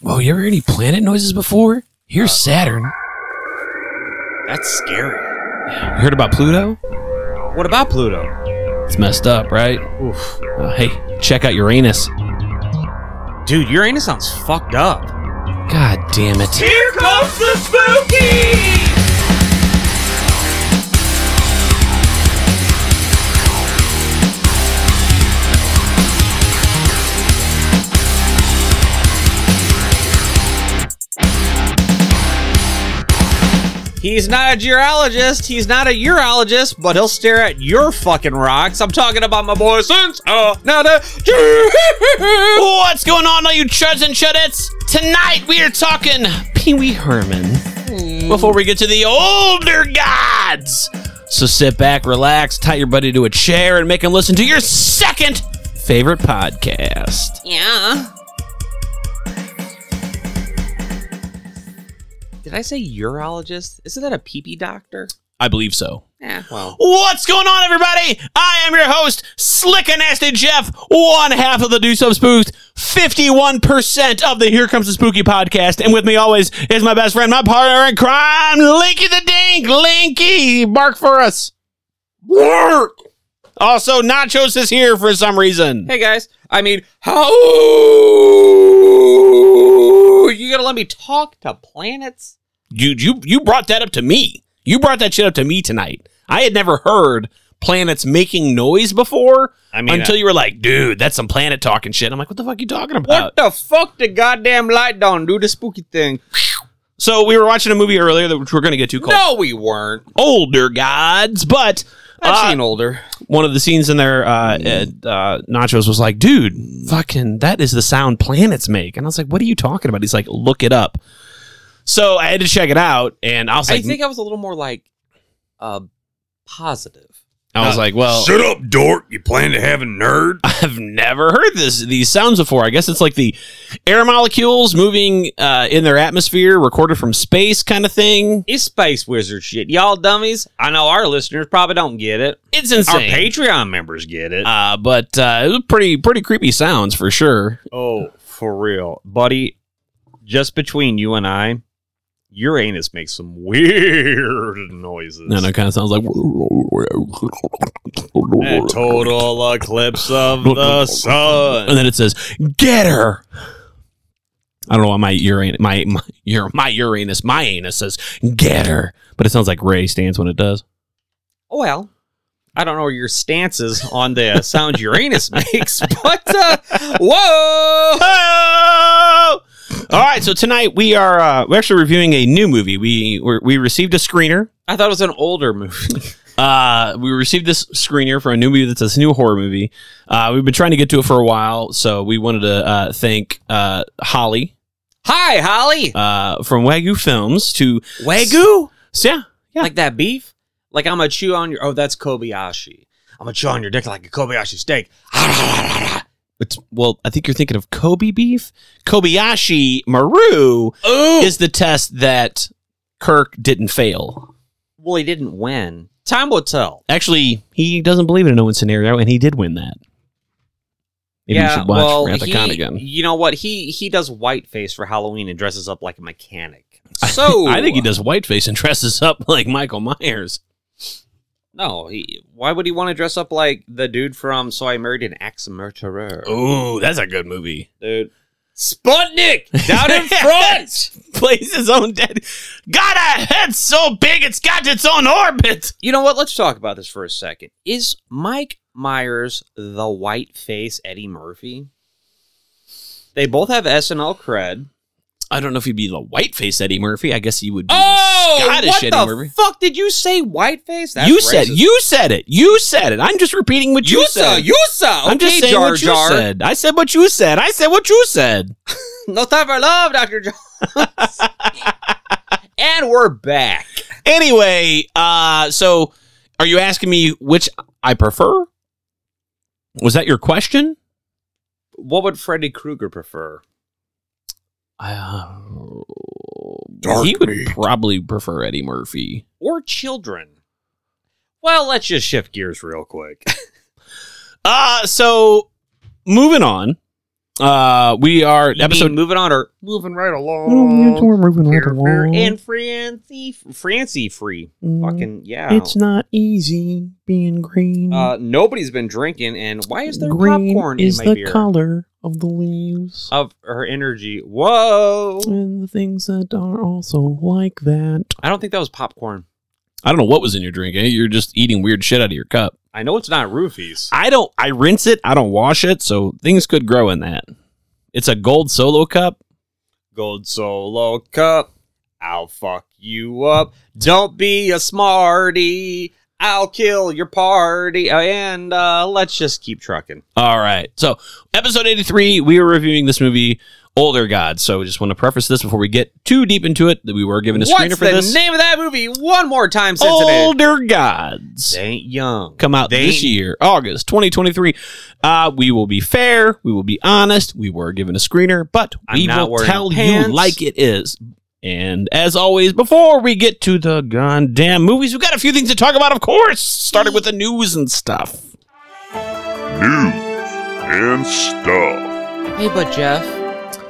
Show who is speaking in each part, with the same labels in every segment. Speaker 1: Whoa, you ever heard any planet noises before? Here's Saturn.
Speaker 2: That's scary.
Speaker 1: You heard about Pluto?
Speaker 2: What about Pluto?
Speaker 1: It's messed up, right?
Speaker 2: Oof.
Speaker 1: Uh, hey, check out Uranus.
Speaker 2: Dude, Uranus sounds fucked up.
Speaker 1: God damn it.
Speaker 2: Here comes the spooky! He's not a geologist, he's not a urologist, but he'll stare at your fucking rocks. I'm talking about my boy since uh not a
Speaker 1: What's going on, all you chuds and chudettes? Tonight we are talking Pee Wee Herman. Before we get to the older gods, so sit back, relax, tie your buddy to a chair, and make him listen to your second favorite podcast.
Speaker 2: Yeah. Did I say urologist? Isn't that a pee-pee doctor?
Speaker 1: I believe so.
Speaker 2: Yeah. Well.
Speaker 1: What's going on, everybody? I am your host, Slick and Nasty Jeff, one half of the Do Some Spooked, 51% of the Here Comes the Spooky podcast. And with me always is my best friend, my partner in crime, Linky the Dink. Linky, bark for us. Work. Also, Nachos is here for some reason.
Speaker 2: Hey guys. I mean, how you gonna let me talk to planets?
Speaker 1: You, you, you brought that up to me. You brought that shit up to me tonight. I had never heard planets making noise before.
Speaker 2: I mean,
Speaker 1: until you were like, dude, that's some planet talking shit. I'm like, what the fuck are you talking about?
Speaker 2: what the fuck? The goddamn light don't do the spooky thing.
Speaker 1: So we were watching a movie earlier that which we're going to get to called
Speaker 2: No, we weren't.
Speaker 1: Older Gods, but
Speaker 2: I've
Speaker 1: uh,
Speaker 2: seen older.
Speaker 1: one of the scenes in there, uh, Ed, uh, Nachos was like, dude, fucking, that is the sound planets make. And I was like, what are you talking about? He's like, look it up. So I had to check it out, and I was
Speaker 2: I
Speaker 1: like,
Speaker 2: think I was a little more like, uh, positive.
Speaker 1: I was like, well,
Speaker 3: Uh, Shut up, dork. You plan to have a nerd?
Speaker 1: I've never heard this these sounds before. I guess it's like the air molecules moving uh, in their atmosphere, recorded from space, kind of thing.
Speaker 2: It's space wizard shit. Y'all dummies. I know our listeners probably don't get it.
Speaker 1: It's insane.
Speaker 2: Our Patreon members get it.
Speaker 1: Uh, but uh, it was pretty pretty creepy sounds for sure.
Speaker 2: oh, for real. Buddy, just between you and I, Uranus makes some weird noises.
Speaker 1: And then it kind of sounds like
Speaker 3: A total eclipse of the sun.
Speaker 1: and then it says get her. I don't know why my Uranus my my, Ur- my Uranus my anus says get her, but it sounds like Ray stands when it does.
Speaker 2: Well, I don't know your stances on the uh, sound Uranus makes, but uh, whoa!
Speaker 1: Oh! All right, so tonight we are uh, we're actually reviewing a new movie. We we we received a screener.
Speaker 2: I thought it was an older movie.
Speaker 1: Uh, we received this screener for a new movie that's this new horror movie. Uh, we've been trying to get to it for a while, so we wanted to uh, thank uh, Holly
Speaker 2: Hi, Holly.
Speaker 1: uh, from Wagyu Films to
Speaker 2: Wagyu?
Speaker 1: so yeah. Yeah.
Speaker 2: Like that beef? Like I'm gonna chew on your. Oh, that's Kobayashi. I'm gonna chew on your dick like a Kobayashi steak.
Speaker 1: It's, well, I think you're thinking of Kobe beef. Kobayashi Maru
Speaker 2: Ooh.
Speaker 1: is the test that Kirk didn't fail.
Speaker 2: well, he didn't win. Time will tell.
Speaker 1: Actually, he doesn't believe in a no win scenario, and he did win that. Maybe you should watch Wrath of Khan
Speaker 2: he-
Speaker 1: again.
Speaker 2: You know what? He he does whiteface for Halloween and dresses up like a mechanic. So
Speaker 1: I think he does whiteface and dresses up like Michael Myers.
Speaker 2: No, he, why would he want to dress up like the dude from So I Married an Axe Murderer?
Speaker 1: Ooh, that's a good movie.
Speaker 2: Dude. Sputnik down in front.
Speaker 1: Plays his own dead. Got a head so big it's got its own orbit.
Speaker 2: you know what? Let's talk about this for a second. Is Mike Myers the white face Eddie Murphy? They both have SNL cred.
Speaker 1: I don't know if he'd be the white face Eddie Murphy. I guess he would be.
Speaker 2: Oh,
Speaker 1: Scottish
Speaker 2: what
Speaker 1: Eddie
Speaker 2: the
Speaker 1: Murphy.
Speaker 2: fuck did you say? White face?
Speaker 1: you said you said it. You said it. I'm just repeating what you,
Speaker 2: You
Speaker 1: said.
Speaker 2: said. You said.
Speaker 1: I'm just saying
Speaker 2: Jar
Speaker 1: what you
Speaker 2: Jar.
Speaker 1: said. I said what you said. I said what you said.
Speaker 2: No time for love, Doctor Jones. and we're back.
Speaker 1: Anyway, uh, so are you asking me which I prefer? Was that your question?
Speaker 2: What would Freddy Krueger prefer?
Speaker 1: Uh,
Speaker 3: Dark
Speaker 1: he would
Speaker 3: meat.
Speaker 1: probably prefer Eddie Murphy.
Speaker 2: Or children? Well, let's just shift gears real quick.
Speaker 1: Uh so moving on. Uh, we are
Speaker 2: Episode
Speaker 1: episode.
Speaker 2: moving on or moving right along.
Speaker 1: And
Speaker 2: And Francie, Francie free. Fucking yeah.
Speaker 1: Mm, not easy being green.
Speaker 2: uh, nobody's been drinking, and why is there popcorn in my beer?
Speaker 1: color of the leaves
Speaker 2: of her energy. Whoa!
Speaker 1: and the things that are also like that.
Speaker 2: I don't think that was popcorn.
Speaker 1: I don't know what was in your drink. eh? You're just eating weird shit out of your cup.
Speaker 2: I know it's not roofies.
Speaker 1: I don't. I rinse it. I don't wash it, so things could grow in that. It's a gold solo cup.
Speaker 2: Gold solo cup. I'll fuck you up. Don't be a smarty. I'll kill your party. And uh, let's just keep trucking.
Speaker 1: All right. So, episode 83, we were reviewing this movie, Older God. So, we just want to preface this before we get too deep into it that we were given a screener
Speaker 2: What's
Speaker 1: for
Speaker 2: the
Speaker 1: this.
Speaker 2: name of that movie? One more time, Cincinnati.
Speaker 1: Older Gods.
Speaker 2: They ain't young.
Speaker 1: Come out
Speaker 2: They
Speaker 1: this
Speaker 2: ain't-
Speaker 1: year, August 2023. Uh, we will be fair. We will be honest. We were given a screener, but
Speaker 2: I'm
Speaker 1: we
Speaker 2: not
Speaker 1: will
Speaker 2: wearing
Speaker 1: tell
Speaker 2: pants.
Speaker 1: you like it is. And as always, before we get to the goddamn movies, we've got a few things to talk about, of course, starting with the news and stuff.
Speaker 4: news and stuff.
Speaker 2: Hey, but Jeff,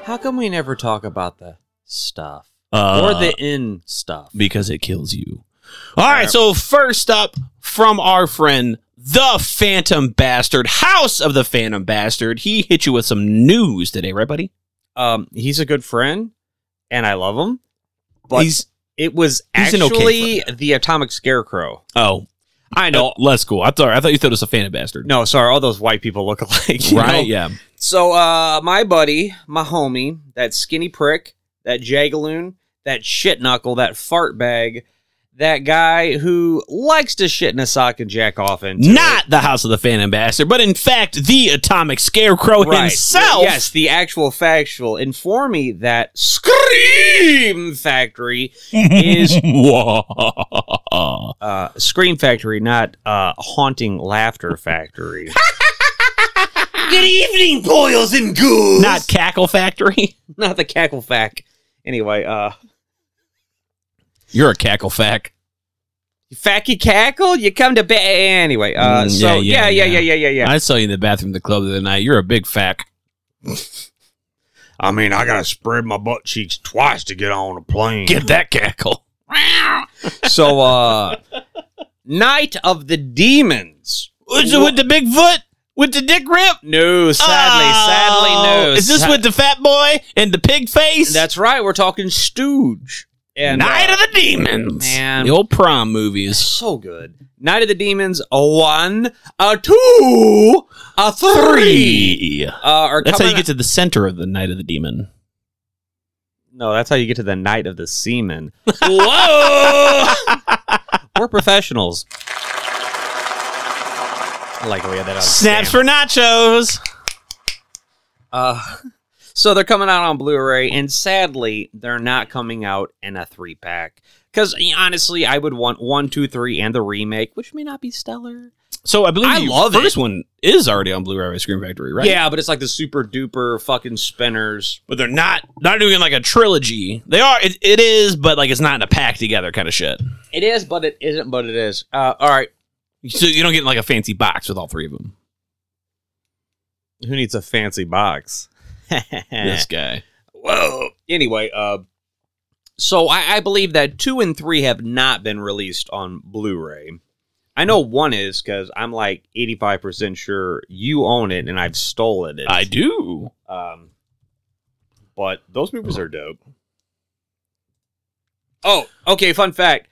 Speaker 2: how come we never talk about the stuff
Speaker 1: Uh,
Speaker 2: or the in stuff?
Speaker 1: because it kills you. All right, so first up from our friend the Phantom Bastard, House of the Phantom Bastard. He hit you with some news today, right, buddy?
Speaker 2: um, he's a good friend, and I love him. But
Speaker 1: He's
Speaker 2: it was
Speaker 1: he's an okay
Speaker 2: actually the Atomic Scarecrow.
Speaker 1: oh,
Speaker 2: I
Speaker 1: no, less cool. I thought I thought you thought it was a Phantom Bastard,
Speaker 2: No, sorry, all those white people look alike. you
Speaker 1: right?
Speaker 2: know?
Speaker 1: Yeah,
Speaker 2: So, uh, my buddy, my homie, that skinny prick, that jagaloon, that shit knuckle, that fart bag, that guy who likes to shit in a sock and jack off into it.
Speaker 1: not the House of the Phantom Bastard, but in fact the Atomic Scarecrow
Speaker 2: Right.
Speaker 1: himself.
Speaker 2: Yes, the actual factual. Inform me that Scream Factory is uh, Scream Factory, not uh, Haunting Laughter Factory. Good evening, boils and ghouls.
Speaker 1: not Cackle Factory.
Speaker 2: not the cackle fack. Anyway, uh,
Speaker 1: You're a cackle fack.
Speaker 2: facky cackle. You come to bed anyway. Uh,
Speaker 1: Mm,
Speaker 2: so yeah, yeah, yeah, yeah, yeah, yeah.
Speaker 1: I saw you in the bathroom of the club the other night. You're a big fack.
Speaker 3: I mean, I gotta spread my butt cheeks twice to get on a plane.
Speaker 1: Get that cackle.
Speaker 2: so uh, Night of the Demons.
Speaker 1: Is it with the big foot? With the dick rip?
Speaker 2: No, sadly, sadly, no.
Speaker 1: Oh. Is this
Speaker 2: Sa-
Speaker 1: with the fat boy and the pig face?
Speaker 2: That's right. We're talking Stooge and uh,
Speaker 1: Night of the Demons.
Speaker 2: Man.
Speaker 1: The old prom movies.
Speaker 2: so good. Night of the Demons, a one, a two, a three. Uh, are
Speaker 1: That's how
Speaker 2: coming
Speaker 1: you get to the center of the Night of the Demon.
Speaker 2: No, that's how you get to the Night of the Seaman.
Speaker 1: Whoa!
Speaker 2: We're professionals. I like how we had that on
Speaker 1: Snaps
Speaker 2: stamp.
Speaker 1: for nachos.
Speaker 2: Uh, so they're coming out on Blu-ray, and sadly, they're not coming out in a three-pack. Because honestly, I would want one, two, three, and the remake, which may not be stellar.
Speaker 1: So I believe
Speaker 2: I
Speaker 1: the
Speaker 2: love it.
Speaker 1: first one is already on Blu-ray by Screen Factory, right?
Speaker 2: Yeah, but it's like the super duper fucking spinners.
Speaker 1: but they're not not doing like a trilogy. They are. It, it is, but like it's not in a pack together kind of shit.
Speaker 2: It is, but it isn't, but it is. Uh, all right.
Speaker 1: So you don't get like a fancy box with all three of them.
Speaker 2: Who needs a fancy box?
Speaker 1: This guy.
Speaker 2: Whoa. Anyway, uh, so I, I believe that two and three have not been released on Blu-ray. I know one is because I'm like 85% sure you own it and I've stolen it.
Speaker 1: I do.
Speaker 2: Um, but those movies are dope. Oh, okay. Fun fact.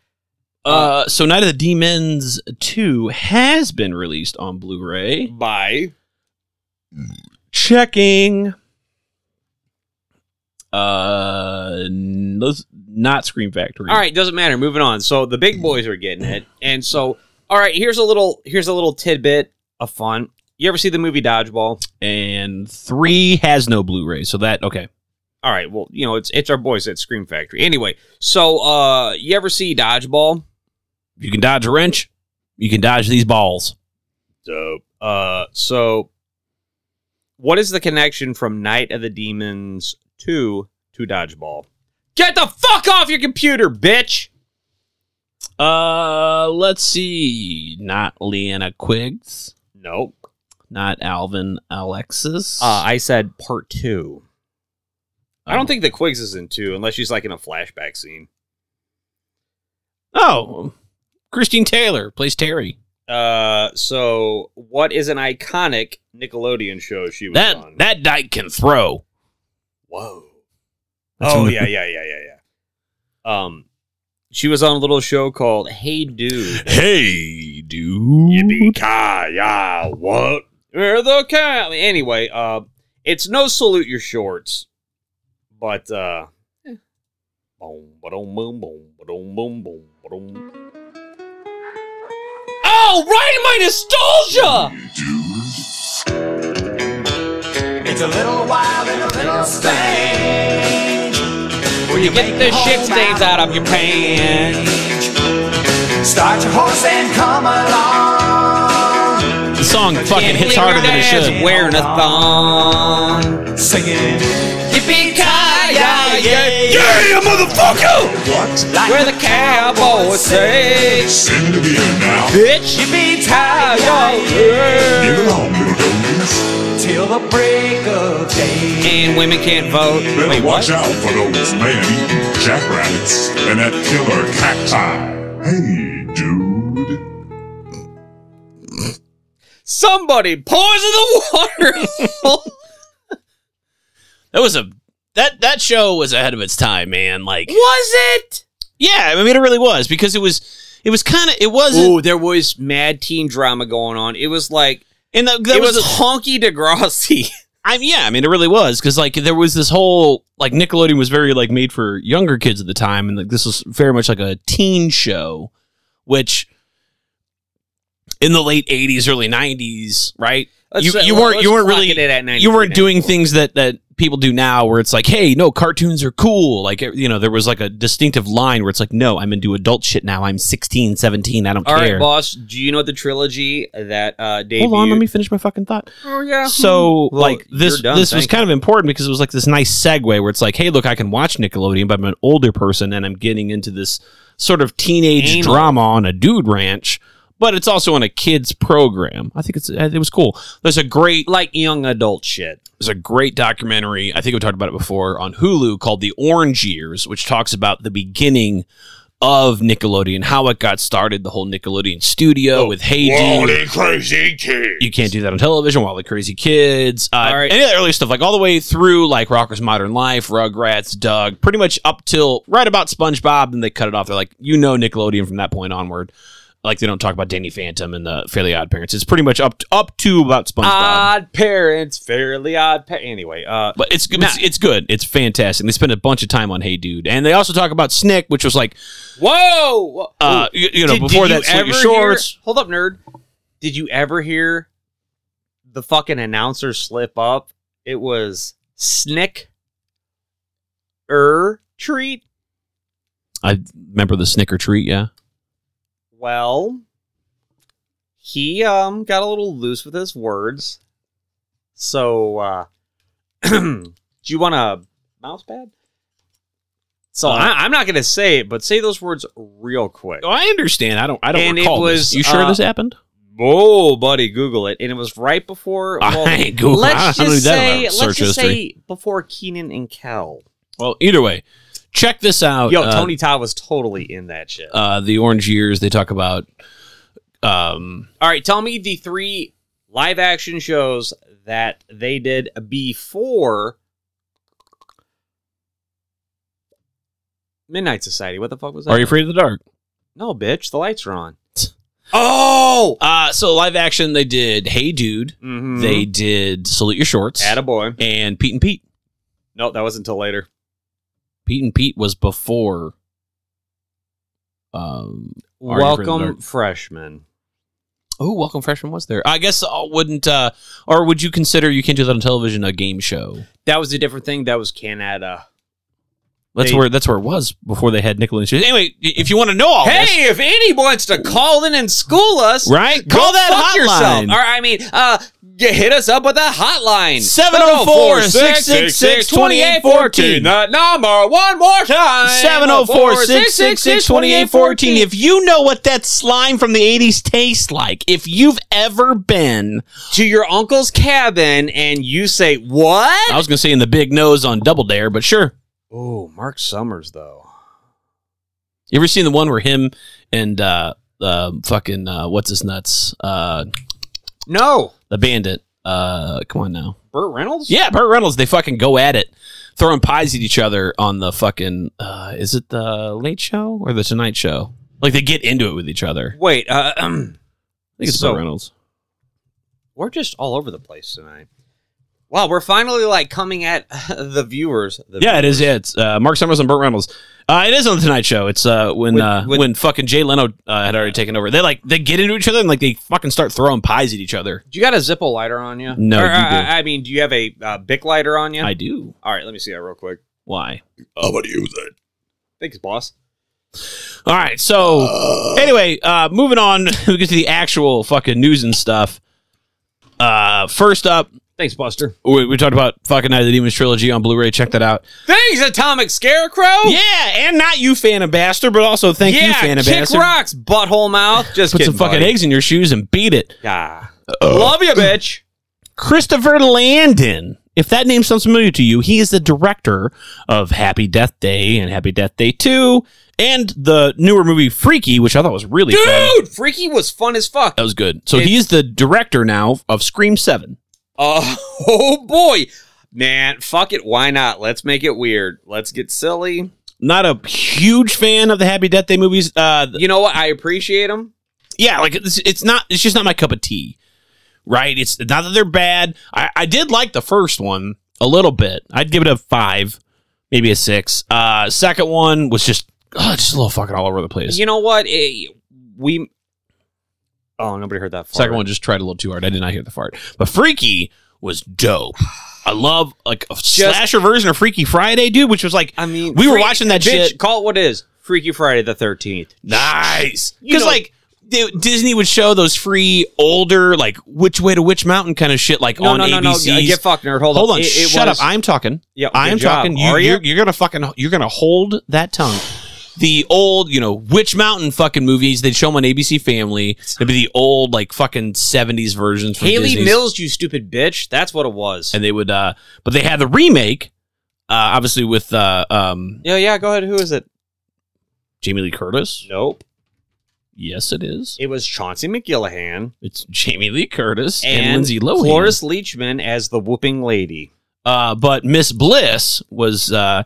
Speaker 1: Uh, so Night of the Demons 2 has been released on Blu-ray.
Speaker 2: Bye.
Speaker 1: Checking. Uh, n- those not Scream Factory.
Speaker 2: All right, doesn't matter. Moving on. So the big boys are getting it, and so all right. Here's a little. Here's a little tidbit of fun. You ever see the movie Dodgeball?
Speaker 1: and three has no Blu-ray. So that okay.
Speaker 2: All right. Well, you know it's it's our boys at Scream Factory. Anyway, so uh, you ever see Dodgeball?
Speaker 1: You can dodge a wrench. You can dodge these balls.
Speaker 2: Dope. Uh, so what is the connection from Night of the Demons two to Dodgeball? Get the fuck off your computer, bitch!
Speaker 1: Uh, let's see. Not Leanna Quiggs.
Speaker 2: Nope.
Speaker 1: not Alvin Alexis.
Speaker 2: Uh, I said part two. I
Speaker 1: Um,
Speaker 2: don't think the Quigs is in two unless she's like in a flashback scene.
Speaker 1: Oh, Christine Taylor plays Terry.
Speaker 2: Uh, so what is an iconic Nickelodeon show she was
Speaker 1: That
Speaker 2: on?
Speaker 1: that dyke can throw.
Speaker 2: Whoa.
Speaker 1: That's
Speaker 2: oh
Speaker 1: a-
Speaker 2: yeah, yeah, yeah, yeah, yeah. Um, she was on a little show called Hey Dude.
Speaker 1: Hey, dude.
Speaker 3: Yippee-ki-yay, what?
Speaker 2: Where the cat? Anyway, uh, it's no salute your shorts, but uh, boom, ba-dum, boom, boom, ba-dum, boom, boom, ba-dum.
Speaker 5: Oh, right in my nostalgia!
Speaker 6: It's a little wild and a little strange. When
Speaker 5: You get the shit stains out of your pants.
Speaker 6: Start your horse and come along.
Speaker 1: The song fucking
Speaker 5: Can't
Speaker 1: hits
Speaker 5: leave
Speaker 1: harder
Speaker 5: your
Speaker 1: than it
Speaker 5: dad's
Speaker 1: should.
Speaker 5: Wearing a thong.
Speaker 6: Singing.
Speaker 5: Yeah, yeah, yeah.
Speaker 3: Yeah, motherfucker!
Speaker 6: Like
Speaker 5: Where the cowboys say,
Speaker 4: Send it in now.
Speaker 5: bitch, you
Speaker 6: be
Speaker 5: how
Speaker 6: tired
Speaker 5: you
Speaker 4: Get along, little dummies.
Speaker 6: till the break of day.
Speaker 5: And women can't vote.
Speaker 4: Better
Speaker 5: Wait,
Speaker 4: watch
Speaker 5: what?
Speaker 4: out for those man-eating jackrabbits and that killer cacti. Hey, dude.
Speaker 2: Somebody poison the water.
Speaker 1: That was a that that show was ahead of its time, man. Like,
Speaker 2: was it?
Speaker 1: yeah, I mean, it really was because it was it was kind of it wasn't.
Speaker 2: Ooh, there was mad teen drama going on. It was like
Speaker 1: and that, that
Speaker 2: it was,
Speaker 1: was
Speaker 2: honky Degrassi.
Speaker 1: I mean, yeah, I mean, it really was because like there was this whole like Nickelodeon was very like made for younger kids at the time, and like this was very much like a teen show, which in the late '80s, early '90s, right?
Speaker 2: Let's
Speaker 1: you
Speaker 2: say-
Speaker 1: you
Speaker 2: let's
Speaker 1: weren't you weren't
Speaker 2: clock
Speaker 1: really
Speaker 2: it at 93
Speaker 1: you weren't
Speaker 2: now.
Speaker 1: doing things that that people do now, where it's like, hey, no, cartoons are cool. Like eh, you know, there was like a distinctive line where it's like, no, I'm into adult shit now. I'm 16, 17. I don't
Speaker 2: All
Speaker 1: care.
Speaker 2: right, boss. Do you know the trilogy that uh, debuted?
Speaker 1: Hold on, let me finish my fucking thought.
Speaker 2: Oh yeah.
Speaker 1: So
Speaker 2: Well,
Speaker 1: like this
Speaker 2: you're done,
Speaker 1: this was
Speaker 2: thank
Speaker 1: kind of important because it was like this nice segue where it's like, hey, look, I can watch Nickelodeon, but I'm an older person and I'm getting into this sort of teenage
Speaker 2: Anal.
Speaker 1: drama on a dude ranch, but it's also on a kids program. I think it's it was cool. There's a great
Speaker 2: like young adult shit.
Speaker 1: there's a great documentary. I think we talked about it before on Hulu called The Orange Years, which talks about the beginning of Nickelodeon, how it got started, the whole Nickelodeon studio with Hey Dude
Speaker 3: Holy crazy kid.
Speaker 1: you can't do that on television. Wally Crazy Kids, uh,
Speaker 2: All right.
Speaker 1: any of the early stuff, like all the way through like Rocker's Modern Life, Rugrats, Doug, pretty much up till right about SpongeBob, and they cut it off. They're like, you know, Nickelodeon from that point onward. Like they don't talk about Danny Phantom and the Fairly Odd Parents. It's pretty much up to, up to about SpongeBob.
Speaker 2: Odd parents, fairly odd. Pa- anyway, uh,
Speaker 1: but it's, it's it's good. It's fantastic. They spend a bunch of time on Hey Dude, and they also talk about Snick, which was like
Speaker 2: whoa.
Speaker 1: uh, you, you know
Speaker 2: Did- did
Speaker 1: before
Speaker 2: you
Speaker 1: that Slick
Speaker 2: ever
Speaker 1: Your Shorts.
Speaker 2: Hear, hold up, nerd. Did you ever hear the fucking announcer slip up? It was snick er treat.
Speaker 1: I remember the Snicker treat. Yeah,
Speaker 2: Well, he um got a little loose with his words. So uh do you want a mouse pad? So
Speaker 1: Uh,
Speaker 2: I, I'm not gonna say it, but say those words real quick.
Speaker 1: oh, I understand. I don't. I don't
Speaker 2: And it
Speaker 1: recall this.
Speaker 2: was,
Speaker 1: You sure
Speaker 2: uh,
Speaker 1: this happened?
Speaker 2: Oh, buddy, Google it. And it was right before well,
Speaker 1: I ain't Google. I
Speaker 2: let's
Speaker 1: don't need
Speaker 2: just
Speaker 1: that on
Speaker 2: say
Speaker 1: our
Speaker 2: let's
Speaker 1: search
Speaker 2: just
Speaker 1: history.
Speaker 2: say before Keenan and Kel.
Speaker 1: Well, either way, check this out.
Speaker 2: Yo,
Speaker 1: Uh,
Speaker 2: Tony Todd was totally in that shit.
Speaker 1: Uh, the Orange Years. They talk about. Um,
Speaker 2: All right, tell me the three live action shows that they did before Midnight Society. What the fuck was that?
Speaker 1: Are you afraid of the dark?
Speaker 2: No, bitch, the lights are on.
Speaker 1: Oh, uh, so live action. They did Hey Dude.
Speaker 2: Mm-hmm.
Speaker 1: They did Salute Your Shorts.
Speaker 2: boy.
Speaker 1: and Pete and Pete.
Speaker 2: No, that wasn't until later.
Speaker 1: Pete and Pete was before. Um. Are You Afraid of the
Speaker 2: Welcome,
Speaker 1: Dark?
Speaker 2: freshmen.
Speaker 1: Oh, welcome freshman was there? I guess uh, wouldn't uh, or would you consider you can't do that on television a game show?
Speaker 2: That was a different thing. That was Canada.
Speaker 1: That's
Speaker 2: They-
Speaker 1: where that's where it was before they had Nickelodeon. shows. Anyway, i- if you want to know all this,
Speaker 2: Hey, if Andy wants to call in and school us,
Speaker 1: right?
Speaker 2: go fuck yourself. Or I mean, uh, you hit us up with a hotline
Speaker 1: 704-666-2814.
Speaker 2: The number one more time
Speaker 1: 704 666 2814. If you know what that slime from the 80s tastes like, if you've ever been,
Speaker 2: to your uncle's cabin and you say what?
Speaker 1: I was going to say in the big nose on Double Dare, but sure.
Speaker 2: Oh, Mark Summers though.
Speaker 1: You ever seen the one where him and uh, uh, fucking, uh, what's his nuts? Uh,
Speaker 2: No,
Speaker 1: the bandit. Uh, come on now.
Speaker 2: Burt Reynolds.
Speaker 1: Yeah, Burt Reynolds. They fucking go at it, throwing pies at each other on the fucking. Uh, is it the Late Show or the Tonight Show? Like they get into it with each other.
Speaker 2: Wait, uh, um,
Speaker 1: I think it's
Speaker 2: So-
Speaker 1: Burt Reynolds.
Speaker 2: we're just all over the place tonight. Wow, we're finally like coming at the viewers. The
Speaker 1: Yeah, it is. Yeah, it's uh, Mark Summers and Burt Reynolds. Uh, it is on the Tonight Show. It's uh, when
Speaker 2: With-
Speaker 1: uh,
Speaker 2: with-
Speaker 1: when fucking Jay Leno uh, had already taken over. They like they get into each other and like they fucking start throwing pies at each other.
Speaker 2: Do you got a Zippo lighter on you?
Speaker 1: No,
Speaker 2: Or, uh,
Speaker 1: you do.
Speaker 2: I, I mean, do you have a uh, Bic lighter on you?
Speaker 1: I do.
Speaker 2: All right, let me see that real quick.
Speaker 1: Why?
Speaker 3: I'm gonna use it.
Speaker 2: Thanks, boss.
Speaker 1: All right. So anyway, uh, moving on. We get to the actual fucking news and stuff. Uh, first up,
Speaker 2: Thanks, Buster.
Speaker 1: we, we talked about fucking Night of the Demons trilogy on Blu-ray. Check that out.
Speaker 2: Thanks, Atomic Scarecrow.
Speaker 1: Yeah, and not you, Phantom Bastard, but also thank you, Phantom
Speaker 2: Oh. kick
Speaker 1: Bastard.
Speaker 2: rocks, butthole mouth. Just
Speaker 1: Put
Speaker 2: kidding,
Speaker 1: some fucking
Speaker 2: buddy.
Speaker 1: eggs in your shoes and beat it.
Speaker 2: Yeah. Love you, bitch.
Speaker 1: Christopher Landon. If that name sounds familiar to you, he is the director of Happy Death Day and Happy Death Day 2 and the newer movie Freaky, which I thought was really fun.
Speaker 2: Dude, Freaky was fun as fuck.
Speaker 1: That was good. So
Speaker 2: It's-
Speaker 1: he's the director now of Scream 7.
Speaker 2: Uh, oh boy. Man, fuck it. Why not? Let's make it weird. Let's get silly.
Speaker 1: Not a huge fan of the Happy Death Day movies. Uh,
Speaker 2: You know what? I appreciate them.
Speaker 1: yeah, like it's, it's not. It's just not my cup of tea, right? It's not that they're bad. I, I did like the first one a little bit. I'd give it a five, maybe a six. Uh, second one was just ugh, just a little fucking all over the place.
Speaker 2: You know what? Eh, we. Oh, nobody heard that. Fart.
Speaker 1: Second one just tried a little too hard. I did not hear the fart, but Freaky was dope. I love like a slasher version of Freaky Friday, dude, which was like
Speaker 2: I mean,
Speaker 1: we were
Speaker 2: Freaky-
Speaker 1: watching that
Speaker 2: bitch,
Speaker 1: shit.
Speaker 2: Call it what it is. Freaky Friday the Thirteenth.
Speaker 1: Nice.
Speaker 2: You
Speaker 1: Because
Speaker 2: know-
Speaker 1: like di- Disney would show those free older like which way to which mountain kind of shit like
Speaker 2: No,
Speaker 1: on
Speaker 2: no, no, no.
Speaker 1: ABC's.
Speaker 2: Get fucked, nerd. Hold,
Speaker 1: Hold on,
Speaker 2: It- it
Speaker 1: shut
Speaker 2: was-
Speaker 1: up. I'm talking.
Speaker 2: Yeah,
Speaker 1: I
Speaker 2: good
Speaker 1: am
Speaker 2: job.
Speaker 1: talking. You,
Speaker 2: Are ya?
Speaker 1: you're, you're gonna fucking you're gonna hold that tongue. The old, you know, Witch Mountain fucking movies they'd show them on ABC Family. It'd be the old like fucking seventies versions. From
Speaker 2: Haley
Speaker 1: Disney's.
Speaker 2: Mills, you stupid bitch. That's what it was.
Speaker 1: and they would. uh But they had the remake, uh obviously with uh um
Speaker 2: yeah, yeah. Go ahead. Who is it?
Speaker 1: Jamie Lee Curtis.
Speaker 2: Nope.
Speaker 1: Yes, it is.
Speaker 2: It was Chauncey McGillahan
Speaker 1: It's Jamie Lee Curtis and,
Speaker 2: and,
Speaker 1: Lindsay Lohan.
Speaker 2: Cloris Leachman as the whooping lady.
Speaker 1: Uh, but Miss Bliss was uh,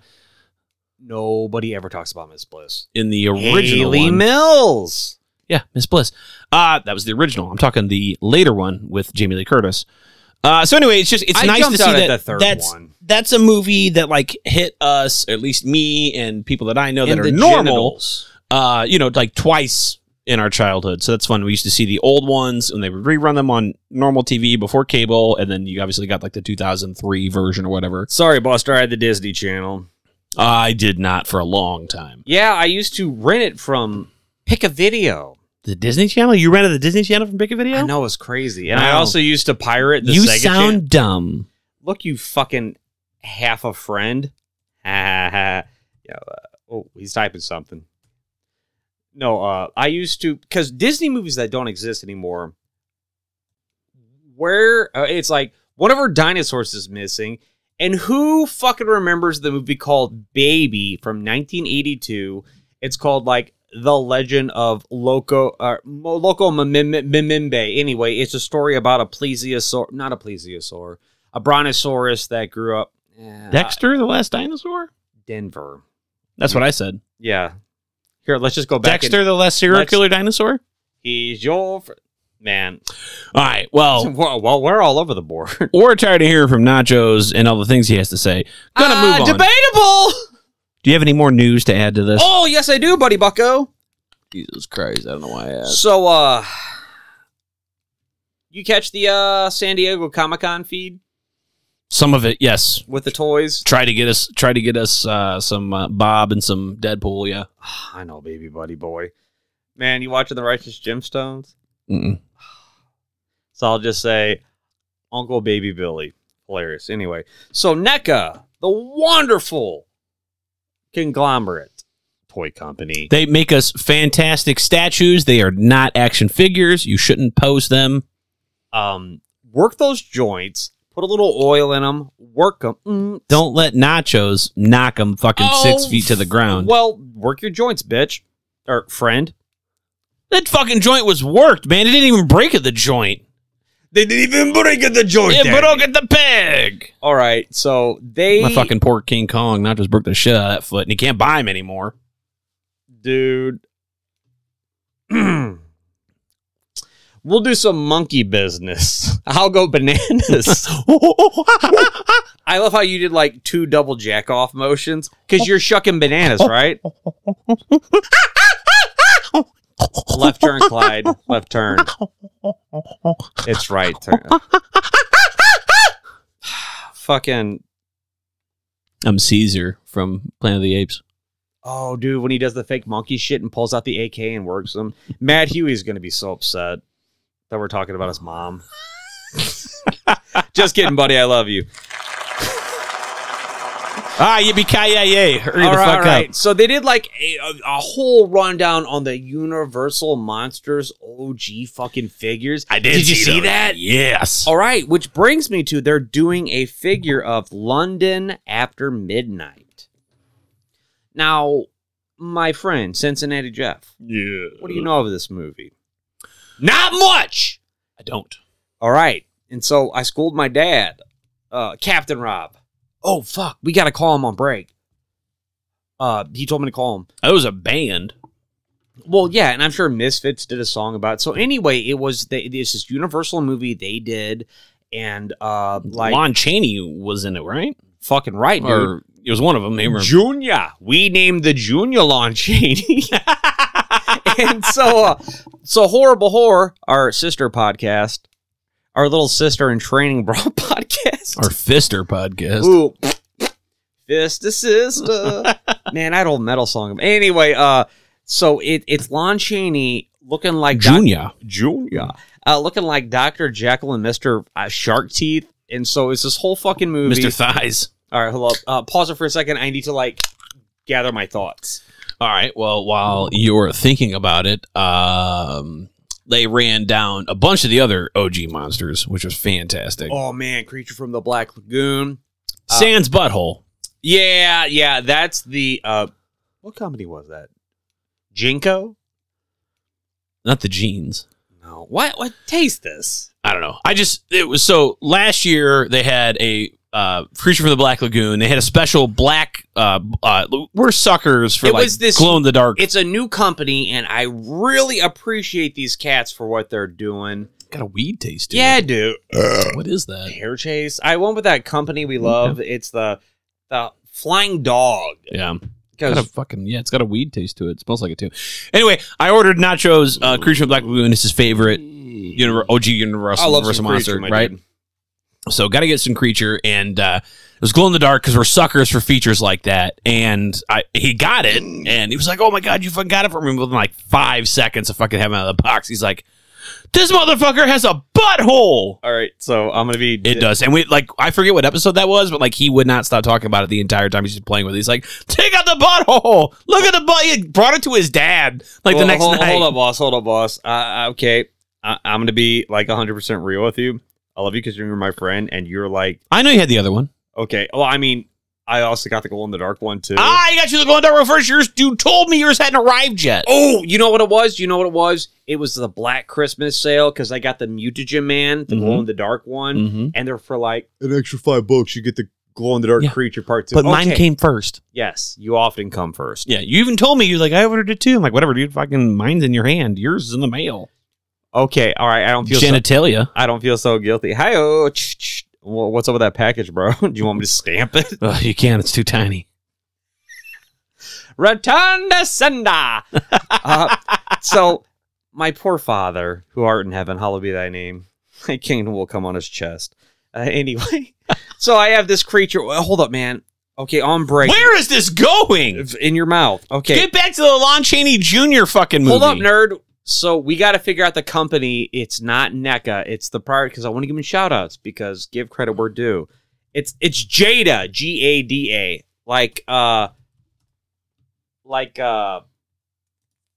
Speaker 2: Nobody ever talks about Miss Bliss.
Speaker 1: in the original
Speaker 2: Haley
Speaker 1: one.
Speaker 2: Mills.
Speaker 1: yeah, Miss Bliss. Uh, that was the original. I'm talking the later one with Jamie Lee Curtis. Uh, so anyway, it's just it's
Speaker 2: I
Speaker 1: nice to
Speaker 2: jumped
Speaker 1: see
Speaker 2: out at
Speaker 1: that
Speaker 2: the third
Speaker 1: that's
Speaker 2: one.
Speaker 1: that's a movie that like hit us, or at least me and people that I know that
Speaker 2: In
Speaker 1: are
Speaker 2: the
Speaker 1: normal.
Speaker 2: genitals.
Speaker 1: Uh, you know, like twice in our childhood. So that's fun. We used to see the old ones and they would rerun them on normal TV before cable, and then you obviously got like the 2003 version or whatever.
Speaker 2: Sorry, Buster. I had the Disney Channel.
Speaker 1: I did not for a long time.
Speaker 2: Yeah, I used to rent it from Pick a Video.
Speaker 1: The Disney Channel? You rented the Disney Channel from Pick a Video?
Speaker 2: I know it's crazy, and I
Speaker 1: Wow.
Speaker 2: also used to pirate the
Speaker 1: you
Speaker 2: Sega
Speaker 1: sound
Speaker 2: Channel.
Speaker 1: dumb.
Speaker 2: Look, you fucking half a friend. Ha, ha, ha. yeah, uh, oh, he's typing something. No, uh, I used to because Disney movies that don't exist anymore. Where uh, it's like one of our dinosaurs is missing, and who fucking remembers the movie called Baby from 1982? It's called like The Legend of Loco uh, Mo- Loco Mimim- Mimimbe. Anyway, it's a story about a plesiosaur, not a plesiosaur, a brontosaurus that grew up.
Speaker 1: Uh,
Speaker 2: eh,
Speaker 1: Dexter, the last dinosaur?
Speaker 2: Denver.
Speaker 1: That's what I said.
Speaker 2: Yeah. Here, let's just go back.
Speaker 1: Dexter,
Speaker 2: and-
Speaker 1: the last serial
Speaker 2: let's-
Speaker 1: killer dinosaur?
Speaker 2: he's your fr- man.
Speaker 1: All right. Well,
Speaker 2: Well, well, we're all over the board.
Speaker 1: we're tired of hearing from Nachos and all the things he has to say. Gonna
Speaker 2: Ah,
Speaker 1: move on.
Speaker 2: Debatable.
Speaker 1: Do you have any more news to add to this?
Speaker 2: Oh yes, I do, buddy Bucko.
Speaker 1: Jesus Christ. I don't know why I asked.
Speaker 2: So, uh, you catch the uh San Diego Comic Con feed
Speaker 1: Some of it, yes.
Speaker 2: with the toys?
Speaker 1: Try to get us, try to get us uh, some uh, Bob and some Deadpool. Yeah,
Speaker 2: I know, baby buddy boy. Man, you watching the Righteous Gemstones?
Speaker 1: Mm-mm.
Speaker 2: So I'll just say, Uncle Baby Billy. Hilarious. Anyway, so NECA, the wonderful conglomerate toy company.
Speaker 1: They make us fantastic statues. They are not action figures. You shouldn't pose them.
Speaker 2: Um, work those joints, put a little oil in them, work them. Mm,
Speaker 1: Don't let nachos knock them fucking six
Speaker 2: Oh,
Speaker 1: feet to the ground.
Speaker 2: Well, work your joints, bitch. Or friend.
Speaker 1: That fucking joint was worked, man. It didn't even break at the joint.
Speaker 3: They didn't even break at the joint.
Speaker 1: It
Speaker 3: Daddy.
Speaker 1: broke at the peg.
Speaker 2: All right, so they
Speaker 1: My fucking poor King Kong nachos broke the shit out of that foot, and he can't buy them anymore.
Speaker 2: dude. we'll do some monkey business. I'll go bananas. I love how you did like two double jack off motions because you're shucking bananas, right? left turn, Clyde. Left turn. It's right turn. Fucking
Speaker 1: I'm Caesar from Planet of the Apes.
Speaker 2: Oh, dude, when he does the fake monkey shit and pulls out the AK and works them, Matt Huey's going to be so upset that we're talking about his mom. Just kidding, buddy. I love you.
Speaker 1: Ah, yippee ki yay! Hurry
Speaker 2: All
Speaker 1: the
Speaker 2: right,
Speaker 1: fuck
Speaker 2: all
Speaker 1: up.
Speaker 2: right. So they did like a, a, a whole rundown on the Universal Monsters OG fucking figures.
Speaker 1: I did. you see that? Yes.
Speaker 2: All right, which brings me to they're doing a figure of London after midnight. Now, my friend, Cincinnati Jeff. Yeah. What do you know of this movie? Not much.
Speaker 1: I don't.
Speaker 2: All right. And so I schooled my dad, uh, Captain Rob. Oh fuck, we gotta call him on break. Uh, he told me to call him.
Speaker 1: That was a band.
Speaker 2: Well, yeah, and I'm sure Misfits did a song about. It. So anyway, it was they, this is Universal movie they did, and uh, like
Speaker 1: Lon Chaney was in it, right?
Speaker 2: fucking right, dude.
Speaker 1: Or it was one of them. They were
Speaker 2: Junior. We named the Junior Lon Chaney. and so, uh, so horrible horror, our sister podcast, our little sister in training bra podcast.
Speaker 1: our Fister podcast.
Speaker 2: Ooh. Fist to sister. Man, that old metal song. Anyway, uh, so it, it's Lon Chaney looking like Doc-
Speaker 1: Junior.
Speaker 2: Junior, uh, looking like Doctor Jekyll and Mister uh, Shark Teeth, and so it's this whole fucking movie.
Speaker 1: Mr. Thighs.
Speaker 2: All right, hold up. Uh, pause it for a second. I need to like gather my thoughts.
Speaker 1: All right. Well, while you're thinking about it, um, they ran down a bunch of the other OG monsters, which was fantastic.
Speaker 2: Oh uh, man, Creature from the Black Lagoon.
Speaker 1: Sans Butthole.
Speaker 2: Yeah, yeah, that's the uh, what comedy was that? Jinko?
Speaker 1: Not the jeans.
Speaker 2: No. What? What? Taste this.
Speaker 1: I don't know. I just it was so last year they had a uh creature from the black lagoon. They had a special black uh uh we're suckers for
Speaker 2: It
Speaker 1: like
Speaker 2: was this-
Speaker 1: glow in the dark.
Speaker 2: It's a new company, and I really appreciate these cats for what they're doing.
Speaker 1: got a weed taste to
Speaker 2: Yeah, dude.
Speaker 1: it. What is that?
Speaker 2: hair chase. I went with that company we love. It's the the flying dog.
Speaker 1: Yeah. Got a
Speaker 2: 'Cause-
Speaker 1: fucking yeah, it's got a weed taste to it. It smells like it too. Anyway, I ordered nachos. Uh, Creature of the Black Lagoon is his favorite univer- OG Universal,
Speaker 2: Mm. I love
Speaker 1: Universal
Speaker 2: some
Speaker 1: monster,
Speaker 2: creature, my
Speaker 1: right?
Speaker 2: dude.
Speaker 1: So got to get some creature, and uh, it was glow in the dark because we're suckers for features like that. And I he got it, and he was like, "Oh my god, you fucking got it for me!" Within like five seconds of fucking having it out of the box, he's like, "This motherfucker has a butthole."
Speaker 2: All right, so I'm gonna be.
Speaker 1: It does, and we like I forget what episode that was, but like he would not stop talking about it the entire time he's just playing with. it. He's like, "Take out the butthole! Look at the butt!" He brought it to his dad like
Speaker 2: Well,
Speaker 1: the next
Speaker 2: hold,
Speaker 1: night.
Speaker 2: Hold up, boss. Hold up, boss. Uh, Uh, okay, I, I'm gonna be like 100 percent real with you. I love you because you're my friend, and you're like,
Speaker 1: I know you had the other one.
Speaker 2: okay. Well, I mean, I also got the glow in the dark one too.
Speaker 1: I got Ah, you the glowing dark one first. Yours, you told me yours hadn't arrived yet.
Speaker 2: Oh, you know what it was? You know what it was? It was the Black Christmas sale because I got the Mutagen Man, the
Speaker 1: Mhm.
Speaker 2: glow in the dark one,
Speaker 1: Mhm.
Speaker 2: and they're for like an extra five bucks. You get the glow in the dark
Speaker 1: Yeah.
Speaker 2: creature part two.
Speaker 1: but mine
Speaker 2: Okay.
Speaker 1: came first.
Speaker 2: Yes, you often come first.
Speaker 1: Yeah, you even told me you're like I ordered it too. I'm like, whatever, dude. Fucking mine's in your hand. Yours is in the mail.
Speaker 2: Okay, all right. I don't feel so,
Speaker 1: Genitalia.
Speaker 2: I don't feel so guilty. Hi, what's up with that package, bro? Do you want me to stamp it?
Speaker 1: Ugh, you can't. It's too tiny.
Speaker 2: Return to sender. Uh, so, my poor father, who art in heaven, hallowed be thy name. Thy kingdom will come on his chest. Uh, anyway, so I have this creature. well, hold up, man. Okay, on break.
Speaker 1: Where is this going?
Speaker 2: It's In your mouth. Okay.
Speaker 1: Get back to the Lon Chaney Jr. fucking movie.
Speaker 2: Hold up, nerd. So we got to figure out the company. It's not NECA. It's the prior because I want to give them shout outs because give credit where due. It's it's Jada G A D A like uh like uh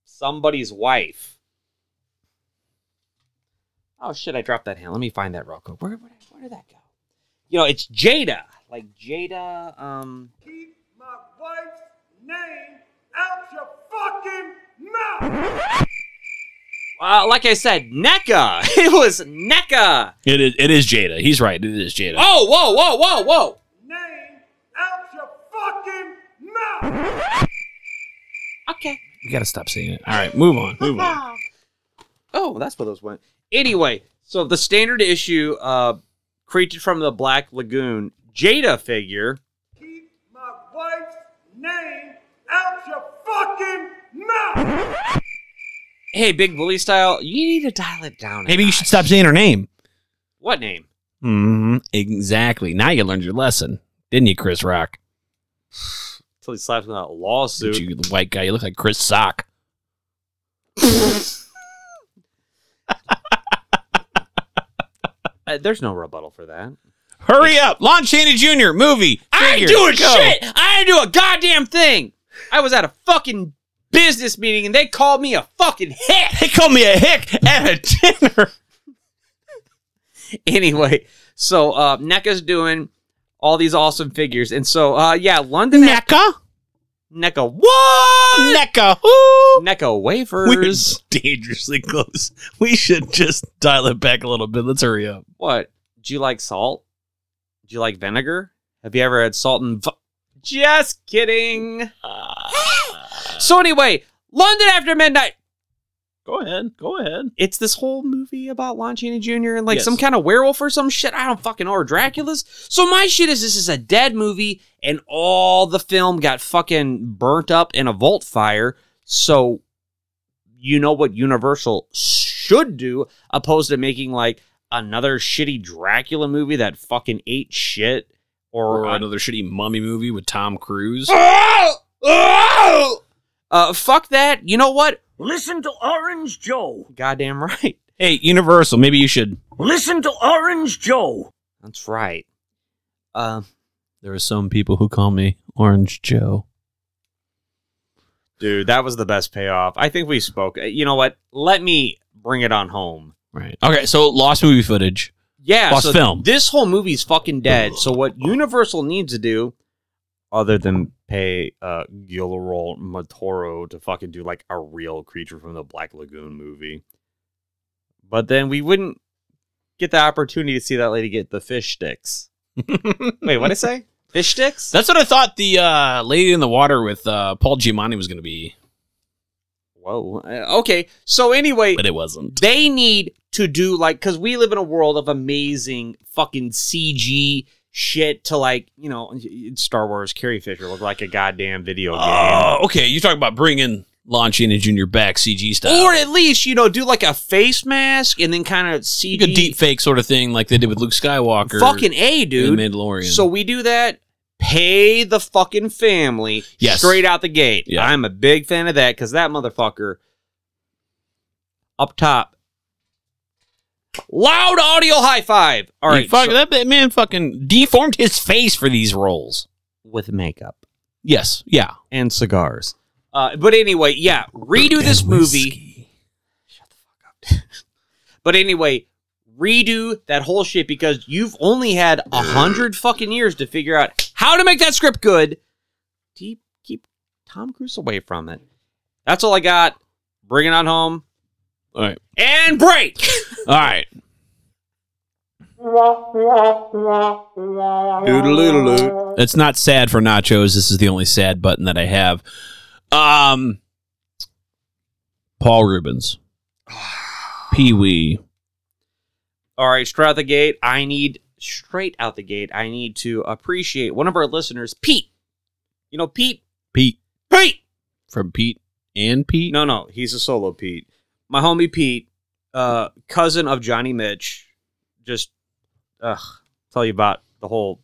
Speaker 2: somebody's wife. Oh shit! I dropped that hand. Let me find that real quick. Where where, where did that go? You know it's Jada like Jada um.
Speaker 7: my wife's name out your fucking mouth.
Speaker 2: Uh, like I said, NECA. It was E NECA.
Speaker 1: It is. It is Jada. He's right. It is Jada.
Speaker 2: Oh, whoa, whoa, whoa, whoa.
Speaker 7: Name out your fucking mouth.
Speaker 2: Okay.
Speaker 1: We gotta stop saying it. All right, move on. Move on.
Speaker 2: Oh, that's where those went. Anyway, so the standard issue uh, creature from the Black Lagoon Jada figure.
Speaker 7: Keep my wife's name out your fucking mouth.
Speaker 2: Hey, Big Bully style, you need to dial it down. a
Speaker 1: Maybe you
Speaker 2: notch.
Speaker 1: should stop saying her name.
Speaker 2: What name?
Speaker 1: Mm-hmm. Exactly. Now you learned your lesson, didn't you, Chris Rock?
Speaker 2: Till he slaps me with a
Speaker 1: Dude.
Speaker 2: lawsuit.
Speaker 1: You the white guy. You look like Chris Sock.
Speaker 2: Uh, there's no rebuttal for that.
Speaker 1: Hurry up! Lon Chaney Jr. movie.
Speaker 2: I ain't
Speaker 1: Figure.
Speaker 2: doing
Speaker 1: Go.
Speaker 2: shit. I ain't do a goddamn thing. I was at a fucking business meeting and they called me a fucking hick.
Speaker 1: They called me a hick at a dinner.
Speaker 2: anyway, so uh NECA's doing all these awesome figures. And so uh yeah, London at-
Speaker 1: Necka,
Speaker 2: NECA what?
Speaker 1: necka, who?
Speaker 2: NECA
Speaker 1: We're
Speaker 2: wafers.
Speaker 1: dangerously close. We should just dial it back a little bit. Let's hurry up.
Speaker 2: What? Do you like salt? Do you like vinegar? Have you ever had salt and vi- Just kidding. so anyway, London after midnight.
Speaker 1: Go ahead. Go ahead.
Speaker 2: It's this whole movie about Lon Chaney Jr. and like
Speaker 1: Yes.
Speaker 2: some kind of werewolf or some shit. I don't fucking know or Dracula's. So my shit is this is a dead movie and all the film got fucking burnt up in a vault fire. So you know what Universal should do opposed to making like another shitty Dracula movie that fucking ate shit or,
Speaker 1: Or another shitty mummy movie with Tom Cruise.
Speaker 2: uh fuck that. You know what?
Speaker 8: Listen to Orange Joe.
Speaker 2: Goddamn right.
Speaker 1: Hey, Universal, maybe you should.
Speaker 8: Listen to Orange Joe.
Speaker 2: That's right. Um
Speaker 1: There are some people who call me Orange Joe.
Speaker 2: Dude, that was the best payoff. I think we spoke. uh, You know what? Let me bring it on home.
Speaker 1: Right. Okay, so lost movie footage.
Speaker 2: Yeah,
Speaker 1: Lost
Speaker 2: so
Speaker 1: film.
Speaker 2: This whole movie's fucking dead. So what Universal needs to do, other than pay uh, Guillermo Matoro to fucking do like a real creature from the Black Lagoon movie, but then we wouldn't get the opportunity to see that lady get the fish sticks. Wait, what did I say? Fish sticks?
Speaker 1: That's what I thought the uh, Lady in the Water with uh, Paul Giamatti was going to be,
Speaker 2: Whoa. Uh, Okay. So anyway,
Speaker 1: but it wasn't.
Speaker 2: They need to do like because we live in a world of amazing fucking CG shit to like you know Star Wars. Carrie Fisher looked like a goddamn video game.
Speaker 1: Oh, okay. You're talking about bringing Lon Chaney Jr. back CG style.
Speaker 2: Or at least you know do like a face mask and then kind of CG
Speaker 1: like a deep fake sort of thing like they did with Luke Skywalker.
Speaker 2: fucking a
Speaker 1: in
Speaker 2: dude.
Speaker 1: Mandalorian.
Speaker 2: So we do that. Pay the fucking family
Speaker 1: Yes.
Speaker 2: straight out the gate.
Speaker 1: Yeah.
Speaker 2: I'm a big fan of that because that motherfucker up top. Loud audio high five. All right,
Speaker 1: He fuck,
Speaker 2: so-
Speaker 1: that bit- man fucking deformed his face for these roles.
Speaker 2: with makeup.
Speaker 1: Yes. Yeah.
Speaker 2: and cigars. Uh, but anyway, yeah, redo this movie. But anyway, redo that whole shit because you've only had a hundred fucking years to figure out how to make that script good. Keep keep Tom Cruise away from it. That's all I got. Bring it on home
Speaker 1: All right.
Speaker 2: and break.
Speaker 1: All right.
Speaker 2: Doodle-doodle-doo.
Speaker 1: It's not sad for nachos. This is the only sad button that I have. Um, Paul Rubens, Pee Wee.
Speaker 2: All right, straight out the gate. I need straight out the gate. I need to appreciate one of our listeners, Pete. You know, Pete.
Speaker 1: Pete
Speaker 2: Pete.
Speaker 1: from Pete and Pete.
Speaker 2: No, no, he's a solo Pete. My homie Pete, uh, cousin of Johnny Mitch, just ugh, tell you about the whole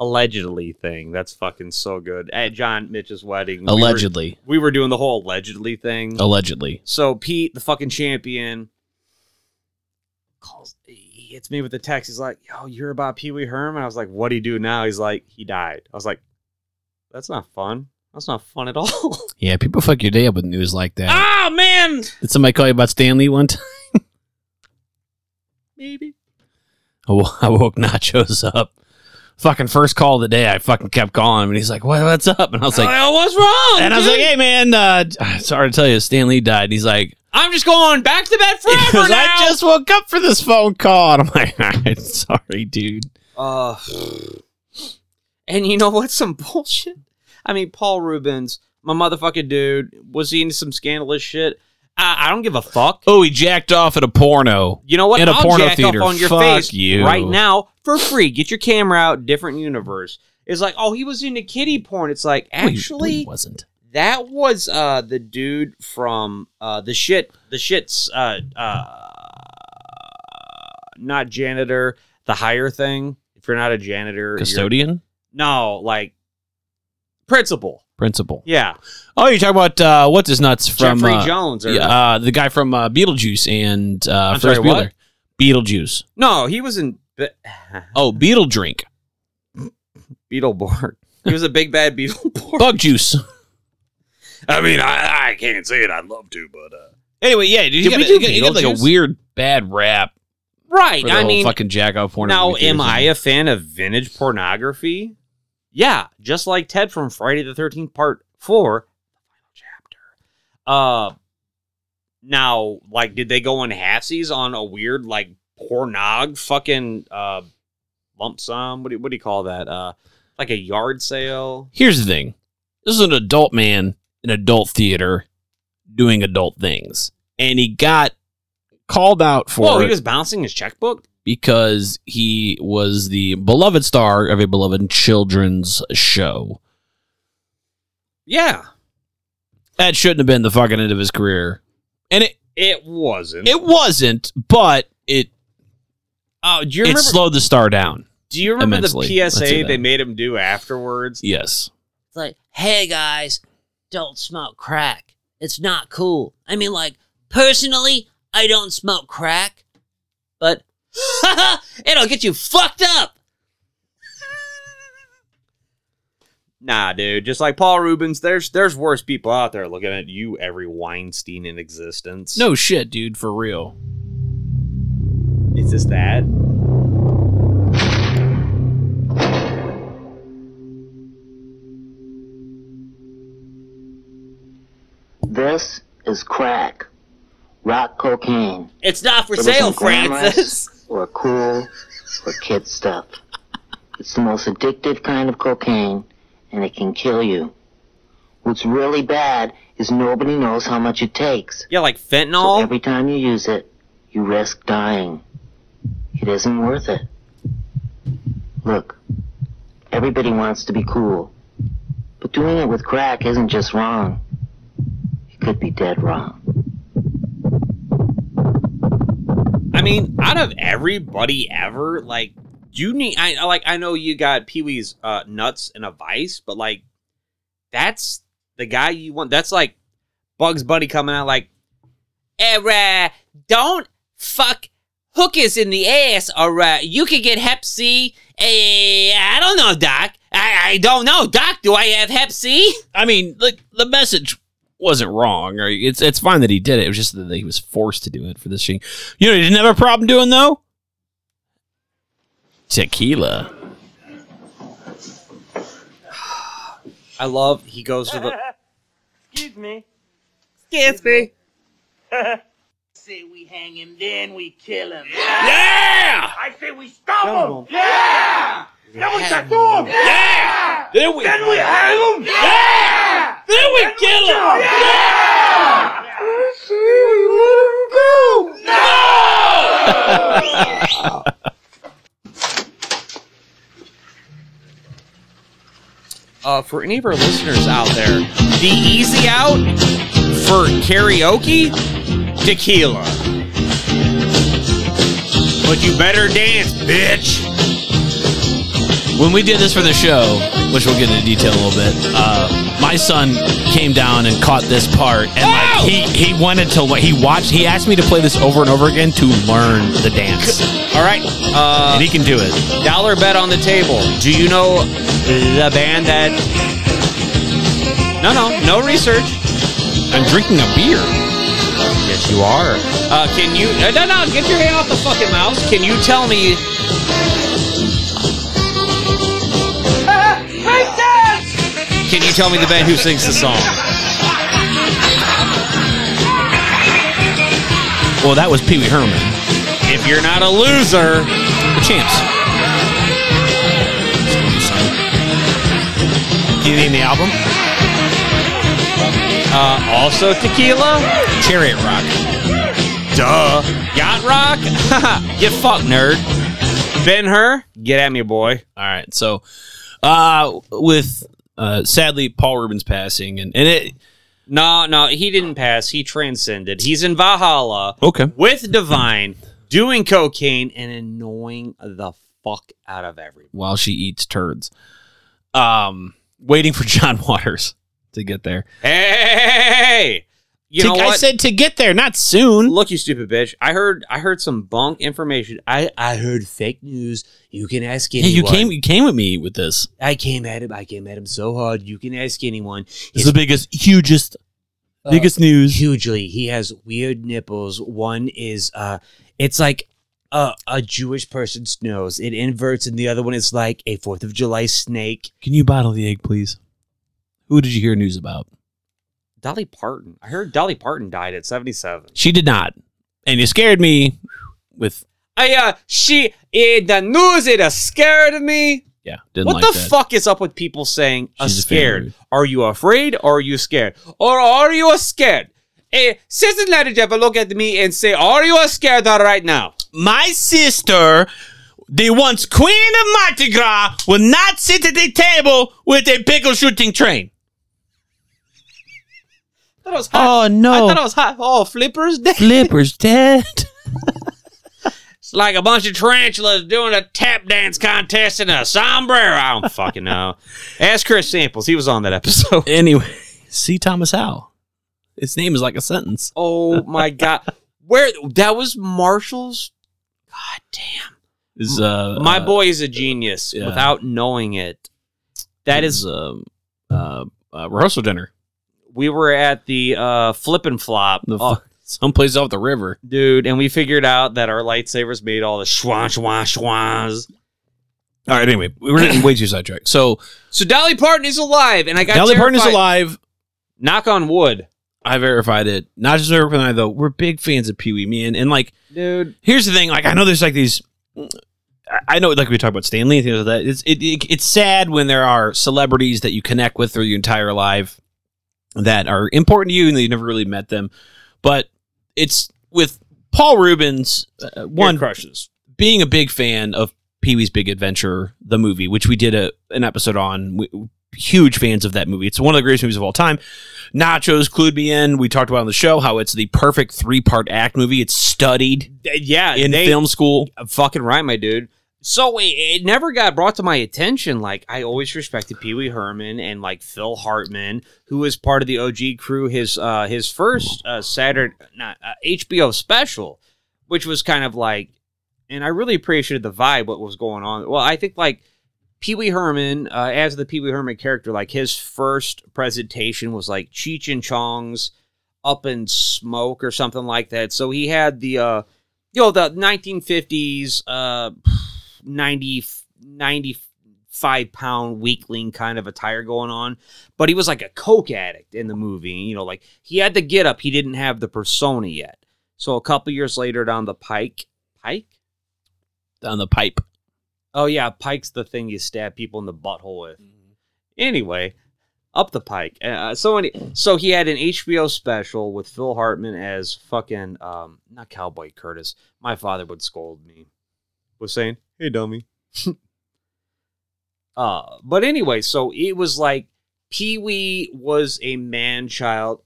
Speaker 2: allegedly thing. That's fucking so good. At John Mitch's wedding, we were-
Speaker 1: Allegedly.
Speaker 2: we were, doing the whole allegedly thing.
Speaker 1: Oh. Allegedly.
Speaker 2: So Pete, the fucking champion, calls. He hits me with the text. He's like, "Yo, you're about Pee Wee Herman." I was like, "What do you do now?" He's like, "He died." I was like, "That's not fun. That's not fun at all."
Speaker 1: Yeah, people fuck your day up with news like that.
Speaker 2: ah, man.
Speaker 1: Did somebody call you about Stanley one time?
Speaker 2: Maybe.
Speaker 1: I wo- I woke Nachos up. Fucking first call of the day, I fucking kept calling him, and he's like, what, "What's up?" And I was like,
Speaker 2: what's wrong?
Speaker 1: "And I was like, hey man, uh, sorry to tell you, Stanley died." And he's like,
Speaker 2: I'm just going back to bed
Speaker 1: "He
Speaker 2: forever
Speaker 1: goes,
Speaker 2: now.
Speaker 1: "I just woke up for this phone call," and I'm like, "All right, sorry, dude."
Speaker 2: Uh, and you know what's some bullshit? I mean, Paul Rubens, my motherfucking dude, was he into some scandalous shit? I, I don't give a fuck.
Speaker 1: Oh, he jacked off at a porno.
Speaker 2: You know what?
Speaker 1: In a
Speaker 2: I'll
Speaker 1: porno
Speaker 2: jack
Speaker 1: theater.
Speaker 2: off on your
Speaker 1: Fuck
Speaker 2: face
Speaker 1: you.
Speaker 2: right now for free. Get your camera out. Different universe. It's like, oh, he was into kitty porn. It's like,
Speaker 1: No, he-
Speaker 2: actually,
Speaker 1: he wasn't.
Speaker 2: that was uh the dude from uh the shit the shits uh uh not janitor the hire thing if you're not a janitor you're-
Speaker 1: Custodian,
Speaker 2: no like principal
Speaker 1: principal.
Speaker 2: yeah
Speaker 1: Oh, you're talking about uh, what's his nuts from
Speaker 2: jeffrey
Speaker 1: uh,
Speaker 2: jones or,
Speaker 1: yeah, uh, the guy from uh, Beetlejuice and uh,
Speaker 2: I'm
Speaker 1: Ferris
Speaker 2: sorry, what?
Speaker 1: Bueller. Beetlejuice.
Speaker 2: no he was in Be-
Speaker 1: Oh, Beetle Drink.
Speaker 2: beetleborg he was a big bad beetleborg
Speaker 1: Bug Juice.
Speaker 3: I mean, I, I can't say it. I'd love to, but uh,
Speaker 1: Anyway, yeah, dude, you
Speaker 2: Did
Speaker 1: got,
Speaker 2: we
Speaker 1: a-
Speaker 2: do
Speaker 1: you got- you got like a
Speaker 2: Beetlejuice?
Speaker 1: weird bad rap
Speaker 2: right
Speaker 1: for the
Speaker 2: i
Speaker 1: whole
Speaker 2: mean
Speaker 1: fucking jack off porn.
Speaker 2: now am i a fan of vintage pornography yeah just like ted from friday the 13th part 4 Uh, now, like, did they go in halfsies on a weird like pornog fucking uh lump sum? What do you, what do you call that? Uh, like a yard sale?
Speaker 1: Here's the thing: this is an adult man in adult theater doing adult things, and he got called out for
Speaker 2: Whoa,
Speaker 1: it
Speaker 2: Oh, he was bouncing his checkbook.
Speaker 1: because he was the beloved star of a beloved children's show.
Speaker 2: Yeah,
Speaker 1: That shouldn't have been the fucking end of his career, and it
Speaker 2: it wasn't.
Speaker 1: it wasn't, but it
Speaker 2: Oh, do you
Speaker 1: it
Speaker 2: remember?
Speaker 1: slowed the star down.
Speaker 2: do you remember
Speaker 1: immensely.
Speaker 2: the
Speaker 1: Let's say
Speaker 2: PSA
Speaker 1: that.
Speaker 2: they made him do afterwards?
Speaker 1: Yes.
Speaker 9: It's like, hey guys, don't smoke crack. It's not cool. I mean, like, personally, I don't smoke crack, but it'll get you fucked up.
Speaker 2: Nah, dude. Just like Paul Rubens, there's there's worse people out there looking at you, every Weinstein in existence.
Speaker 1: No shit, dude, for real.
Speaker 2: It's just that.
Speaker 10: This is crack. Rock cocaine.
Speaker 9: It's not for
Speaker 10: It
Speaker 9: sale,
Speaker 10: isn't glamorous
Speaker 9: Francis.
Speaker 10: Or cool or kid stuff. It's the most addictive kind of cocaine and it can kill you. What's really bad is nobody knows how much it takes.
Speaker 2: Yeah, like
Speaker 10: So
Speaker 2: fentanyl.
Speaker 10: every time you use it, you risk dying. It isn't worth it. Look, everybody wants to be cool. But doing it with crack isn't just wrong. You could be dead wrong.
Speaker 2: I mean, out of everybody ever, like, do you need? I I- like. I know you got Pee Wee's uh, nuts and a vice, but like, that's the guy you want. That's like Bugs Bunny coming out like,
Speaker 5: Alright, don't fuck hookers in the ass, alright. You could get Hep C. Eh, I don't know, Doc. I, I don't know, Doc. Do I have Hep C?
Speaker 1: I mean, like the message wasn't wrong. Or it's it's fine that he did it. It was just that he was forced to do it for this thing. You know, he didn't have a problem doing though. Tequila.
Speaker 2: I love. He goes to the.
Speaker 8: Excuse me.
Speaker 2: Gatsby.
Speaker 10: Say we hang him, then we kill him.
Speaker 8: I say we stop him. Then we tattoo him.
Speaker 1: Then we,
Speaker 8: Then we hang him.
Speaker 1: kill him.
Speaker 2: Uh, for any of our listeners out there, the easy out for karaoke, tequila. But you better dance, bitch.
Speaker 1: when we did this for the show, which we'll get into detail in a little bit, uh, my son came down and caught this part, and like he he wanted to he watched he asked me to play this over and over again to learn the dance,
Speaker 2: All right. Uh,
Speaker 1: and he can do it.
Speaker 2: dollar bet on the table. Do you know the band that? No, no, no research.
Speaker 1: I'm drinking a beer.
Speaker 2: Yes, you are. Uh, can you? Uh, no, no, get your hand off the fucking mouse. Can you tell me? Can you tell me the band who sings the song?
Speaker 1: Well, that was Pee Wee Herman,
Speaker 2: If you're not a loser,
Speaker 1: the champs. Can you name the album?
Speaker 2: uh, also tequila,
Speaker 1: Chariot Rock. Uh,
Speaker 2: duh, yacht rock, you fuck nerd. Ben Hur, get at me, boy.
Speaker 1: All right. So, uh, with uh, sadly Paul Rubens passing, and, and it
Speaker 2: No, no, he didn't pass. He transcended. He's in Valhalla
Speaker 1: okay.
Speaker 2: with Divine, doing cocaine and annoying the fuck out of everyone.
Speaker 1: While she eats turds, um, waiting for John Waters to get there.
Speaker 2: Hey, you know
Speaker 1: I
Speaker 2: what?
Speaker 1: said to get there, not soon.
Speaker 2: Look, you stupid bitch. I heard, I heard some bunk information. I, I heard fake news. You can ask
Speaker 1: Hey,
Speaker 2: anyone.
Speaker 1: you came. You came with me with this.
Speaker 2: I came at him. I came at him so hard. You can ask anyone.
Speaker 1: This is the biggest, hugest,
Speaker 2: Uh,
Speaker 1: biggest news.
Speaker 2: hugely. He has weird nipples. One is uh it's like a, a Jewish person's nose. It inverts, and the other one is like a Fourth of July snake.
Speaker 1: Can you bottle the egg, please? Who did you hear news about?
Speaker 2: Dolly Parton. I heard Dolly Parton died at seventy seven.
Speaker 1: She did not, and you scared me with.
Speaker 2: I uh she in the news it uh, scared me.
Speaker 1: Yeah, didn't
Speaker 2: what
Speaker 1: like
Speaker 2: the
Speaker 1: that.
Speaker 2: fuck is up with people saying uh,
Speaker 1: She's a
Speaker 2: scared?
Speaker 1: favorite.
Speaker 2: Are you afraid or are you scared? Or are you uh, scared? Eh, Hey, sister Lady Jeff, look at me and say, Are you uh, scared uh, right now?
Speaker 1: my sister, the once queen of Mardi Gras, will not sit at the table with a pickle shooting train.
Speaker 2: I thought it was hot.
Speaker 1: Oh no,
Speaker 2: I thought it was hot. Oh, flippers dead.
Speaker 1: Flipper's dead.
Speaker 2: It's like a bunch of tarantulas doing a tap dance contest in a sombrero. I don't fucking know. Ask Chris Samples. He was on that episode.
Speaker 1: Anyway, see Thomas Howe. His name is like a sentence.
Speaker 2: Oh my god. Where that was Marshall's
Speaker 1: Is uh,
Speaker 2: My
Speaker 1: uh,
Speaker 2: boy is a genius
Speaker 1: yeah.
Speaker 2: without knowing it. That is
Speaker 1: his, um, uh, uh, rehearsal dinner.
Speaker 2: we were at the uh flip and flop.
Speaker 1: The
Speaker 2: Oh,
Speaker 1: fu- someplace off the river.
Speaker 2: dude, and we figured out that our lightsabers made all the schwa schwa schwas.
Speaker 1: All right. Anyway, we were getting way too sidetracked. So
Speaker 2: So Dolly Parton is alive and I got
Speaker 1: Dolly Parton is
Speaker 2: terrified.
Speaker 1: alive.
Speaker 2: Knock on wood. I
Speaker 1: I verified it. Not just Eric and I though. We're big fans of Pee Wee. Me and and like
Speaker 2: dude.
Speaker 1: here's the thing like i know there's like these I- I know, like we talk about Stanley and things like that. It's it, it, it's sad when there are celebrities that you connect with through your entire life that are important to you and that you never really met them. But it's with Paul Rubens, uh, one
Speaker 2: crushes.
Speaker 1: being a big fan of Pee Wee's Big Adventure, the movie, which we did a an episode on. We, huge fans of that movie. It's one of the greatest movies of all time. Nachos clued me in. We talked about on the show how it's the perfect three part act movie. It's studied
Speaker 2: Uh, Yeah,
Speaker 1: in
Speaker 2: they,
Speaker 1: film school.
Speaker 2: fucking right, my dude. So it, it never got brought to my attention. Like I always respected Pee Wee Herman and like Phil Hartman, who was part of the OG crew. His uh, his first uh, Saturday not uh, HBO special, which was kind of like, and I really appreciated the vibe what was going on. Well, I think like Pee Wee Herman uh, as the Pee Wee Herman character, like his first presentation was like Cheech and Chong's Up in Smoke or something like that. So he had the. Uh, you know the 1950s uh 90 95 pound weakling kind of attire going on but he was like a coke addict in the movie you know like he had the get up he didn't have the persona yet so a couple years later down the pike pike
Speaker 1: on the pipe.
Speaker 2: oh yeah pike's the thing you stab people in the butthole with anyway up the pike uh, so any, so he had an hbo special with phil hartman as fucking um not cowboy curtis my father would scold me was saying hey dummy uh but anyway so it was like pee-wee was a man child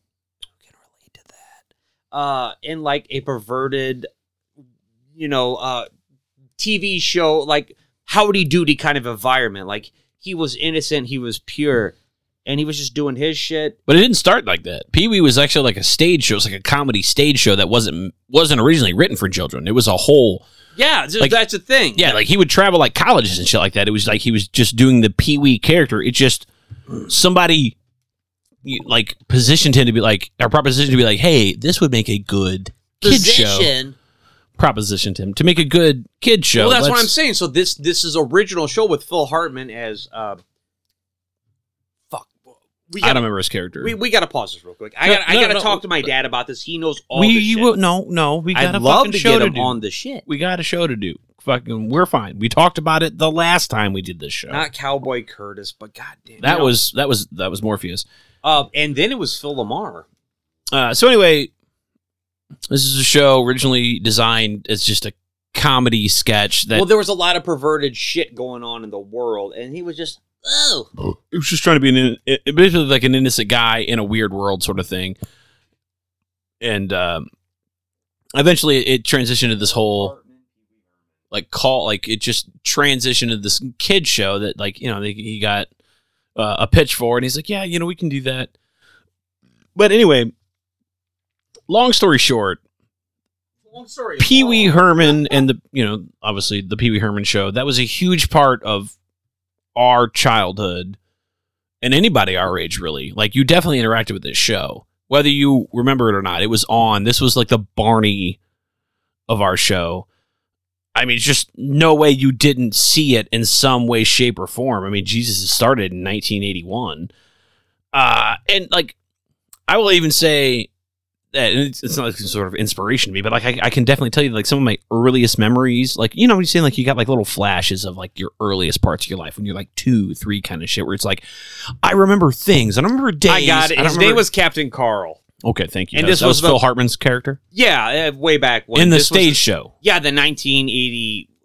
Speaker 2: can relate to that uh in like a perverted you know uh tv show like howdy doody kind of environment. Like he was innocent, he was pure, and he was just doing his shit.
Speaker 1: But it didn't start like that. Pee Wee was actually like a stage show. It was like a comedy stage show that wasn't wasn't originally written for children. It was a whole
Speaker 2: Yeah, just,
Speaker 1: Like-
Speaker 2: that's the thing.
Speaker 1: yeah. Like he would travel like colleges and shit like that. It was like he was just doing the Pee Wee character. It just somebody you- like positioned him to be like or propositioned to be like, hey, this would make a good kid show.
Speaker 9: Position.
Speaker 1: Propositioned him to make a good kid show.
Speaker 2: Well, that's what
Speaker 1: Let's-
Speaker 2: I'm saying. So this this is original show with Phil Hartman as uh, fuck.
Speaker 1: I
Speaker 2: We gotta-
Speaker 1: don't remember his character.
Speaker 2: We, we got to pause this real quick. I
Speaker 1: No,
Speaker 2: got to I
Speaker 1: no,
Speaker 2: got to
Speaker 1: no.
Speaker 2: talk to my dad about this. He knows all.
Speaker 1: We-
Speaker 2: this
Speaker 1: you
Speaker 2: shit.
Speaker 1: will- no no we got
Speaker 2: I'd
Speaker 1: a
Speaker 2: love
Speaker 1: fucking
Speaker 2: to
Speaker 1: show
Speaker 2: get
Speaker 1: to
Speaker 2: him
Speaker 1: do.
Speaker 2: on the shit.
Speaker 1: we got a show to do. Fucking, we're fine. We talked about it the last time we did this show.
Speaker 2: Not Cowboy Curtis, but goddamn.
Speaker 1: that
Speaker 2: you know.
Speaker 1: was that was that was Morpheus.
Speaker 2: Uh, and then it was Phil Lamar.
Speaker 1: Uh, so anyway, this is a show originally designed as just a comedy sketch that
Speaker 2: well, there was a lot of perverted shit going on in the world, and he was just
Speaker 9: Oh,
Speaker 1: it was just trying to be an in- it- basically like an innocent guy in a weird world sort of thing. And um, eventually, it transitioned to this whole like call like it just transitioned to this kid show that like you know they, he got uh, a pitch for and he's like yeah you know we can do that. But anyway, long story short,
Speaker 2: long story.
Speaker 1: Pee Wee Herman and the you know obviously the Pee Wee Herman show that was a huge part of our childhood and anybody our age really like you definitely interacted with this show whether you remember it or not it was on this was like the Barney of our show I mean it's just no way you didn't see it in some way shape or form I mean Jesus started in 1981 uh and like I will even say that and it's, it's not like some sort of inspiration to me, but like I, I can definitely tell you like some of my earliest memories, like you know what you're saying, like you got like little flashes of like your earliest parts of your life when you're like two, three kind of shit, where it's like I remember things, I don't remember days.
Speaker 2: I got it.
Speaker 1: don't
Speaker 2: His
Speaker 1: remember-
Speaker 2: name was Captain Carl.
Speaker 1: okay, thank you.
Speaker 2: and
Speaker 1: That-
Speaker 2: this
Speaker 1: that
Speaker 2: was the-
Speaker 1: Phil Hartman's character
Speaker 2: Yeah, uh, way back when
Speaker 1: in the
Speaker 2: This was
Speaker 1: stage show.
Speaker 2: Yeah, the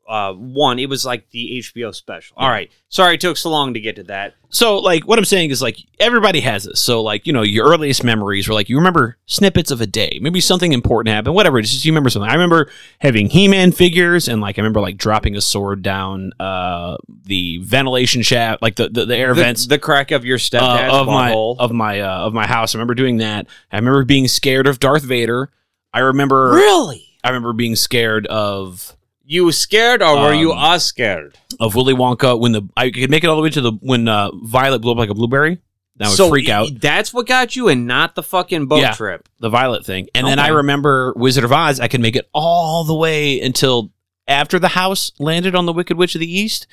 Speaker 2: 1981. It was like the HBO special. All right. Sorry it took so long to get to that.
Speaker 1: So like what I'm saying is like everybody has this. So like, you know, your earliest memories were like you remember snippets of a day. Maybe something important happened, whatever. It's just you remember something. I remember having He-Man figures and like I remember like dropping a sword down uh the ventilation shaft, like the the, the air
Speaker 2: The,
Speaker 1: vents.
Speaker 2: the crack of your
Speaker 1: uh,
Speaker 2: stepdad's
Speaker 1: of my
Speaker 2: butthole.
Speaker 1: of my uh, of my house, I remember doing that. I remember being scared of Darth Vader. I remember
Speaker 2: really?
Speaker 1: I remember being scared of
Speaker 2: You scared or were you
Speaker 1: Um,
Speaker 2: us scared?
Speaker 1: of Willy Wonka when the I could make it all the way to the when uh, Violet blew up like a blueberry. That would freak out.
Speaker 2: i- That's what got you and not the fucking boat
Speaker 1: Yeah.
Speaker 2: trip.
Speaker 1: the Violet thing. And then
Speaker 2: Okay.
Speaker 1: I remember Wizard of Oz. I could make it all the way until after the house landed on the Wicked Witch of the East.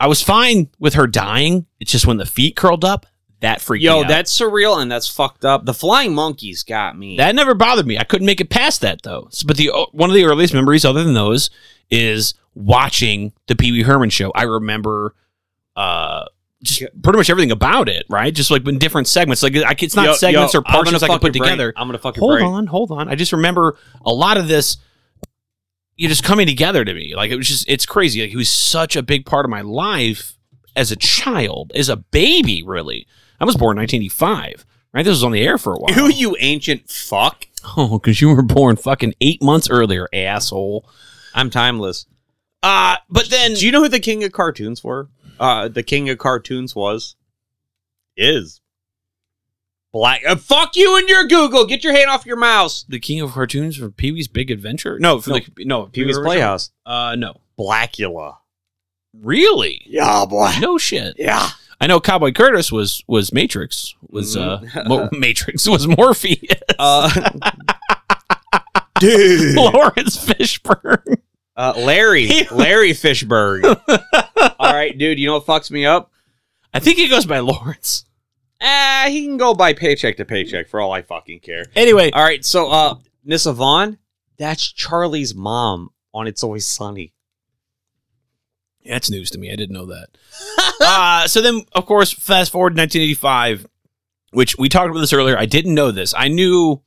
Speaker 1: I was fine with her dying. It's just when the feet curled up, that freaked
Speaker 2: Yo,
Speaker 1: me out.
Speaker 2: that's surreal and that's fucked up. The flying monkeys got me.
Speaker 1: that never bothered me. I couldn't make it past that though. S- But the uh, one of the earliest memories, other than those, is watching the Pee Wee Herman show. I remember. uh just pretty much everything about it, right? Just like in different segments. Like I, c- it's not
Speaker 2: Yo-
Speaker 1: segments
Speaker 2: yo,
Speaker 1: or
Speaker 2: I'm gonna
Speaker 1: portions I can
Speaker 2: fuck your
Speaker 1: put
Speaker 2: brain.
Speaker 1: together.
Speaker 2: I'm going to fucking
Speaker 1: hold
Speaker 2: break.
Speaker 1: on, hold on. I just remember a lot of this. You're just coming together to me. Like it was just, it's crazy. Like he was such a big part of my life as a child, as a baby. Really, I was born in 1985. Right, this was on the air for a while.
Speaker 2: You, you ancient fuck.
Speaker 1: Oh, because you were born fucking eight months earlier, asshole.
Speaker 2: I'm timeless.
Speaker 1: Uh, but then
Speaker 2: Do you know who the king of cartoons were? Uh, the king of cartoons was is black. Uh, fuck you and your Google. Get your hand off your mouse.
Speaker 1: the king of cartoons for Pee Wee's Big Adventure? No, for
Speaker 2: No,
Speaker 1: the no
Speaker 2: Pee Wee's
Speaker 1: Original-
Speaker 2: Playhouse.
Speaker 1: Uh, no,
Speaker 2: Blackula.
Speaker 1: really?
Speaker 3: Yeah, boy.
Speaker 1: No shit.
Speaker 3: Yeah.
Speaker 1: I know Cowboy Curtis was was Matrix was uh
Speaker 2: Mhm.
Speaker 1: Mo- Matrix was Morpheus.
Speaker 2: Uh,
Speaker 3: Dude.
Speaker 1: Lawrence Fishburne.
Speaker 2: uh, Larry. Larry Fishburg. All right, dude. You know what fucks me up?
Speaker 1: I think he goes by Lawrence.
Speaker 2: Ah, he can go by paycheck to paycheck for all I fucking care.
Speaker 1: Anyway,
Speaker 2: All right, so uh, Miss Yvonne, that's Charlie's mom on It's Always Sunny.
Speaker 1: that's news to me. I didn't know that. uh, so then, of course, fast forward to 1985, which we talked about this earlier. I didn't know this. I knew.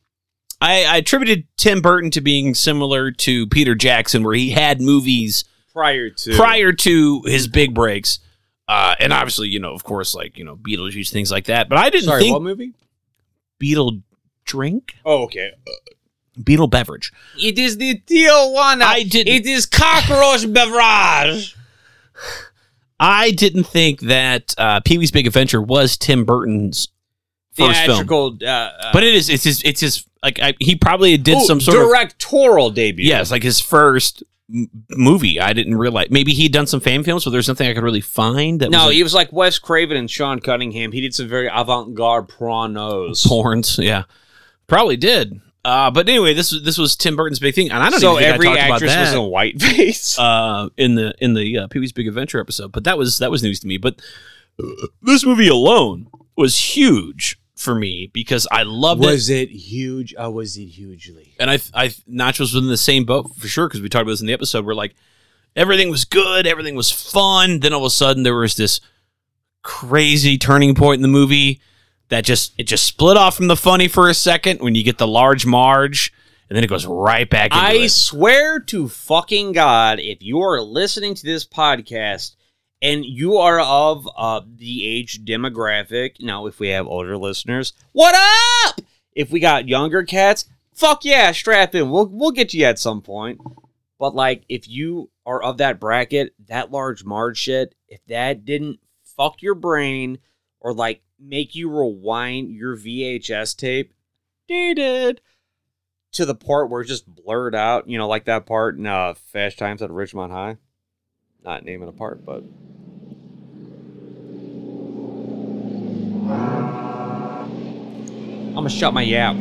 Speaker 1: I, I attributed Tim Burton to being similar to Peter Jackson, where he had movies
Speaker 2: Prior to
Speaker 1: prior to his big breaks. Uh, and obviously, you know, of course, like, you know, Beetlejuice, things like that. But I didn't
Speaker 2: Sorry,
Speaker 1: think
Speaker 2: what movie?
Speaker 1: Beetle drink?
Speaker 2: Oh, okay.
Speaker 1: Beetle beverage.
Speaker 2: It is the Tijuana.
Speaker 1: I didn't-
Speaker 2: It is cockroach beverage.
Speaker 1: I didn't think that uh, Pee Wee's Big Adventure was Tim Burton's first film,
Speaker 2: theatrical, uh, uh,
Speaker 1: but it is. It's his. It's his. Like I, he probably did
Speaker 2: ooh,
Speaker 1: some sort of
Speaker 2: directorial debut.
Speaker 1: yes, like his first m- movie. I didn't realize. Maybe he'd done some fan films, but there's nothing I could really find that
Speaker 2: No,
Speaker 1: was
Speaker 2: he was like Wes Craven and Sean Cunningham. He did some very avant-garde pornos.
Speaker 1: porns. Yeah, probably did. Uh, but anyway, this was this was Tim Burton's big thing, and I don't
Speaker 2: so
Speaker 1: even think
Speaker 2: every
Speaker 1: I talked
Speaker 2: actress
Speaker 1: about that.
Speaker 2: was in a white face.
Speaker 1: uh, in the in the uh, Pee Wee's Big Adventure episode. But that was that was news to me. But uh, this movie alone was huge for me because I loved it,
Speaker 2: it huge? Oh, was it hugely?
Speaker 1: and I I Notch was in the same boat for sure because we talked about this in the episode. We're like everything was good, everything was fun. Then all of a sudden there was this crazy turning point in the movie that just it just split off from the funny for a second when you get the large Marge. And then it goes right back into
Speaker 2: I
Speaker 1: it.
Speaker 2: swear to fucking God, if you are listening to this podcast and you are of uh, the age demographic, now if we have older listeners, what up? If we got younger cats, fuck yeah, strap in. We'll we'll get you at some point. But like, if you are of that bracket, that large Marge shit, if that didn't fuck your brain or like make you rewind your VHS tape, dated to the part where it's just blurred out, you know, like that part in uh, Fast Times at Richmond High. Not naming a part, but I'm gonna shut my yap.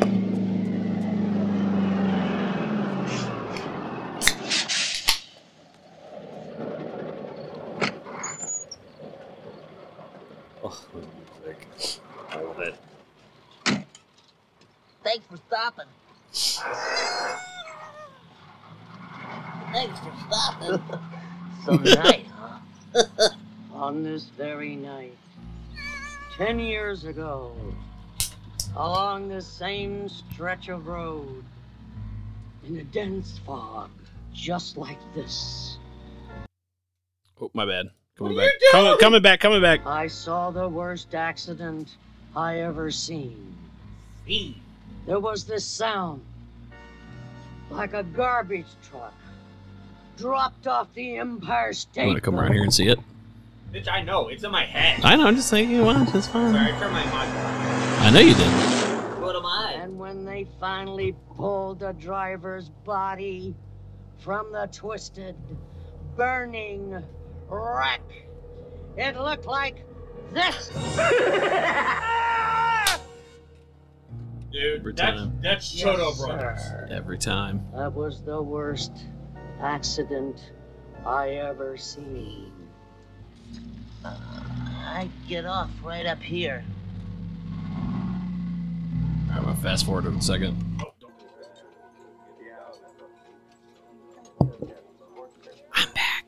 Speaker 2: Oh, music. I love it.
Speaker 10: Thanks for stopping. Thanks for stopping. so night, huh? On this very night, ten years ago, along this same stretch of road, in a dense fog, just like this,
Speaker 1: oh, my bad. Coming back. Coming, coming back. Coming back.
Speaker 10: I saw the worst accident I ever seen. There was this sound like a garbage truck dropped off the Empire State.
Speaker 1: I'm gonna come around here and see it.
Speaker 2: Bitch, I know. It's in my head.
Speaker 1: I know. I'm just thinking, well, it's fine.
Speaker 2: Sorry, turn my mind.
Speaker 1: I know you did.
Speaker 9: What am I?
Speaker 10: And when they finally pulled the driver's body from the twisted, burning wreck, it looked like this.
Speaker 1: Every time.
Speaker 10: That's Choto Brothers.
Speaker 1: Every time.
Speaker 10: That was the worst accident I ever seen. I get off right up here.
Speaker 1: All right, I'm gonna fast forward in a second. I'm back.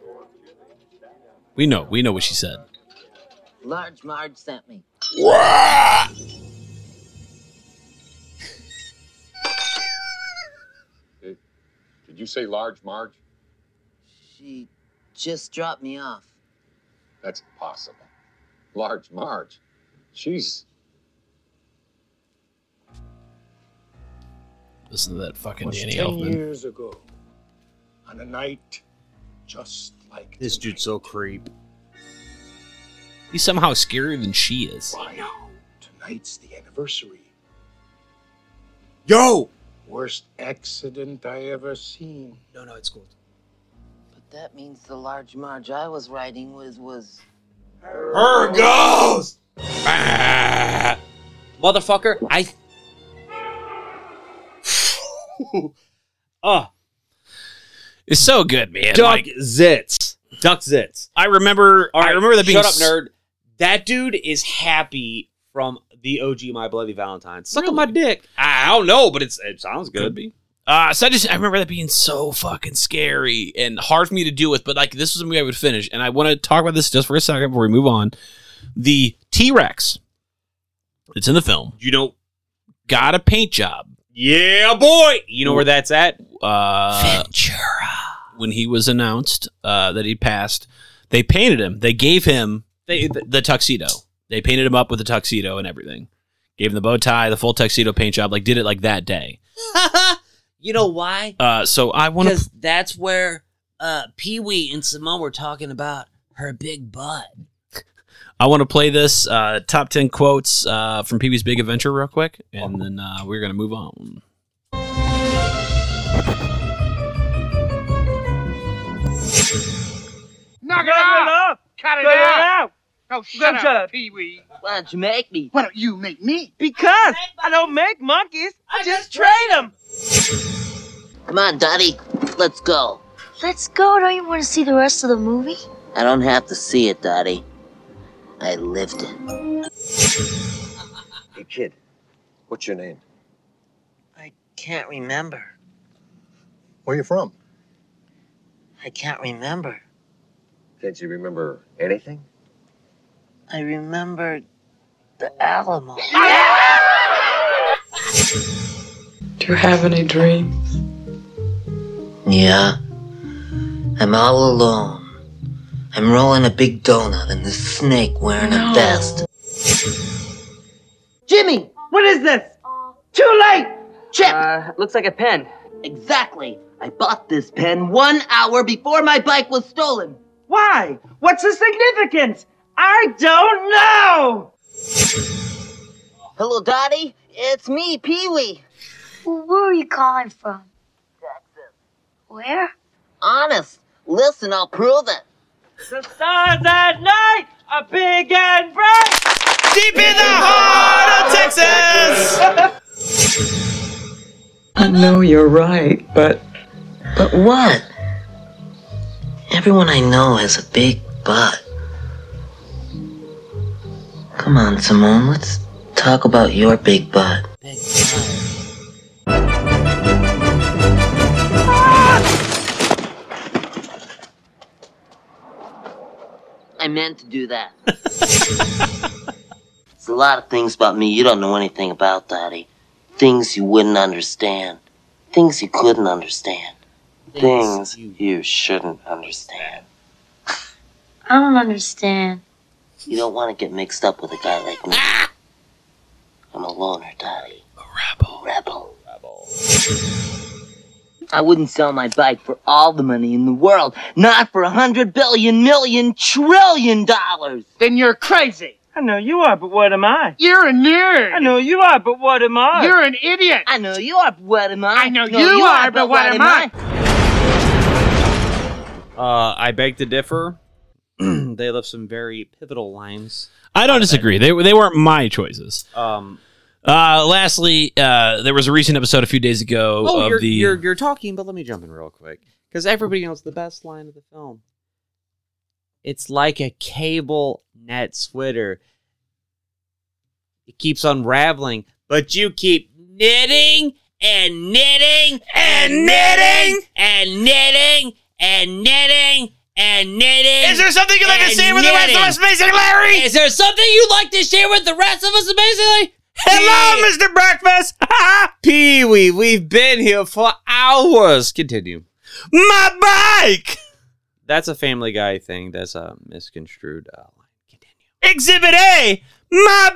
Speaker 1: We know. We know what she said.
Speaker 10: Large Marge sent me.
Speaker 11: Did you say large Marge?
Speaker 10: She just dropped me off.
Speaker 11: That's impossible. Large Marge? She's
Speaker 1: Listen to that fucking
Speaker 11: was
Speaker 1: Danny
Speaker 11: ten
Speaker 1: Elfman.
Speaker 11: years ago, on a night just like
Speaker 2: This dude's so creep.
Speaker 1: He's somehow scarier than she is.
Speaker 11: Why Tonight's the anniversary. Yo! Worst accident I ever seen.
Speaker 2: No, no, it's cool.
Speaker 10: But that means the large Marge I was riding with was.
Speaker 11: Her goes!
Speaker 2: Motherfucker, I. oh,
Speaker 1: It's so good, man.
Speaker 2: Duck
Speaker 1: Like,
Speaker 2: Zitz. Duck Zitz.
Speaker 1: I remember.
Speaker 2: All right,
Speaker 1: I remember that being.
Speaker 2: Shut up,
Speaker 1: s-
Speaker 2: nerd. That dude is happy from the OG My Bloody Valentine. Suck on my dick. I I don't know, but it's it sounds good.
Speaker 1: Could be. Uh, so I just I remember that being so fucking scary and hard for me to deal with. But like this was a movie I would finish, and I want to talk about this just for a second before we move on. The T Rex, it's in the film,
Speaker 2: You know,
Speaker 1: got a paint job.
Speaker 2: yeah, boy. You know where that's at?
Speaker 1: Uh, Ventura. When he was announced uh, that he passed, they painted him. They gave him
Speaker 2: They,
Speaker 1: the, the tuxedo. They painted him up with a tuxedo and everything. Gave him the bow tie, the full tuxedo paint job. Like did it like that day.
Speaker 9: you know why?
Speaker 1: Uh, so I want to.
Speaker 9: Because that's where uh, Pee Wee and Simone were talking about her big butt.
Speaker 1: I want to play this uh, top 10 quotes uh, from Pee Wee's Big Adventure real quick, and then uh, we're going to move on.
Speaker 8: Knock it off! Cut it out! Oh, shut
Speaker 12: Shut
Speaker 8: up,
Speaker 12: up.
Speaker 8: Pee-wee.
Speaker 12: Why'd you make me?
Speaker 8: Why don't you make me?
Speaker 12: Because I don't make monkeys. I, just train them.
Speaker 10: Come on, Dottie, let's go.
Speaker 13: Let's go. Don't you want to see the rest of the movie?
Speaker 10: I don't have to see it, Dottie. I lived it.
Speaker 11: Hey, kid, what's your name?
Speaker 10: Can't remember.
Speaker 11: Where you from?
Speaker 10: I can't remember.
Speaker 11: Can't you remember anything?
Speaker 10: I remember the Alamo.
Speaker 14: Do you have any dreams?
Speaker 10: Yeah. I'm all alone. I'm rolling a big donut and this snake wearing a vest.
Speaker 12: Jimmy, what is this? Too late. Chip. Uh, looks like a pen. Exactly. I bought this pen one hour before my bike was stolen. Why? What's the significance? I don't know.
Speaker 10: Hello, Dottie. It's me, Pee Wee.
Speaker 13: Where are you calling from? Where?
Speaker 10: Honest. Listen, I'll prove it.
Speaker 12: The stars at night are big and bright.
Speaker 1: Deep in the heart of Texas.
Speaker 14: I know you're right, but
Speaker 10: But what? Everyone I know has a big butt. Come on, Simone, let's talk about your big butt. I meant to do that. There's a lot of things about me you don't know anything about, Dottie. Things you wouldn't understand. Things you couldn't understand. Things you shouldn't understand.
Speaker 13: I don't understand.
Speaker 10: You don't want to get mixed up with a guy like me. I'm a loner, Dottie. A rebel. Rebel.
Speaker 12: I wouldn't sell my bike for all the money in the world. Not for a hundred billion million trillion dollars. Then you're crazy. I know you are, but what am I? You're a nerd. I know you are, but what am I?
Speaker 8: You're
Speaker 12: an idiot. I know you are, but what am I? I know
Speaker 8: you are, but what am I?
Speaker 2: Uh, I beg to differ. they left some very pivotal lines.
Speaker 1: I don't disagree. They, they weren't my choices.
Speaker 2: Um,
Speaker 1: Uh, lastly, uh, there was a recent episode a few days ago
Speaker 2: oh,
Speaker 1: of
Speaker 2: you're,
Speaker 1: the.
Speaker 2: you're you're talking, but let me jump in real quick because everybody knows the best line of the film. It's like a cable net sweater. It keeps unraveling, but you keep
Speaker 5: knitting and knitting and knitting and knitting and knitting and knitting.
Speaker 1: Is there something you'd like to
Speaker 5: and
Speaker 1: share with the rest of
Speaker 5: knitting.
Speaker 1: us, Amazing Larry?
Speaker 5: Is there something you'd like to share with the rest of us, Amazing Larry?
Speaker 2: Hello, Mr. Breakfast. Pee Wee, we've been here for hours. Continue.
Speaker 1: My bike.
Speaker 2: That's a Family Guy thing. That's a misconstrued uh, line.
Speaker 1: Exhibit A, my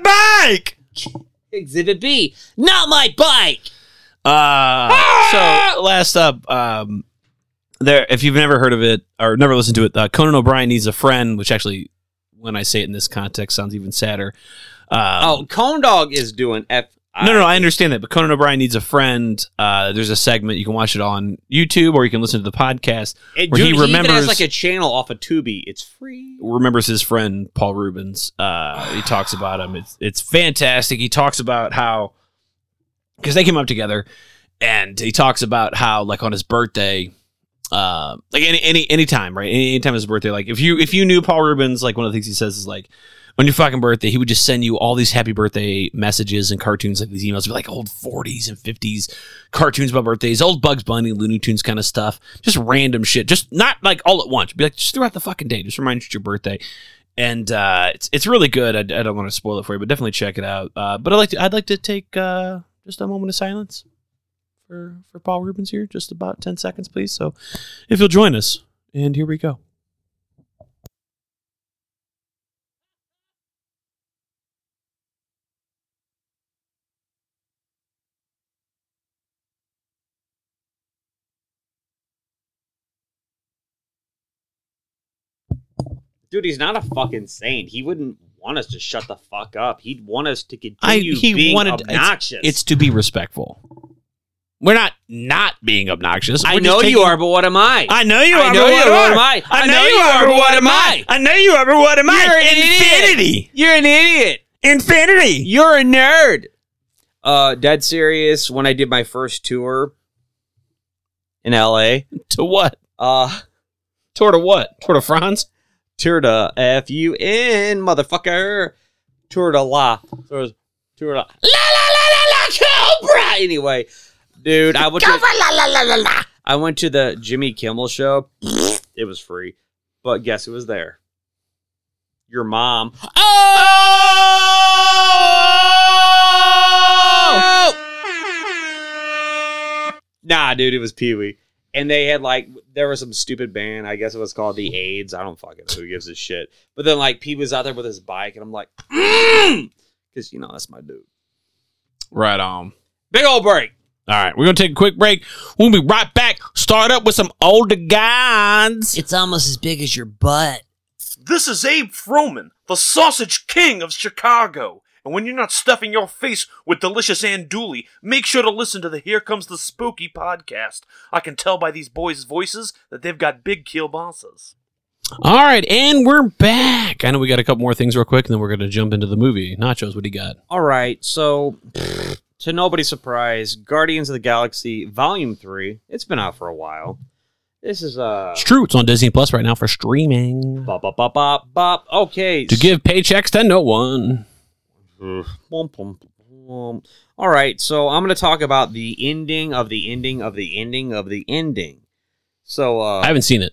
Speaker 1: bike.
Speaker 5: Exhibit B, not my bike.
Speaker 1: Uh, so last up, um, there. If you've never heard of it or never listened to it, uh, Conan O'Brien needs a friend, which actually, when I say it in this context, sounds even sadder. Um,
Speaker 2: Oh, Cone Dog is doing F.
Speaker 1: no, no, I understand that, but Conan O'Brien needs a friend. Uh, there's a segment you can watch it on YouTube or you can listen to the podcast
Speaker 2: It,
Speaker 1: where
Speaker 2: dude,
Speaker 1: he
Speaker 2: he even
Speaker 1: remembers
Speaker 2: has like a channel off of Tubi. It's free.
Speaker 1: remembers his friend Paul Rubens. Uh, he talks about him. It's it's fantastic. He talks about how because they came up together, and he talks about how like on his birthday, uh, like any any any time, right? Any, any time his birthday, like if you if you knew Paul Rubens, like one of the things he says is like. On your fucking birthday, he would just send you all these happy birthday messages and cartoons, like these emails, be like old 40s and 50s cartoons about birthdays, old Bugs Bunny, Looney Tunes kind of stuff, just random shit, just not like all at once. Be like just throughout the fucking day, just remind you it's your birthday, and uh, it's it's really good. I, I don't want to spoil it for you, but definitely check it out. Uh, but I like to, I'd like to take uh, just a moment of silence for for Paul Rubens here, just about ten seconds, please. So if you'll join us, and here we go.
Speaker 2: Dude, he's not a fucking saint. He wouldn't want us to shut the fuck up. He'd want us to continue
Speaker 1: I he
Speaker 2: being
Speaker 1: wanted it's-
Speaker 2: obnoxious.
Speaker 1: It's, to be respectful. We're not not being obnoxious.
Speaker 2: I
Speaker 1: We're just
Speaker 2: know
Speaker 1: taking-
Speaker 2: you are, but what am I?
Speaker 1: I know you
Speaker 2: I
Speaker 1: are.
Speaker 2: know
Speaker 1: but
Speaker 2: you
Speaker 1: what
Speaker 2: are,
Speaker 1: am
Speaker 2: but
Speaker 1: I?
Speaker 2: I know you are, but what am I?
Speaker 1: I know you are. but What am I?
Speaker 2: You're an
Speaker 1: Infinity.
Speaker 2: idiot. You're an idiot.
Speaker 1: Infinity.
Speaker 2: You're a nerd. Uh, dead serious. When I did my first tour in L.A.
Speaker 1: To what?
Speaker 2: Uh,
Speaker 1: tour to what? Tour to France.
Speaker 2: Tour to F U N motherfucker. Tour to la. Tour to tour to la la la la la Cobra. Anyway, dude, I went to I went to the Jimmy Kimmel show. It was free, but guess who was there? Your mom. Oh. Nah, dude, it was Pee Wee. And they had like there was some stupid band. I guess it was called the AIDS. I don't fucking know who gives a shit. But then like Pee was out there with his bike, and I'm like, because you know that's my dude.
Speaker 1: Right on.
Speaker 2: Big old break.
Speaker 1: All right, we're gonna take a quick break. We'll be right back. Start up with some older guys.
Speaker 9: It's almost as big as your butt.
Speaker 15: This is Abe Froman, the Sausage King of Chicago. And when you're not stuffing your face with delicious andouille, make sure to listen to the Here Comes the Spooky podcast. I can tell by these boys' voices that they've got big kielbasas.
Speaker 1: All right, and we're back. I know we got a couple more things real quick, and then we're gonna jump into the movie. Nachos, what do you got?
Speaker 2: All right, so to nobody's surprise, Guardians of the Galaxy Volume Three. It's been out for a while. This is uh
Speaker 1: It's true. It's on Disney Plus right now for streaming.
Speaker 2: bop bop bop bop bop. Okay,
Speaker 1: To give paychecks to no one.
Speaker 2: Bum, bum, bum. All right, so I'm going to talk about the ending of the ending of the ending of the ending. So uh,
Speaker 1: I haven't seen it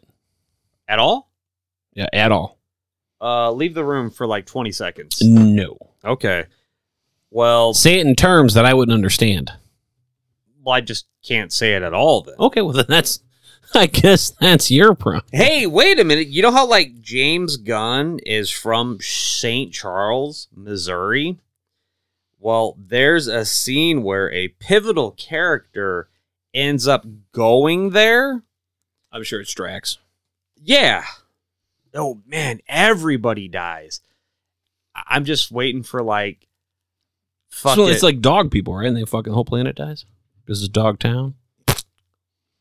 Speaker 2: at all.
Speaker 1: yeah, at all.
Speaker 2: Uh, leave the room for like 20 seconds.
Speaker 1: No.
Speaker 2: Okay. Well,
Speaker 1: Say it in terms that I wouldn't understand.
Speaker 2: well, I just can't say it at all. Then.
Speaker 1: Okay, well then that's. I guess that's your problem.
Speaker 2: Hey, wait a minute. You know how like James Gunn is from St. Charles, Missouri? Well, there's a scene where a pivotal character ends up going there.
Speaker 1: I'm sure it's Drax.
Speaker 2: Yeah. Oh man, everybody dies. I- I'm just waiting for like fuck
Speaker 1: so
Speaker 2: it.
Speaker 1: it's like dog people, right? And they fucking the whole planet dies. This is Dog Town.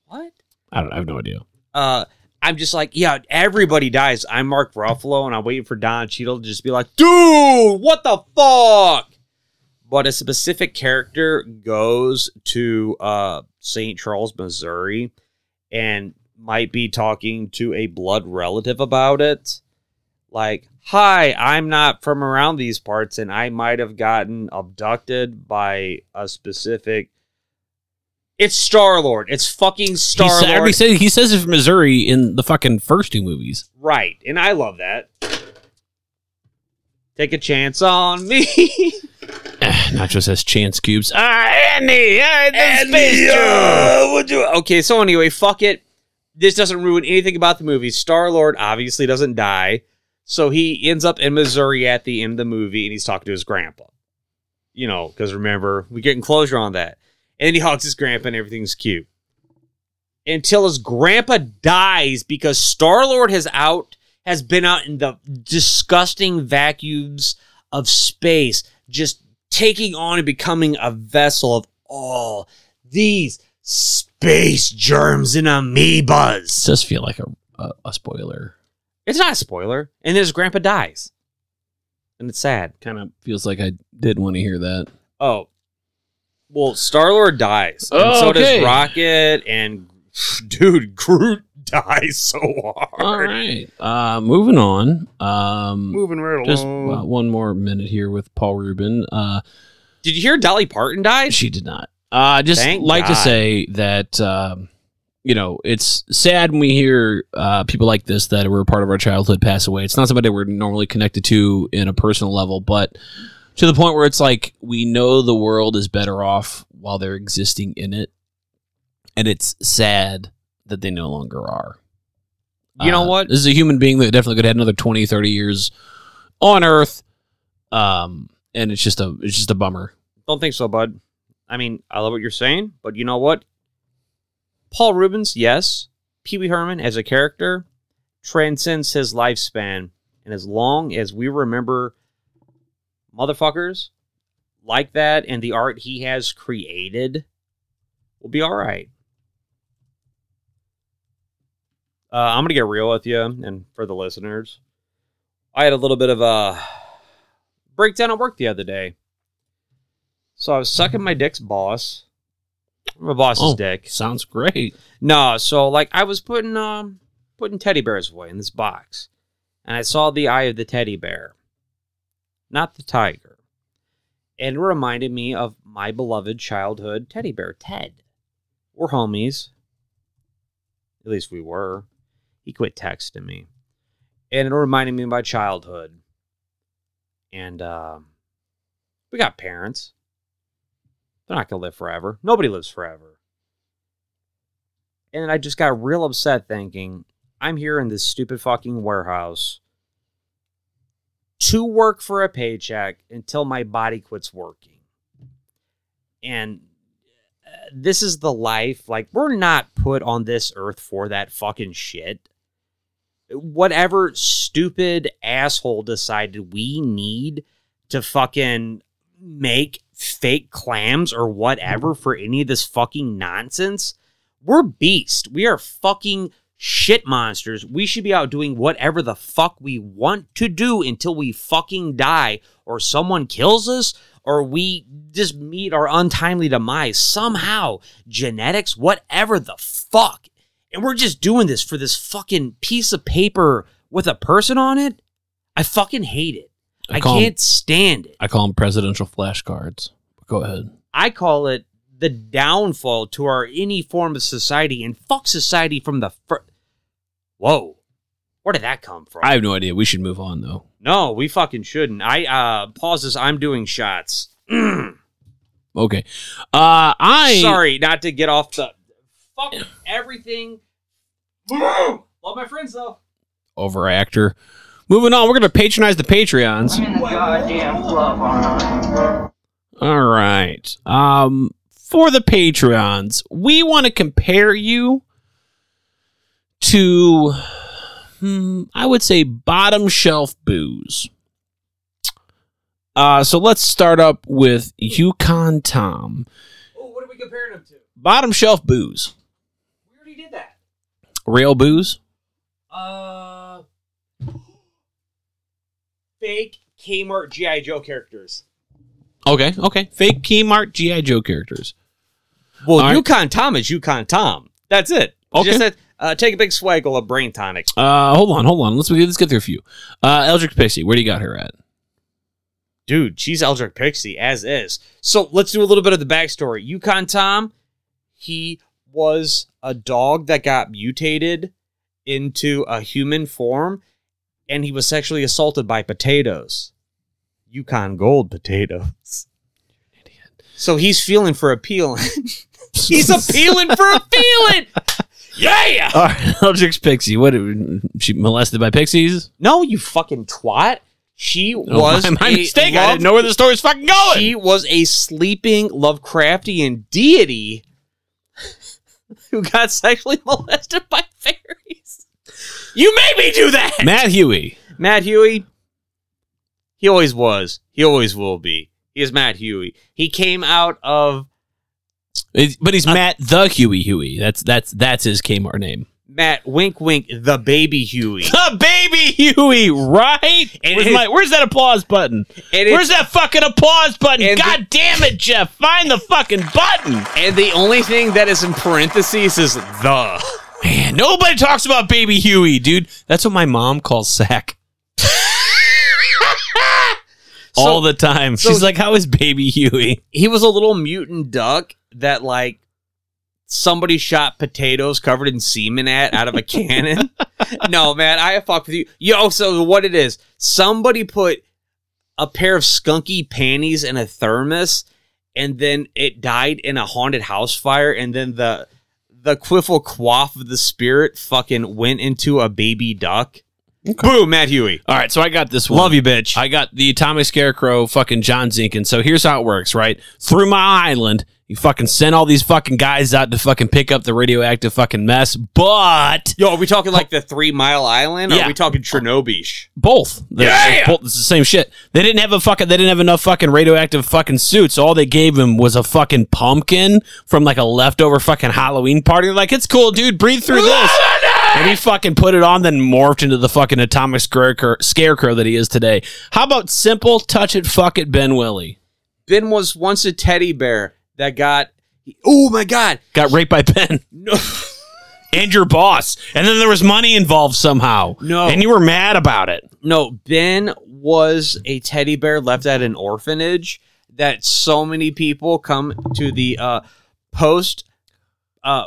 Speaker 2: What?
Speaker 1: I don't. I have no idea.
Speaker 2: uh I'm just like, yeah, everybody dies. I'm Mark Ruffalo and I'm waiting for Don Cheadle to just be like, dude, what the fuck? But a specific character goes to uh St. Charles, Missouri, and might be talking to a blood relative about it. Like, hi, I'm not from around these parts, and I might have gotten abducted by a specific it's Star Lord. It's fucking
Speaker 1: He
Speaker 2: Star
Speaker 1: sa- I already
Speaker 2: Lord.
Speaker 1: said he says it's from Missouri in the fucking first two movies.
Speaker 2: Right. And I love that. Take a chance on me.
Speaker 1: Nacho says chance cubes. Ah, Andy, ah, the space
Speaker 2: Uh, we'll do it. Okay, so anyway, fuck it. This doesn't ruin anything about the movie. Star Lord obviously doesn't die. So he ends up in Missouri at the end of the movie and he's talking to his grandpa. You know, because remember, we getting closure on that. And then he hugs his grandpa and everything's cute. Until his grandpa dies because Star Lord has out has been out in the disgusting vacuums of space, just taking on and becoming a vessel of all these space germs and amoebas.
Speaker 1: It does feel like a, a, a spoiler.
Speaker 2: It's not a spoiler. And then his grandpa dies. And it's sad.
Speaker 1: Kind of feels like I did want to hear that.
Speaker 2: Oh. Well, Star Lord dies. And
Speaker 1: Oh,
Speaker 2: so
Speaker 1: okay.
Speaker 2: does Rocket and dude, Groot dies so hard.
Speaker 1: All right. Uh, moving on. Um,
Speaker 2: Moving right
Speaker 1: Just
Speaker 2: along.
Speaker 1: uh, one more minute here with Paul Rubin. Uh,
Speaker 2: Did you hear Dolly Parton died?
Speaker 1: She did not. I just
Speaker 2: Thank
Speaker 1: like to
Speaker 2: God.
Speaker 1: say that um, you know it's sad when we hear uh, people like this that were a part of our childhood pass away. It's not somebody we're normally connected to in a personal level, but to the point where it's like we know the world is better off while they're existing in it, and it's sad that they no longer are.
Speaker 2: You know
Speaker 1: Uh,
Speaker 2: what?
Speaker 1: This is a human being that definitely could have another 20, 30 years on Earth, um, and it's just a it's just a bummer.
Speaker 2: Don't think so, bud. I mean, I love what you're saying, but you know what? Paul Rubens, yes. Pee Wee Herman as a character transcends his lifespan And as long as we remember motherfuckers like that and the art he has created, we'll be all right. Uh, I'm gonna get real with you, and for the listeners, I had a little bit of a breakdown at work the other day. So I was sucking my dick's boss, my boss's
Speaker 1: Oh,
Speaker 2: dick.
Speaker 1: Sounds great.
Speaker 2: No, so like I was putting um putting teddy bears away in this box, and I saw the eye of the teddy bear, not the tiger, and it reminded me of my beloved childhood teddy bear Ted. We're homies. At least we were. He quit texting me, and it reminded me of my childhood. And um, we got parents. They're not gonna live forever. Nobody lives forever and I just got real upset thinking I'm here in this stupid fucking warehouse to work for a paycheck until my body quits working. And uh, this is the life. Like, we're not put on this earth for that fucking shit. Whatever stupid asshole decided we need to fucking make fake clams or whatever for any of this fucking nonsense, we're beast. We are fucking shit monsters. We should be out doing whatever the fuck we want to do until we fucking die or someone kills us or we just meet our untimely demise somehow. Genetics, whatever the fuck. And we're just doing this for this fucking piece of paper with a person on it. I fucking hate it. I,
Speaker 1: call 'em-
Speaker 2: can't stand it.
Speaker 1: I call them presidential flashcards. Go ahead.
Speaker 2: I call it the downfall to our any form of society and fuck society from the fir- Whoa. Where did that come from?
Speaker 1: I have no idea. We should move on though.
Speaker 2: no, we fucking shouldn't. I uh pause this. I'm doing shots. Mm.
Speaker 1: Okay. Uh I
Speaker 2: Sorry not to get off the fuck everything. Love my friends though.
Speaker 1: overactor. Moving on, we're gonna patronize the Patreons.
Speaker 12: Goddamn glove
Speaker 1: All right. Um, for the Patreons, we want to compare you to, hmm, I would say, bottom shelf booze. Uh, so let's start up with Yukon Tom.
Speaker 2: Oh, What are we comparing them to?
Speaker 1: Bottom shelf booze.
Speaker 2: We already did that.
Speaker 1: Real booze?
Speaker 2: Uh fake Kmart G.I. Joe characters.
Speaker 1: Okay, okay. Fake Kmart G.I. Joe characters.
Speaker 2: Well,
Speaker 1: All right.
Speaker 2: Yukon Tom is Yukon Tom. That's it.
Speaker 1: Okay.
Speaker 2: Just that, uh, take a big swaggle of brain tonic.
Speaker 1: Uh, hold on, hold on. Let's let's get through a few. Uh, Eldritch Pixie, where do you got her at?
Speaker 2: Dude, she's Eldrick Pixie as is. So let's do a little bit of the backstory. Yukon Tom, he was a dog that got mutated into a human form, and he was sexually assaulted by potatoes. Yukon Gold potatoes. So he's feeling for appealing. he's appealing for appealing. Yeah.
Speaker 1: All right, Eldritch Pixie. What? She molested by pixies?
Speaker 2: No, you fucking twat. She
Speaker 1: Oh,
Speaker 2: was
Speaker 1: my- my
Speaker 2: a
Speaker 1: mistake. I didn't know where the story's fucking going.
Speaker 2: She was a sleeping Lovecraftian deity who got sexually molested by fairies. You made me do that.
Speaker 1: Matt Huey.
Speaker 2: Matt Huey. He always was. He always will be. He is Matt Huey. He came out of
Speaker 1: It's- but he's Matt the Huey Huey. That's that's that's his Kmart name.
Speaker 2: Matt Wink Wink, the baby Huey.
Speaker 1: The baby Huey, right?
Speaker 2: And
Speaker 1: where's,
Speaker 2: it-
Speaker 1: my- where's that applause button?
Speaker 2: And it-
Speaker 1: Where's that fucking applause button?
Speaker 2: And
Speaker 1: God damn it, Jeff! Find the fucking button.
Speaker 2: And the only thing that is in parentheses is the.
Speaker 1: Man, nobody talks about baby Huey, dude. That's what my mom calls Sack. All the time.
Speaker 2: so-
Speaker 1: She's like, "How is baby Huey?"
Speaker 2: he was a little mutant duck that like somebody shot potatoes covered in semen at out of a cannon. no, man, I have fucked with you. Yo, so what it is? Somebody put a pair of skunky panties in a thermos, and then it died in a haunted house fire, and then the the quiffle quaff of the spirit fucking went into a baby duck. Boom, Matt Huey.
Speaker 1: All right, so I got this one. Love you, bitch. I got the Atomic Scarecrow fucking John Zinkin. So here's how it works, right? Through my island, you fucking send all these fucking guys out to fucking pick up the radioactive fucking mess, but.
Speaker 2: Yo, are we talking like the Three Mile Island? Or Are we talking Chernobyl?
Speaker 1: Both. They're-
Speaker 2: Yeah!
Speaker 1: both- It's the same shit. They didn't have a fucking. They didn't have enough fucking radioactive fucking suits. All they gave him was a fucking pumpkin from like a leftover fucking Halloween party. Like it's cool, dude. Breathe through this. And he fucking put it on, then morphed into the fucking atomic scarecrow, scarecrow that he is today. How about simple touch it, fuck it, Ben Willie
Speaker 2: Ben was once a teddy bear that got. Oh my God.
Speaker 1: got raped by Ben. No. and your boss, and then there was money involved somehow.
Speaker 2: No.
Speaker 1: and you were mad about it.
Speaker 2: No, Ben was a teddy bear left at an orphanage that so many people come to the uh, post. Uh,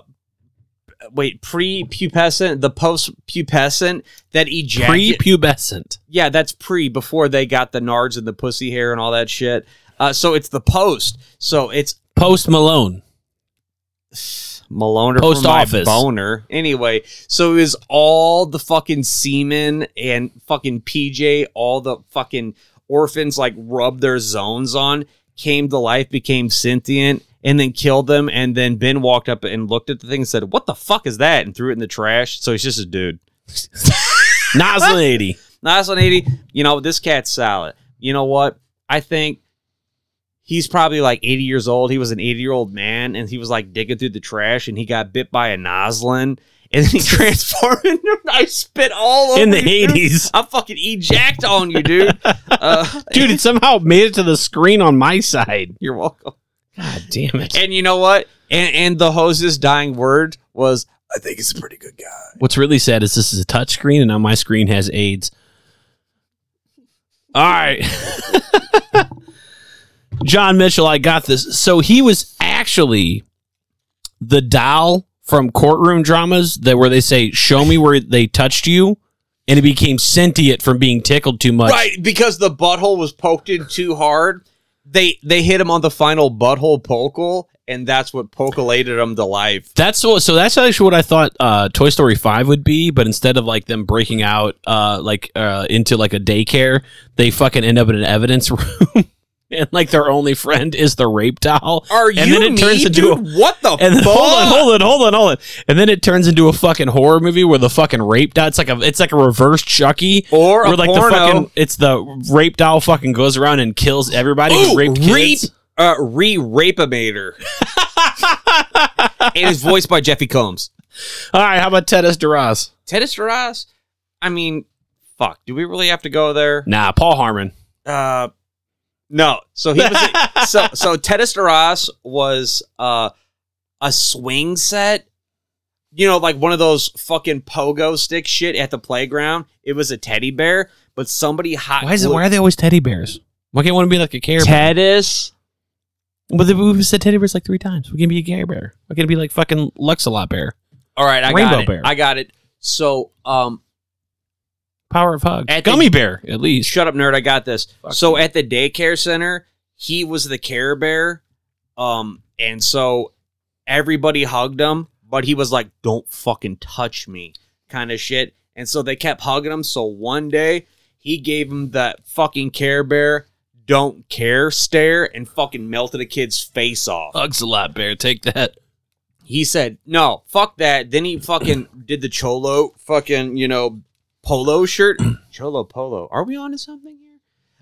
Speaker 2: wait, pre-pubescent, the post-pubescent that ejaculate.
Speaker 1: Prepubescent.
Speaker 2: Yeah, that's pre before they got the nards and the pussy hair and all that shit. Uh, so it's the post. So it's
Speaker 1: post Malone.
Speaker 2: Malone
Speaker 1: Post office.
Speaker 2: boner. Anyway, so it was all the fucking semen and fucking PJ, all the fucking orphans like rubbed their zones on, came to life, became sentient, and then killed them. And then Ben walked up and looked at the thing and said, What the fuck is that? And threw it in the trash. So he's just a dude.
Speaker 1: Noslin 80.
Speaker 2: Noslin 80. You know, this cat's solid. You know what? I think he's probably like 80 years old. He was an 80 year old man and he was like digging through the trash and he got bit by a Noslin. And then he transformed into I spit all over
Speaker 1: In the
Speaker 2: you, dude.
Speaker 1: 80s.
Speaker 2: I fucking ejacked on you, dude. Uh,
Speaker 1: Dude, it somehow made it to the screen on my side.
Speaker 2: you're welcome.
Speaker 1: God damn it.
Speaker 2: And you know what? And and the hose's dying word was, I think it's a pretty good guy.
Speaker 1: What's really sad is this is a touch screen, and now my screen has AIDS. All right. John Mitchell, I got this. So he was actually the doll from courtroom dramas that where they say, Show me where they touched you, and it became sentient from being tickled too much.
Speaker 2: Right, because the butthole was poked in too hard. They they hit him on the final butthole pokal, and that's what pokalated him to life.
Speaker 1: That's what, so. That's actually what I thought uh, Toy Story Five would be, but instead of like them breaking out uh, like uh, into like a daycare, they fucking end up in an evidence room, and like their only friend is the rape doll.
Speaker 2: Are
Speaker 1: and
Speaker 2: you me, dude? what the
Speaker 1: and then,
Speaker 2: fuck?
Speaker 1: hold on, hold on, hold on, hold on, and then it turns into a fucking horror movie where the fucking rape doll. It's like a it's like a reverse Chucky,
Speaker 2: Or a
Speaker 1: where like
Speaker 2: porno.
Speaker 1: the fucking it's the rape doll fucking goes around and kills everybody. who
Speaker 2: Ooh,
Speaker 1: raped
Speaker 2: rape,
Speaker 1: kids.
Speaker 2: uh, re-rapimator. it is voiced by Jeffy Combs.
Speaker 1: All right, how about Tedis Duras?
Speaker 2: Tedis Duras. I mean, fuck. Do we really have to go there?
Speaker 1: Nah, Paul Harmon.
Speaker 2: Uh, no. So he was a, so so Tedis Duras was uh a swing set. You know, like one of those fucking pogo stick shit at the playground. It was a teddy bear, but somebody hot.
Speaker 1: Why is it?
Speaker 2: glued-
Speaker 1: Why are they always teddy bears? Why can't one be like a care bear?
Speaker 2: Tedis?
Speaker 1: But the- we've said teddy bears like three times. We can be a care bear. We can be like fucking Luxalot bear.
Speaker 2: All right, I
Speaker 1: Rainbow
Speaker 2: got it.
Speaker 1: bear.
Speaker 2: I got it. So, um,
Speaker 1: Power of hug.
Speaker 2: At the-
Speaker 1: Gummy bear, at least.
Speaker 2: shut up, nerd. I got this. so at the daycare center, he was the Care Bear, um, and so everybody hugged him, but he was like, "Don't fucking touch me," kind of shit. And so they kept hugging him. So one day he gave him that fucking Care Bear don't care stare and fucking melted a kid's face off.
Speaker 1: Hugs a lot bear. Take that.
Speaker 2: He said, "No, fuck that." Then he fucking did the cholo fucking, you know, polo shirt. cholo polo. Are we on to something here?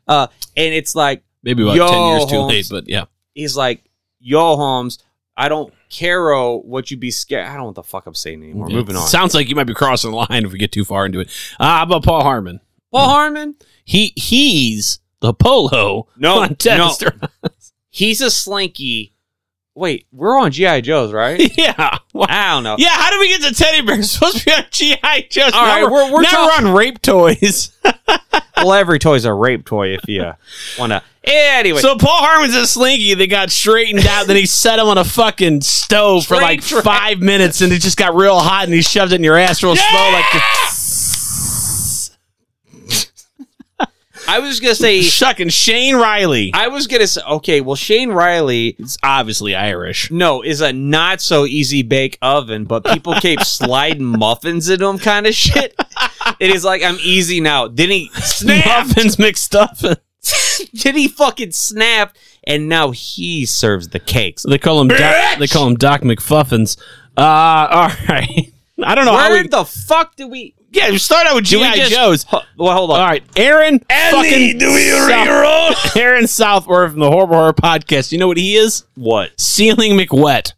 Speaker 2: Uh and it's like
Speaker 1: Maybe about
Speaker 2: Yo,
Speaker 1: ten years too
Speaker 2: Holmes.
Speaker 1: late, but yeah.
Speaker 2: he's like, "Yo, Holmes, I don't care oh, what you be scared. I don't know what the fuck I'm saying anymore.
Speaker 1: Yeah.
Speaker 2: Moving on.
Speaker 1: Sounds like you might be crossing the line if we get too far into it. Ah, how about Paul Harmon?
Speaker 2: Paul Harmon?
Speaker 1: He he's the polo.
Speaker 2: No,
Speaker 1: on Tedis
Speaker 2: no.
Speaker 1: Duras.
Speaker 2: He's a slinky. Wait, we're on GI Joe's, right?
Speaker 1: yeah. Wow.
Speaker 2: I don't know.
Speaker 1: Yeah, how do we get to teddy bears? Supposed to be on GI Joe's.
Speaker 2: All
Speaker 1: Now
Speaker 2: right, we're- we're
Speaker 1: now
Speaker 2: talk-
Speaker 1: we're on rape toys.
Speaker 2: Well, every toy's a rape toy if you want to. Anyway,
Speaker 1: So Paul Harmon's a slinky that got straightened out, then he set him on a fucking stove for like
Speaker 2: Straight track.
Speaker 1: five minutes, and it just got real hot, and he shoved it in your ass real slow, like. The-
Speaker 2: I was gonna say
Speaker 1: shucking Shane Riley.
Speaker 2: I was gonna say okay, well Shane Riley
Speaker 1: is obviously Irish.
Speaker 2: No, is a not so easy bake oven, but people keep sliding muffins in them kind of shit. It is like I'm easy now. Then he snapped.
Speaker 1: Muffins McStuffins.
Speaker 2: Then he fucking snapped, and now he serves the cakes.
Speaker 1: They call him Doc, they call him Doc McFuffins. Uh, all right. I don't know how
Speaker 2: Where
Speaker 1: we.
Speaker 2: the fuck do we?
Speaker 1: Yeah, we start out with
Speaker 2: Do we
Speaker 1: GI
Speaker 2: just-
Speaker 1: Joe's.
Speaker 2: Ho- well, hold on.
Speaker 1: All right, Aaron. fucking
Speaker 2: do we
Speaker 1: South- Aaron Southworth from the Horrible Horror Podcast. You know what he is?
Speaker 2: What?
Speaker 1: Ceiling McWet,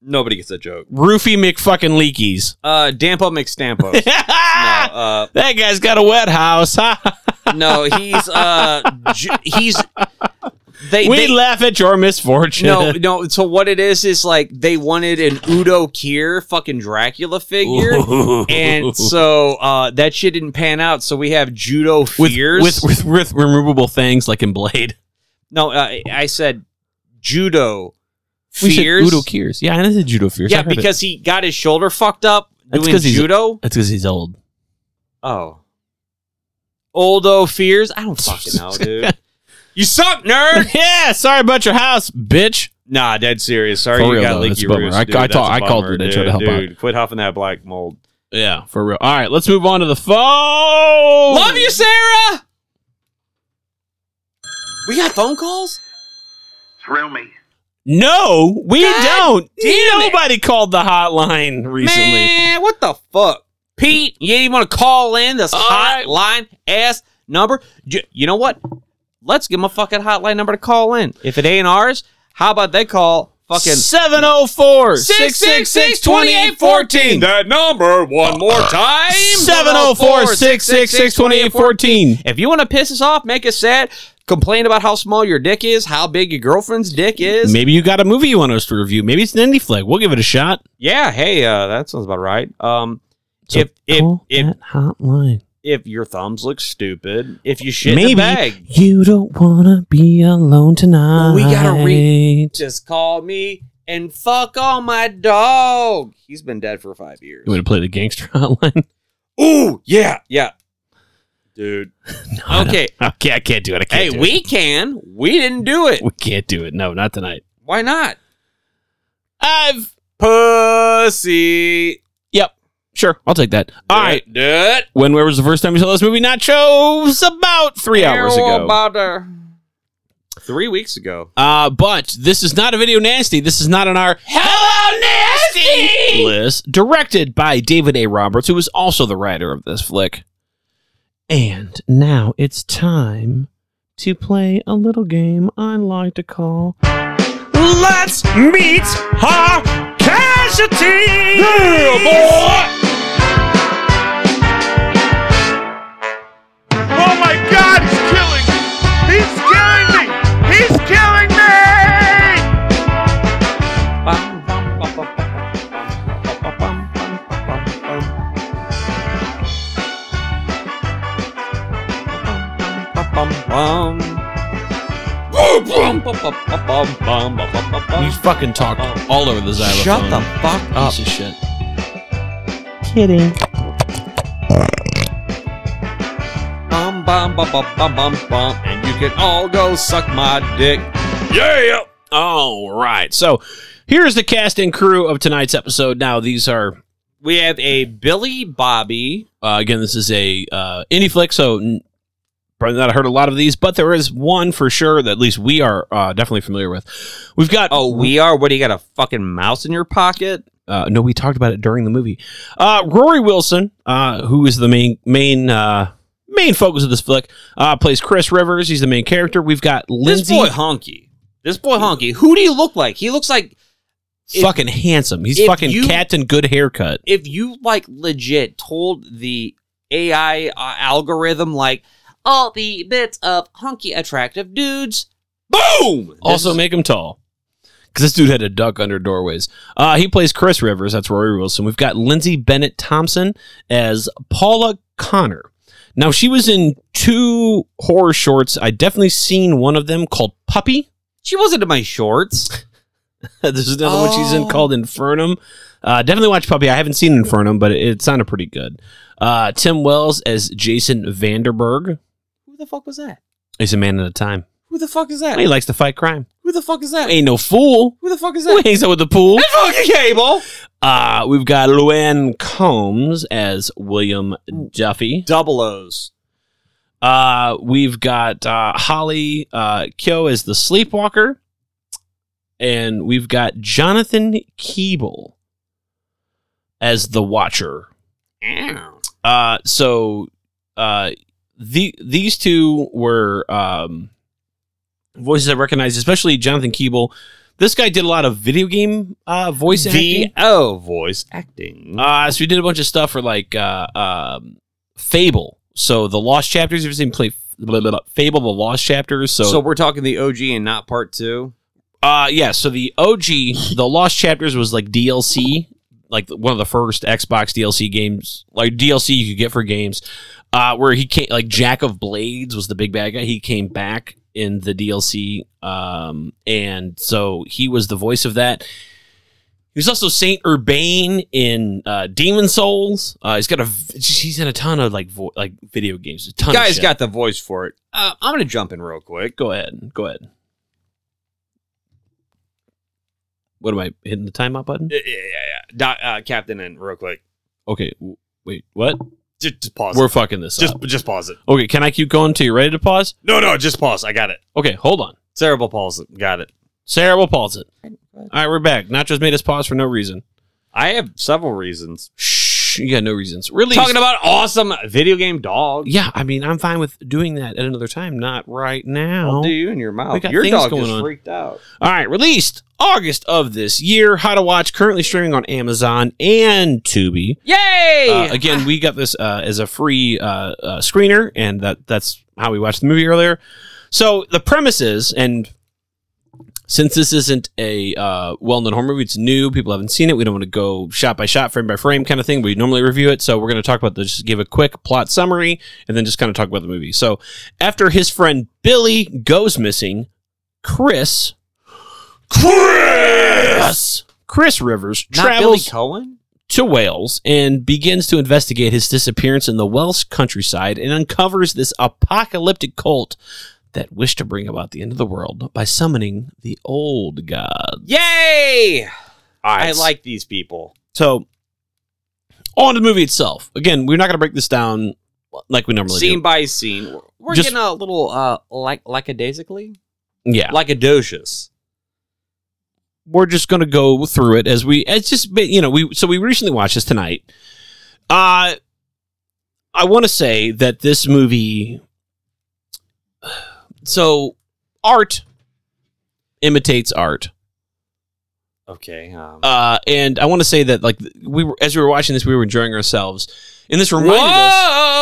Speaker 2: Nobody gets that joke.
Speaker 1: Roofy McFucking Leakies.
Speaker 2: Uh, Dampo McStampos. no,
Speaker 1: That guy's got a wet house.
Speaker 2: uh, no, he's uh, ju- he's they
Speaker 1: we
Speaker 2: they,
Speaker 1: laugh at your misfortune.
Speaker 2: no no. So what it is is like they wanted an Udo Kier fucking Dracula figure,
Speaker 1: Ooh.
Speaker 2: and so uh, that shit didn't pan out. So we have Judo
Speaker 1: with,
Speaker 2: Fears.
Speaker 1: with, with with removable things like in Blade.
Speaker 2: no, uh, I- I said Judo
Speaker 1: We said
Speaker 2: Fears.
Speaker 1: Udo Kiers. Yeah, and it's a Judo Fears. I
Speaker 2: yeah,
Speaker 1: heard it.
Speaker 2: because he got his shoulder fucked up
Speaker 1: That's
Speaker 2: doing
Speaker 1: 'cause he's-
Speaker 2: judo.
Speaker 1: that's because he's old.
Speaker 2: Oh. Oldo fears? I don't fucking know, dude. you suck, nerd!
Speaker 1: yeah, sorry about your house, bitch.
Speaker 2: nah, dead serious. Sorry
Speaker 1: For
Speaker 2: you
Speaker 1: real,
Speaker 2: got
Speaker 1: though, that's
Speaker 2: leaky
Speaker 1: a bummer.
Speaker 2: roots,
Speaker 1: I-
Speaker 2: dude.
Speaker 1: I
Speaker 2: That's
Speaker 1: thought-
Speaker 2: a
Speaker 1: I called
Speaker 2: bummer,
Speaker 1: her to try to
Speaker 2: dude.
Speaker 1: help out.
Speaker 2: Dude, quit huffing that black mold.
Speaker 1: Yeah, for real. All right, let's move on to the phone.
Speaker 2: Love you, Sarah! We got phone calls?
Speaker 8: Through me.
Speaker 1: No, we
Speaker 2: God
Speaker 1: don't.
Speaker 2: damn it.
Speaker 1: Nobody called the hotline recently.
Speaker 2: Man, what the fuck? Pete, you didn't want to call in this
Speaker 1: right.
Speaker 2: hotline ass number? J- You know what? Let's give them a fucking hotline number to call in. If it ain't ours, how about they call fucking
Speaker 1: 704
Speaker 2: That number one more time.
Speaker 1: 704 666 2814.
Speaker 2: If you want to piss us off, make us sad, complain about how small your dick is, how big your girlfriend's dick is.
Speaker 1: Maybe you got a movie you want us to review. Maybe it's an indie flick. We'll give it a shot.
Speaker 2: Yeah, hey, uh, that sounds about right. Um,
Speaker 1: So
Speaker 2: if if
Speaker 1: call
Speaker 2: if,
Speaker 1: that hotline.
Speaker 2: if your thumbs look stupid, if you shit in
Speaker 1: Maybe
Speaker 2: a bag,
Speaker 1: you don't want to be alone tonight.
Speaker 2: we gotta re- just call me and fuck all my dog. He's been dead for five years.
Speaker 1: You want to play the gangster hotline?
Speaker 2: Ooh, yeah, yeah, dude.
Speaker 1: I don't-
Speaker 2: okay,
Speaker 1: Okay, I can't do it. I can't
Speaker 2: Hey,
Speaker 1: do it.
Speaker 2: we can. We didn't do it.
Speaker 1: We can't do it. No, not tonight.
Speaker 2: Why not?
Speaker 1: I've.
Speaker 2: Pussy.
Speaker 1: Yep. Sure. I'll take that. All right.
Speaker 2: Do it.
Speaker 1: When where was the first time you saw this movie? Nachos about three hours ago.
Speaker 2: About uh, three weeks ago.
Speaker 1: Uh, but this is not a video nasty. This is not on our Hello Nasty list. Directed by David A. Roberts, who was also the writer of this flick. And now it's time to play a little game I like to call Let's Meet Our Casualty!
Speaker 8: Oh my god, he's killing me! He's killing me! He's killing me!
Speaker 1: You fucking talk all over the xylophone.
Speaker 2: Shut the fuck up.
Speaker 1: Piece of shit. Kidding.
Speaker 2: Bum, bum, bum, bum, bum, bum, bum. And you can all go suck my dick.
Speaker 1: Yeah. All right. So here's the cast and crew of tonight's episode. Now these are
Speaker 2: We have a Billy Bobby.
Speaker 1: uh, again. This is a uh, indie flick, so n- probably not heard a lot of these, but there is one for sure that at least we are uh, definitely familiar with. We've got
Speaker 2: Oh, we are. What do you got? A fucking mouse in your pocket?
Speaker 1: uh, no, we talked about it during the movie. Uh, Rory Wilson, uh, who is the main main uh, main focus of this flick, uh, plays Chris Rivers. He's the main character. We've got Lindsay,
Speaker 2: This boy honky. This boy honky. Who do you look like? He looks like if-
Speaker 1: fucking handsome. He's
Speaker 2: if
Speaker 1: fucking
Speaker 2: you-
Speaker 1: captain good haircut.
Speaker 2: if you like legit told the AI uh, algorithm like all the bits of hunky attractive dudes. Boom.
Speaker 1: Also, make him tall. Because this dude had to duck under doorways. Uh, he plays Chris Rivers. That's Rory Wilson. We've got Lindsay Bennett Thompson as Paula Connor. Now, she was in two horror shorts. I definitely seen one of them called Puppy.
Speaker 2: she wasn't in my shorts.
Speaker 1: There's another one she's in
Speaker 2: Oh.
Speaker 1: called Infernum. Uh, definitely watch Puppy. I haven't seen Infernum, but it, it sounded pretty good. Uh, Tim Wells as Jason Vanderberg.
Speaker 2: Who the fuck was that?
Speaker 1: He's a man at a time.
Speaker 2: Who the fuck is that?
Speaker 1: He likes to fight crime.
Speaker 2: Who the fuck is that?
Speaker 1: Ain't no fool.
Speaker 2: Who the fuck is
Speaker 1: Who
Speaker 2: that?
Speaker 1: hangs out with the pool?
Speaker 2: That fucking cable.
Speaker 1: Uh, we've got Luann Combs as William Duffy.
Speaker 2: Double O's.
Speaker 1: Uh, we've got uh, Holly uh, Kyo as the Sleepwalker. And we've got Jonathan Keeble as the Watcher. Uh, so uh, the these two were um, voices I recognized, especially Jonathan Keeble. This guy did a lot of video game uh, voice acting.
Speaker 2: VO voice acting.
Speaker 1: Uh, so we did a bunch of stuff for like uh, um, Fable. So the Lost Chapters. You've seen play blah, blah, blah, Fable, the Lost Chapters. So,
Speaker 2: So, we're talking the OG and not part two.
Speaker 1: uh, yeah. So the OG, the Lost Chapters, was like DLC, like one of the first Xbox DLC games, like DLC you could get for games, uh, where he came like Jack of Blades was the big bad guy. He came back in the DLC, um, and so he was the voice of that. He was also Saint Urbane in uh, Demon Souls. Uh, he's got a v- he's in a ton of like vo- like video games. A ton.
Speaker 2: Guy's
Speaker 1: of shit.
Speaker 2: got the voice for it. Uh, I'm gonna jump in real quick.
Speaker 1: Go ahead. Go ahead. What am I hitting the timeout button?
Speaker 2: Yeah, yeah, yeah. yeah. Doc, uh, Captain, in real quick.
Speaker 1: Okay. w- Wait. What?
Speaker 2: Just, just pause.
Speaker 1: We're
Speaker 2: it.
Speaker 1: fucking this
Speaker 2: Just,
Speaker 1: up.
Speaker 2: just pause it.
Speaker 1: Okay. Can I keep going till you're ready to pause?
Speaker 2: No, no, just pause. I got it.
Speaker 1: Okay. Hold on.
Speaker 2: Cerebral palsy. Got it.
Speaker 1: Sarah will pause it. All right. We're back. Nachos made us pause for no reason.
Speaker 2: I have several reasons.
Speaker 1: Shh. You got no reasons. Really?
Speaker 2: Talking about awesome video game dogs.
Speaker 1: Yeah. I mean, I'm fine with doing that at another time. Not right now.
Speaker 2: I'll do you in your
Speaker 1: We
Speaker 2: mouth.
Speaker 1: got
Speaker 2: Your
Speaker 1: things
Speaker 2: dog
Speaker 1: going
Speaker 2: is
Speaker 1: on.
Speaker 2: freaked out.
Speaker 1: All right, released August of this year. How to watch currently streaming on Amazon and Tubi.
Speaker 2: Yay!
Speaker 1: Uh, again, we got this uh, as a free uh, uh, screener, and that that's how we watched the movie earlier. So the premise is, and since this isn't a uh, well-known horror movie, it's new. People haven't seen it. We don't want to go shot by shot, frame by frame, kind of thing. We normally review it, so we're going to talk about this. Just give a quick plot summary, and then just kind of talk about the movie. So after his friend Billy goes missing, Chris, Chris, Chris Rivers travels
Speaker 2: Not Billy Cohen.
Speaker 1: to Wales and begins to investigate his disappearance in the Welsh countryside and uncovers this apocalyptic cult that wished to bring about the end of the world by summoning the old gods.
Speaker 2: Yay! I
Speaker 1: right.
Speaker 2: like these people.
Speaker 1: So, on to the movie itself. Again, we're not going to break this down like we normally
Speaker 2: scene
Speaker 1: do.
Speaker 2: by scene. We're- We're
Speaker 1: Just-
Speaker 2: getting a little uh like lackadaisically.
Speaker 1: Yeah,
Speaker 2: Lackadocious.
Speaker 1: we're just going to go through it as we. It's just been- you know we so we recently watched this tonight. Uh I want to say that this movie. So, art imitates art.
Speaker 2: Okay. Um,
Speaker 1: uh, and I want to say that like we were as we were watching this, we were enjoying ourselves, and this reminded us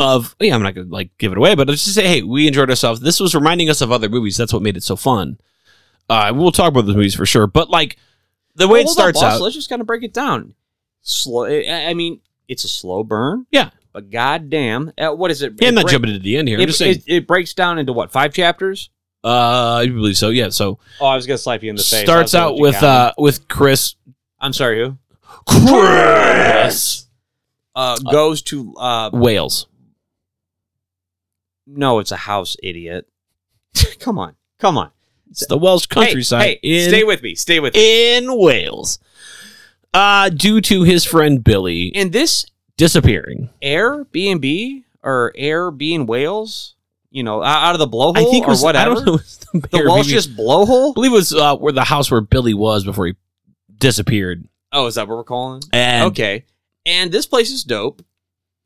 Speaker 1: of yeah. I'm not gonna like give it away, but let's just say hey, we enjoyed ourselves. This was reminding us of other movies. That's what made it so fun. Uh, we'll talk about those movies for sure, but like the way it
Speaker 2: Hold on,
Speaker 1: starts
Speaker 2: boss.
Speaker 1: out,
Speaker 2: Let's just kind of break it down. Slow. I I mean, it's a slow burn.
Speaker 1: Yeah.
Speaker 2: But goddamn, uh, what is it?
Speaker 1: yeah,
Speaker 2: it
Speaker 1: I'm not
Speaker 2: break-
Speaker 1: jumping to the end here. I'm
Speaker 2: It,
Speaker 1: just saying,
Speaker 2: it- it breaks down into what five chapters?
Speaker 1: uh, I believe so. Yeah, so
Speaker 2: Oh, I was gonna slap you in the face. I was
Speaker 1: starts
Speaker 2: gonna
Speaker 1: out
Speaker 2: let you
Speaker 1: with
Speaker 2: count.
Speaker 1: uh with Chris.
Speaker 2: I'm sorry, who?
Speaker 1: Chris
Speaker 2: Uh, goes to uh,
Speaker 1: Wales.
Speaker 2: no, it's a house, idiot. come on, come on.
Speaker 1: It's the Welsh
Speaker 2: Hey,
Speaker 1: countryside.
Speaker 2: Hey,
Speaker 1: in-
Speaker 2: stay with me. Stay with me.
Speaker 1: in Wales, uh, due to his friend Billy
Speaker 2: And this
Speaker 1: disappearing.
Speaker 2: Airbnb or Air being Wales, you know, o- out of the blowhole
Speaker 1: I think it
Speaker 2: or
Speaker 1: was, I
Speaker 2: whatever.
Speaker 1: don't know, it was the,
Speaker 2: The
Speaker 1: mayor, maybe-
Speaker 2: Welsh's
Speaker 1: I
Speaker 2: blowhole.
Speaker 1: believe it was uh, where the house where Billy was before he disappeared.
Speaker 2: Oh, is that what we're calling?
Speaker 1: And
Speaker 2: okay. And this place is dope.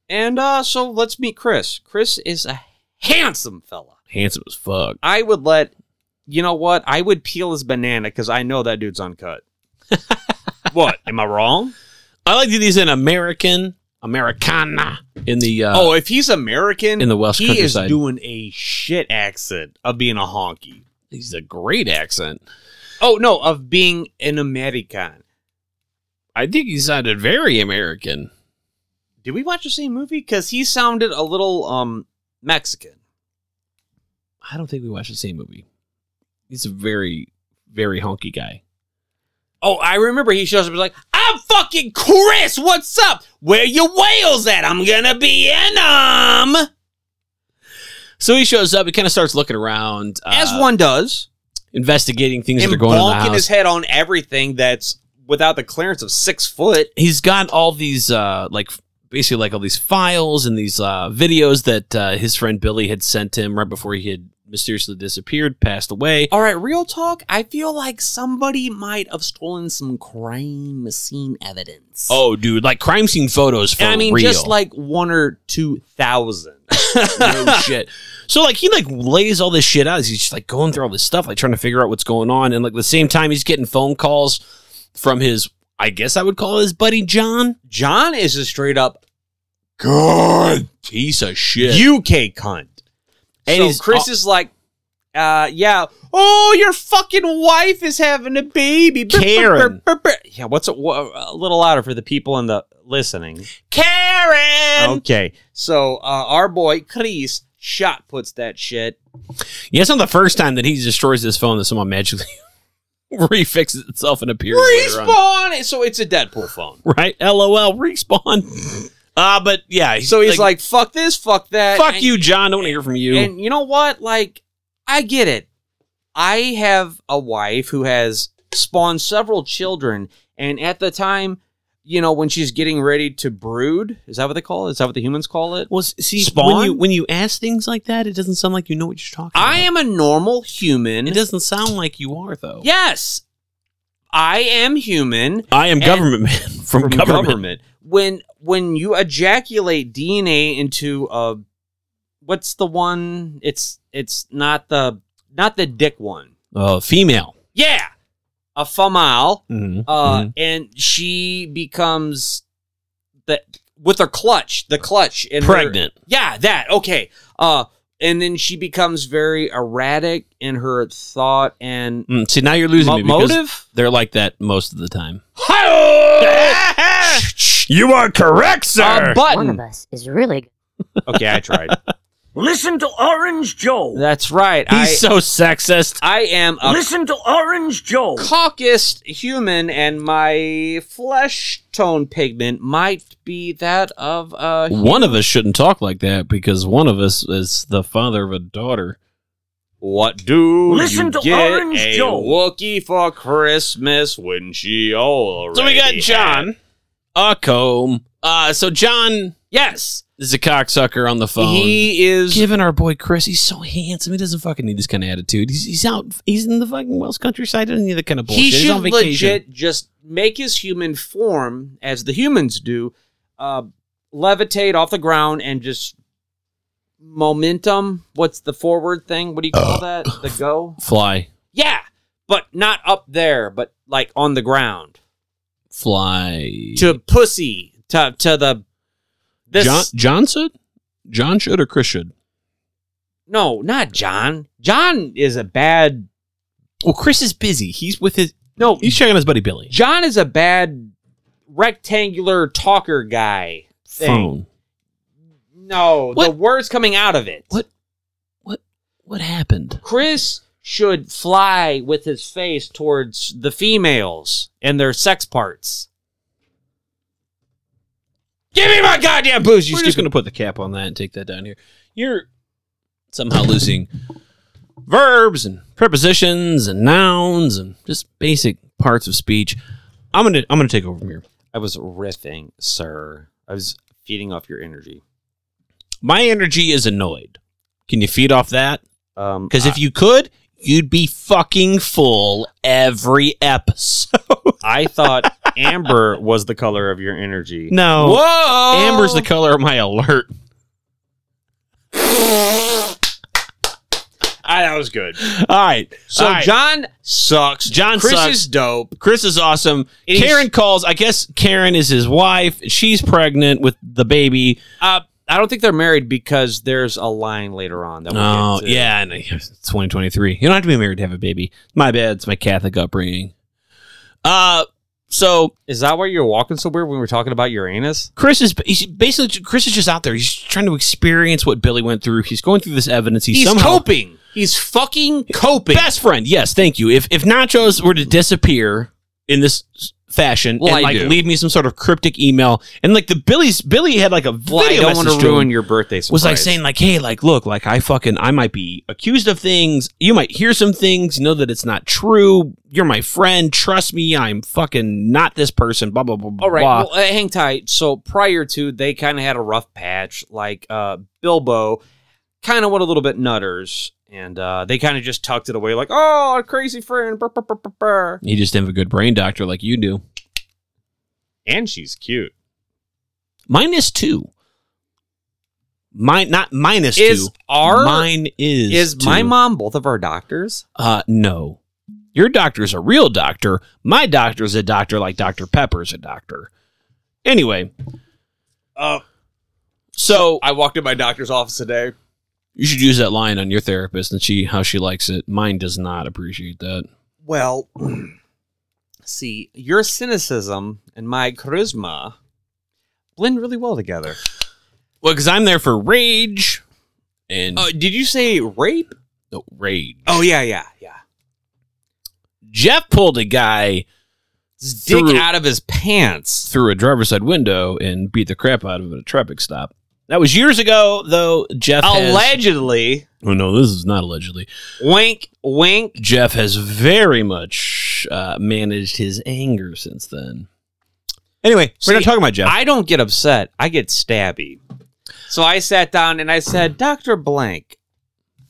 Speaker 2: And uh, so let's meet Chris. Chris is a handsome fella.
Speaker 1: handsome as fuck.
Speaker 2: I would let, you know what? I would peel his banana because I know that dude's uncut. what? Am I wrong?
Speaker 1: I like that he's an American, Americana in the uh,
Speaker 2: oh, if he's American,
Speaker 1: in the Welsh
Speaker 2: he
Speaker 1: countryside.
Speaker 2: is doing a shit accent of being a honky.
Speaker 1: he's a great accent.
Speaker 2: Oh no, of being an American.
Speaker 1: I think he sounded very American.
Speaker 2: Did we watch the same movie? Because he sounded a little um Mexican.
Speaker 1: I don't think we watched the same movie. He's a very, very honky guy.
Speaker 5: Oh, I remember he shows up. He's like, "I'm fucking Chris. What's up? Where your whales at? I'm gonna be in 'em."
Speaker 1: Uh, So he shows up. He kind of starts looking around, uh,
Speaker 2: As one does,
Speaker 1: investigating things that are
Speaker 2: and
Speaker 1: going on. in the
Speaker 2: bonking
Speaker 1: house.
Speaker 2: his head on everything that's without the clearance of six foot.
Speaker 1: he's got all these uh like basically like all these files and these uh videos that uh his friend Billy had sent him right before he had mysteriously disappeared, passed away.
Speaker 2: All right, real talk. I feel like somebody might have stolen some crime scene evidence.
Speaker 1: Oh dude, like crime scene photos for
Speaker 2: I mean,
Speaker 1: real.
Speaker 2: just like one or two thousand.
Speaker 1: no shit. So like he like lays all this shit out as he's just like going through all this stuff, like trying to figure out what's going on. And like the same time he's getting phone calls from his I guess I would call his buddy John.
Speaker 2: John is a straight up
Speaker 1: good piece of shit.
Speaker 2: UK cunt.
Speaker 1: And
Speaker 2: so
Speaker 1: he's-
Speaker 2: Chris is like, uh, yeah. Oh, your fucking wife is having a baby. Brr, brr,
Speaker 1: Karen.
Speaker 2: brr, brr, brr. Yeah, what's a, wha- a little louder for the people in the listening?
Speaker 1: Karen.
Speaker 2: Okay, so uh, our boy Chris shot puts that shit.
Speaker 1: Yeah, it's not the first time that he destroys his phone that somehow magically refixes itself and appears. later on.
Speaker 2: Respawn. So it's a Deadpool phone.
Speaker 1: right? LOL, respawn. Uh, but yeah,
Speaker 2: So he's like, fuck this, fuck that.
Speaker 1: fuck
Speaker 2: and-
Speaker 1: you, John. Don't wanna hear from you.
Speaker 2: And you know what? Like, I get it. I have a wife who has spawned several children, and at the time, you know, when she's getting ready to brood, is that what they call it? Is that what the humans call it?
Speaker 1: well, see,
Speaker 2: Spawn?
Speaker 1: when you when you ask things like that, it doesn't sound like you know what you're talking.
Speaker 2: I am a normal human.
Speaker 1: It doesn't sound like you are though.
Speaker 2: Yes, I am human.
Speaker 1: I am
Speaker 2: And-
Speaker 1: government man from, government.
Speaker 2: When when you ejaculate DNA into a, what's the one? It's it's not the not the dick one.
Speaker 1: Uh, female.
Speaker 2: Yeah, a female.
Speaker 1: Mhm.
Speaker 2: Uh,
Speaker 1: Mhm.
Speaker 2: and she becomes the with her clutch, the clutch, and her-
Speaker 1: Pregnant.
Speaker 2: yeah, that okay. Uh, and then she becomes very erratic in her thought and
Speaker 1: Mm, see, now you're losing
Speaker 2: Mo-
Speaker 1: me. because
Speaker 2: motive?
Speaker 1: They're like that most of the time.
Speaker 3: You are correct,
Speaker 2: a button.
Speaker 16: us is really
Speaker 2: Okay, I tried.
Speaker 17: Listen to Orange Joe.
Speaker 2: That's right. I,
Speaker 1: He's so sexist.
Speaker 2: I am a
Speaker 17: Listen to Orange Joe.
Speaker 2: caucused human, and my flesh tone pigment might be that of a human.
Speaker 1: One of us shouldn't talk like that because one of us is the father of a daughter.
Speaker 2: What do
Speaker 1: Listen
Speaker 2: you
Speaker 1: to
Speaker 2: get
Speaker 1: Orange
Speaker 2: a
Speaker 1: Joe.
Speaker 2: Wookiee for Christmas when she already?
Speaker 1: So we got John, a comb. Uh, so John,
Speaker 2: yes,
Speaker 1: is a cocksucker on the phone.
Speaker 2: He is
Speaker 1: giving our boy Chris. He's so handsome. He doesn't fucking need this kind of attitude. He's, he's out. He's in the fucking Wells countryside. He doesn't need that kind of bullshit.
Speaker 2: He
Speaker 1: he's
Speaker 2: should
Speaker 1: on vacation.
Speaker 2: legit just make his human form as the humans do, uh, levitate off the ground and just momentum. What's the forward thing? What do you call that? The go?
Speaker 1: Fly,
Speaker 2: Yeah, but not up there, but like on the ground
Speaker 1: fly.
Speaker 2: to pussy to to the this
Speaker 1: John, John should. John should or Chris should.
Speaker 2: no not John. John is a bad.
Speaker 1: Well, Chris is busy. He's with his
Speaker 2: no.
Speaker 1: He's checking his buddy Billy.
Speaker 2: John is a bad rectangular talker guy. Thing.
Speaker 1: Phone.
Speaker 2: No, the
Speaker 1: What?
Speaker 2: words coming out of it.
Speaker 1: What? What? What happened?
Speaker 2: Chris should fly with his face towards the females and their sex parts. Give me my goddamn booze, you
Speaker 1: We're just
Speaker 2: stupid.
Speaker 1: gonna put the cap on that and take that down here. You're somehow losing verbs and prepositions and nouns and just basic parts of speech. I'm gonna I'm gonna take over from here.
Speaker 2: I was riffing, sir. I was feeding off your energy.
Speaker 1: My energy is annoyed. Can you feed off that?
Speaker 2: Um,
Speaker 1: Because if you could, you'd be fucking full every episode.
Speaker 2: I thought amber was the color of your energy.
Speaker 1: No.
Speaker 2: Whoa!
Speaker 1: Amber's the color of my alert.
Speaker 2: Ah, that was good.
Speaker 1: All right.
Speaker 2: So
Speaker 1: All right.
Speaker 2: John sucks.
Speaker 1: John
Speaker 2: Chris
Speaker 1: sucks.
Speaker 2: is dope.
Speaker 1: Chris is awesome.
Speaker 2: It is-
Speaker 1: Karen calls. I guess Karen is his wife. She's pregnant with the baby.
Speaker 2: Uh, I don't think they're married because there's a line later on that.
Speaker 1: Oh,
Speaker 2: we'll get to.
Speaker 1: yeah. And it's 2023. You don't have to be married to have a baby. My bad. It's my Catholic upbringing. Uh, so
Speaker 2: Is that why you're walking so weird when we're talking about Uranus?
Speaker 1: Chris is he's basically Chris is just out there. He's trying to experience what Billy went through. He's going through this evidence. He's,
Speaker 2: He's
Speaker 1: somehow
Speaker 2: coping. He's fucking coping.
Speaker 1: best friend. Yes, thank you. If if Nachos were to disappear, in this s- fashion
Speaker 2: Well,
Speaker 1: and
Speaker 2: I
Speaker 1: like
Speaker 2: do.
Speaker 1: leave me some sort of cryptic email. And like the Billy's Billy had like a video
Speaker 2: Well, I don't want
Speaker 1: message
Speaker 2: to
Speaker 1: him
Speaker 2: ruin your birthday surprise.
Speaker 1: was like saying like hey like look like i fucking i might be accused of things you might hear some things know that it's not true you're my friend trust me i'm fucking not this person blah blah blah blah
Speaker 2: All right,
Speaker 1: blah.
Speaker 2: well, uh, hang tight. So prior to, they kind of had a rough patch. Like uh, Bilbo, kind of went a little bit nutters, and uh, they kind of just tucked it away, like, "Oh, our crazy friend." brr, brr, brr, brr, brr."
Speaker 1: you just have a good brain doctor like you do
Speaker 2: And she's cute.
Speaker 1: minus two mine not minus
Speaker 2: Is
Speaker 1: two
Speaker 2: our-
Speaker 1: mine is
Speaker 2: Is my
Speaker 1: two.
Speaker 2: mom both of our doctors?
Speaker 1: uh no your doctor's a real doctor my doctor's a doctor like dr pepper's a doctor anyway
Speaker 2: Uh,
Speaker 1: so
Speaker 2: I walked in my doctor's office today.
Speaker 1: You should use that line on your therapist and see how she likes it. Mine does not appreciate that.
Speaker 2: Well, see, your cynicism and my charisma blend really well together.
Speaker 1: Well, because I'm there for rage and
Speaker 2: Uh, did you say rape?
Speaker 1: no, rage.
Speaker 2: Oh yeah, yeah, yeah.
Speaker 1: Jeff pulled a guy
Speaker 2: Dick out of his pants.
Speaker 1: through a driver's side window and beat the crap out of him at a traffic stop. That was years ago, though. Jeff has-
Speaker 2: Allegedly,
Speaker 1: oh no, this is not allegedly.
Speaker 2: wink, wink.
Speaker 1: Jeff has very much uh, managed his anger since then. Anyway, we're not
Speaker 2: See,
Speaker 1: talking about Jeff.
Speaker 2: I don't get upset. I get stabby. So I sat down and I said, Doctor Blank,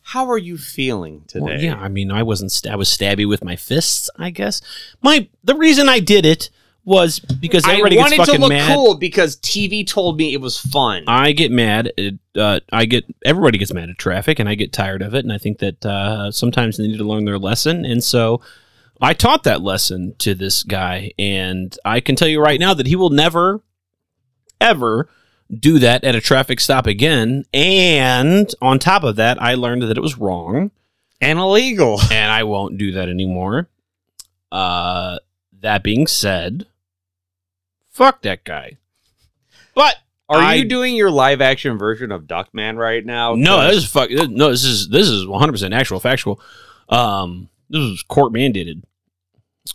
Speaker 2: how are you feeling today?
Speaker 1: Well, yeah, I mean, I wasn't. St- I was stabby with my fists. I guess my the reason I did it was because
Speaker 2: I
Speaker 1: everybody
Speaker 2: wanted
Speaker 1: gets
Speaker 2: to
Speaker 1: fucking
Speaker 2: look
Speaker 1: mad.
Speaker 2: cool because TV told me it was fun.
Speaker 1: I get mad. It, uh, I get everybody gets mad at traffic, and I get tired of it. And I think that uh, sometimes they need to learn their lesson. And so I taught that lesson to this guy, and I can tell you right now that he will never, ever do that at a traffic stop again. And on top of that, I learned that it was wrong.
Speaker 2: and illegal.
Speaker 1: and I won't do that anymore. Uh, that being said, fuck that guy. But
Speaker 2: Are
Speaker 1: I-
Speaker 2: you doing your live action version of Duckman right now?
Speaker 1: no, this is fuck. No, this is this is one hundred percent actual factual. Um, this was court mandated.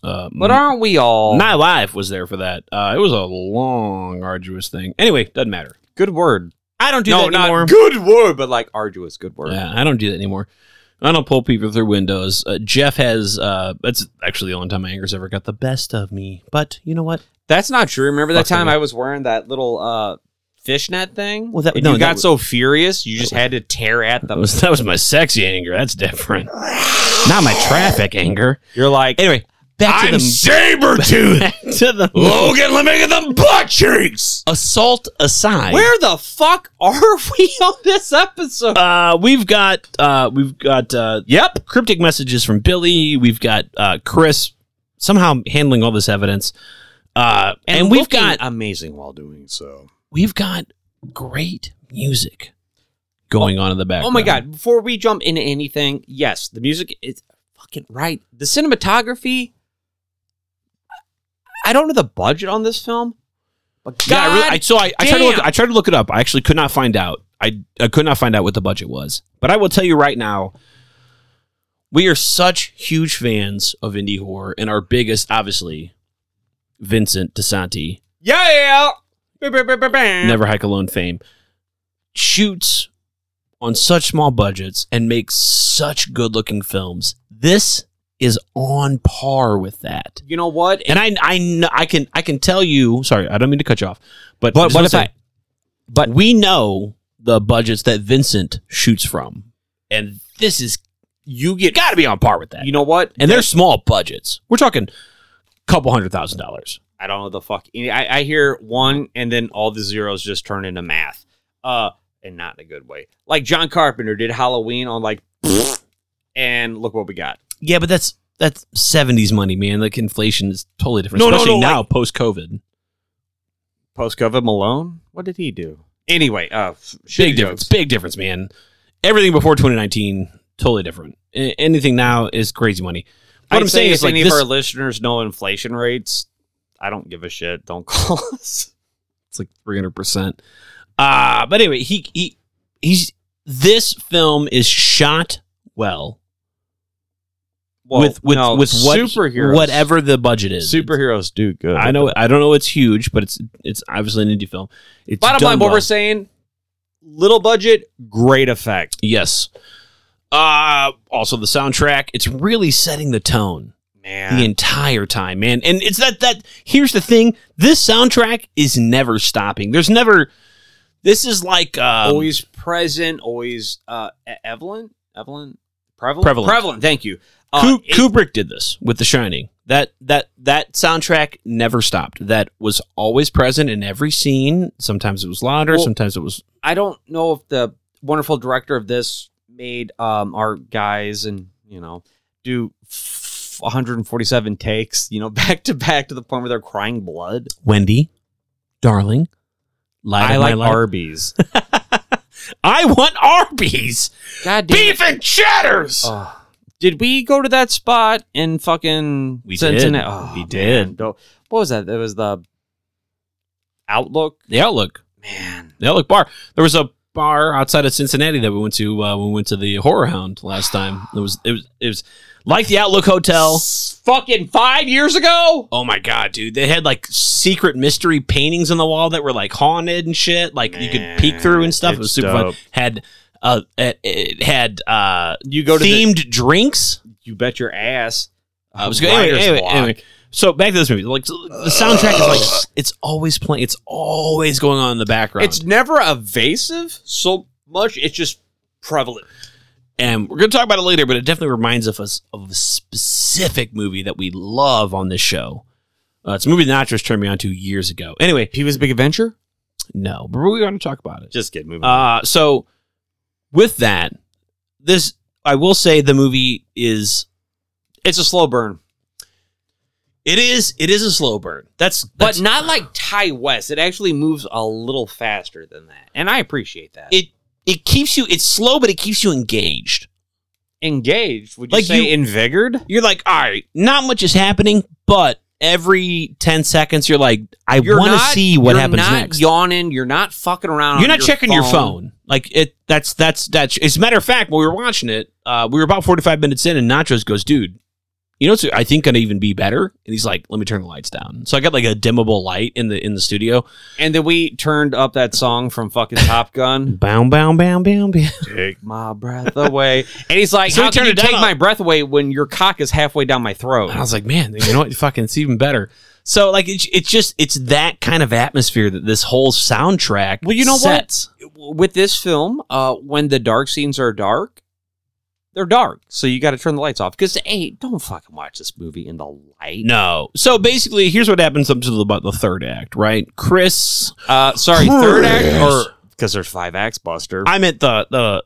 Speaker 1: Uh,
Speaker 2: But aren't we all?
Speaker 1: my life was there for that. Uh, it was a long, arduous thing. Anyway, doesn't matter.
Speaker 2: good word.
Speaker 1: I don't do
Speaker 2: no,
Speaker 1: that
Speaker 2: not
Speaker 1: anymore.
Speaker 2: good word, but like arduous good word.
Speaker 1: Yeah, I don't do that anymore. I don't pull people through windows. Uh, Jeff has. Uh, that's actually the only time my anger's ever got the best of me. But you know what?
Speaker 2: That's not true. Remember that
Speaker 1: Fucking
Speaker 2: time
Speaker 1: hell.
Speaker 2: I was wearing that little uh, fishnet thing?
Speaker 1: Well, that-
Speaker 2: And
Speaker 1: no,
Speaker 2: you
Speaker 1: that
Speaker 2: got
Speaker 1: was-
Speaker 2: so furious, you just had to tear at
Speaker 1: That
Speaker 2: them.
Speaker 1: was that was my sexy anger. That's different. Not my traffic anger.
Speaker 2: You're like,
Speaker 1: Anyway, back to
Speaker 3: I'm
Speaker 1: the
Speaker 3: Sabretooth!
Speaker 1: back to the
Speaker 3: Logan, let me get them butt cheeks!
Speaker 1: assault aside.
Speaker 2: where the fuck are we on this episode?
Speaker 1: Uh, we've got uh, we've got uh, yep cryptic messages from Billy. We've got uh, Chris somehow handling all this evidence. Uh, and, we've
Speaker 2: looking
Speaker 1: got
Speaker 2: amazing while doing so.
Speaker 1: we've got great music going on in the background.
Speaker 2: Oh my god! Before we jump into anything, yes, the music is fucking right. The cinematography. I don't know the budget on this film, but God,
Speaker 1: Yeah, I really, I, so I, I tried to look.
Speaker 2: damn.
Speaker 1: I tried to look it up. I actually could not find out. I, I could not find out what the budget was. But I will tell you right now, we are such huge fans of indie horror, and our biggest, obviously, Vincent DeSanti,
Speaker 2: yeah. Ba- ba- ba- ba- bam.
Speaker 1: Never Hike Alone fame, shoots on such small budgets and makes such good-looking films. This is on par with that.
Speaker 2: You know what?
Speaker 1: And I, I, kn- I can, I can tell you. Sorry, I don't mean to cut you off, but
Speaker 2: But
Speaker 1: just
Speaker 2: what
Speaker 1: wanna
Speaker 2: if I-
Speaker 1: But we know the budgets that Vincent shoots from, and this is you get got to be on par with that.
Speaker 2: You know what?
Speaker 1: and they're small budgets. We're talking couple hundred thousand dollars.
Speaker 2: I don't know the fuck. I, I hear one, and then all the zeros just turn into math. Uh, and not in a good way. Like John Carpenter did Halloween on like, and look what we got.
Speaker 1: Yeah, but that's that's seventies money, man. Like inflation is totally different,
Speaker 2: No, no,
Speaker 1: especially
Speaker 2: no,
Speaker 1: now post COVID.
Speaker 2: Post COVID Malone. What did he do? Anyway, uh, f- shitty
Speaker 1: Big difference,
Speaker 2: jokes.
Speaker 1: big difference, man. Everything before twenty nineteen, totally different. A- anything now is crazy money. What i
Speaker 2: I'd
Speaker 1: am saying
Speaker 2: say
Speaker 1: is
Speaker 2: if
Speaker 1: like
Speaker 2: any
Speaker 1: this,
Speaker 2: of our listeners know inflation rates, I don't give a shit. Don't call us.
Speaker 1: It's like three hundred percent. Uh but anyway, he he he's this film is shot well
Speaker 2: Well,
Speaker 1: with with
Speaker 2: no,
Speaker 1: with what
Speaker 2: superheroes.
Speaker 1: whatever the budget is.
Speaker 2: Superheroes do good.
Speaker 1: I know I don't know it's huge, but it's it's obviously an indie film. It's
Speaker 2: Bottom
Speaker 1: done
Speaker 2: line, what
Speaker 1: well.
Speaker 2: we're saying: little budget, great effect.
Speaker 1: Yes. Uh also the soundtrack, it's really setting the tone.
Speaker 2: Man.
Speaker 1: The entire time, man. And it's that that here's the thing, this soundtrack is never stopping. There's never this is like um,
Speaker 2: always present, always uh, E- Evelyn, Evelyn, prevalent,
Speaker 1: Prevalent.
Speaker 2: Thank you. Uh,
Speaker 1: Ku- Kubrick did this with The Shining. That that that soundtrack never stopped. That was always present in every scene. Sometimes it was louder,
Speaker 2: Well-
Speaker 1: sometimes it was
Speaker 2: I don't know if the wonderful director of this made um, our guys and you know do f- 147 takes, you know, back to back to the point where they're crying blood.
Speaker 1: Wendy, darling. light
Speaker 2: I
Speaker 1: of my
Speaker 2: like
Speaker 1: life.
Speaker 2: Arby's.
Speaker 1: I want Arby's.
Speaker 2: God damn
Speaker 1: Beef and cheddars.
Speaker 2: Ugh. did we go to that spot in fucking
Speaker 1: We did.
Speaker 2: Cincinnati? Oh,
Speaker 1: We did.
Speaker 2: man. Don't- What was that? It was the Outlook.
Speaker 1: The Outlook. Man. The Outlook bar. There was a bar outside of Cincinnati that we went to uh, when we went to the Horror Hound last time. It was it was it was like the Outlook Hotel.
Speaker 2: Fucking five years ago.
Speaker 1: Oh my god, dude. They had like secret mystery paintings on the wall that were like haunted and shit. Like you could peek through and stuff. It was
Speaker 2: it's
Speaker 1: super
Speaker 2: dope.
Speaker 1: fun. Had uh it, it had uh
Speaker 2: You go to the-
Speaker 1: themed drinks.
Speaker 2: You bet your ass. Uh,
Speaker 1: I was good. Anyway,
Speaker 2: Writer's
Speaker 1: anyway,
Speaker 2: block.
Speaker 1: anyway. So back to this movie. Like the soundtrack is like it's always playing. It's always going on in the background.
Speaker 2: It's never evasive so much. It's just prevalent.
Speaker 1: and we're going to talk about it later, but it definitely reminds of us of a specific movie that we love on this show. Uh, it's a movie that Nachos turned me on to years ago. Anyway,
Speaker 2: he was a big adventure.
Speaker 1: No, but we're going to talk about it.
Speaker 2: Just get moving.
Speaker 1: Uh, so with that, this I will say the movie is
Speaker 2: it's a slow burn.
Speaker 1: It is. It is a slow burn. That's, that's
Speaker 2: but not like Ty West. It actually moves a little faster than that, and I appreciate that.
Speaker 1: it. It keeps you. It's slow, but it keeps you engaged.
Speaker 2: Engaged? Would you
Speaker 1: Like
Speaker 2: say
Speaker 1: you-
Speaker 2: invigored?
Speaker 1: You're like, all right, not much is happening, but every ten seconds, you're like, I
Speaker 2: You're
Speaker 1: want to
Speaker 2: not-
Speaker 1: see what
Speaker 2: you're
Speaker 1: happens
Speaker 2: not
Speaker 1: next.
Speaker 2: Yawning. You're not fucking around.
Speaker 1: You're
Speaker 2: on
Speaker 1: not checking your phone. Like it. That's that's that's. As a matter of fact, when we were watching it, uh, we were about 45 minutes in, and Nachos goes, "Dude, you know what's I think gonna even be better." And he's like, "Let me turn the lights down." So I got like a dimmable light in the in the studio.
Speaker 2: And then we turned up that song from fucking Top Gun.
Speaker 1: Bound, bound, bound, bound, bound.
Speaker 2: Take my breath away. And he's like,
Speaker 1: So we
Speaker 2: "How can
Speaker 1: turned
Speaker 2: you
Speaker 1: it down
Speaker 2: take
Speaker 1: a-
Speaker 2: my breath away when your cock is halfway down my throat?"
Speaker 1: And I was like, "Man, you know what? Fucking, it's even better." So like, it's it's just it's that kind of atmosphere that this whole soundtrack.
Speaker 2: Well, you know
Speaker 1: sets.
Speaker 2: what? With this film, uh, when the dark scenes are dark, they're dark. So you got to turn the lights off because hey, don't fucking watch this movie in the light.
Speaker 1: No. So basically, here's what happens up to the, about the third act, right? Chris,
Speaker 2: Uh, sorry, third act
Speaker 1: Chris.
Speaker 2: or because there's five acts, Buster.
Speaker 1: I meant the the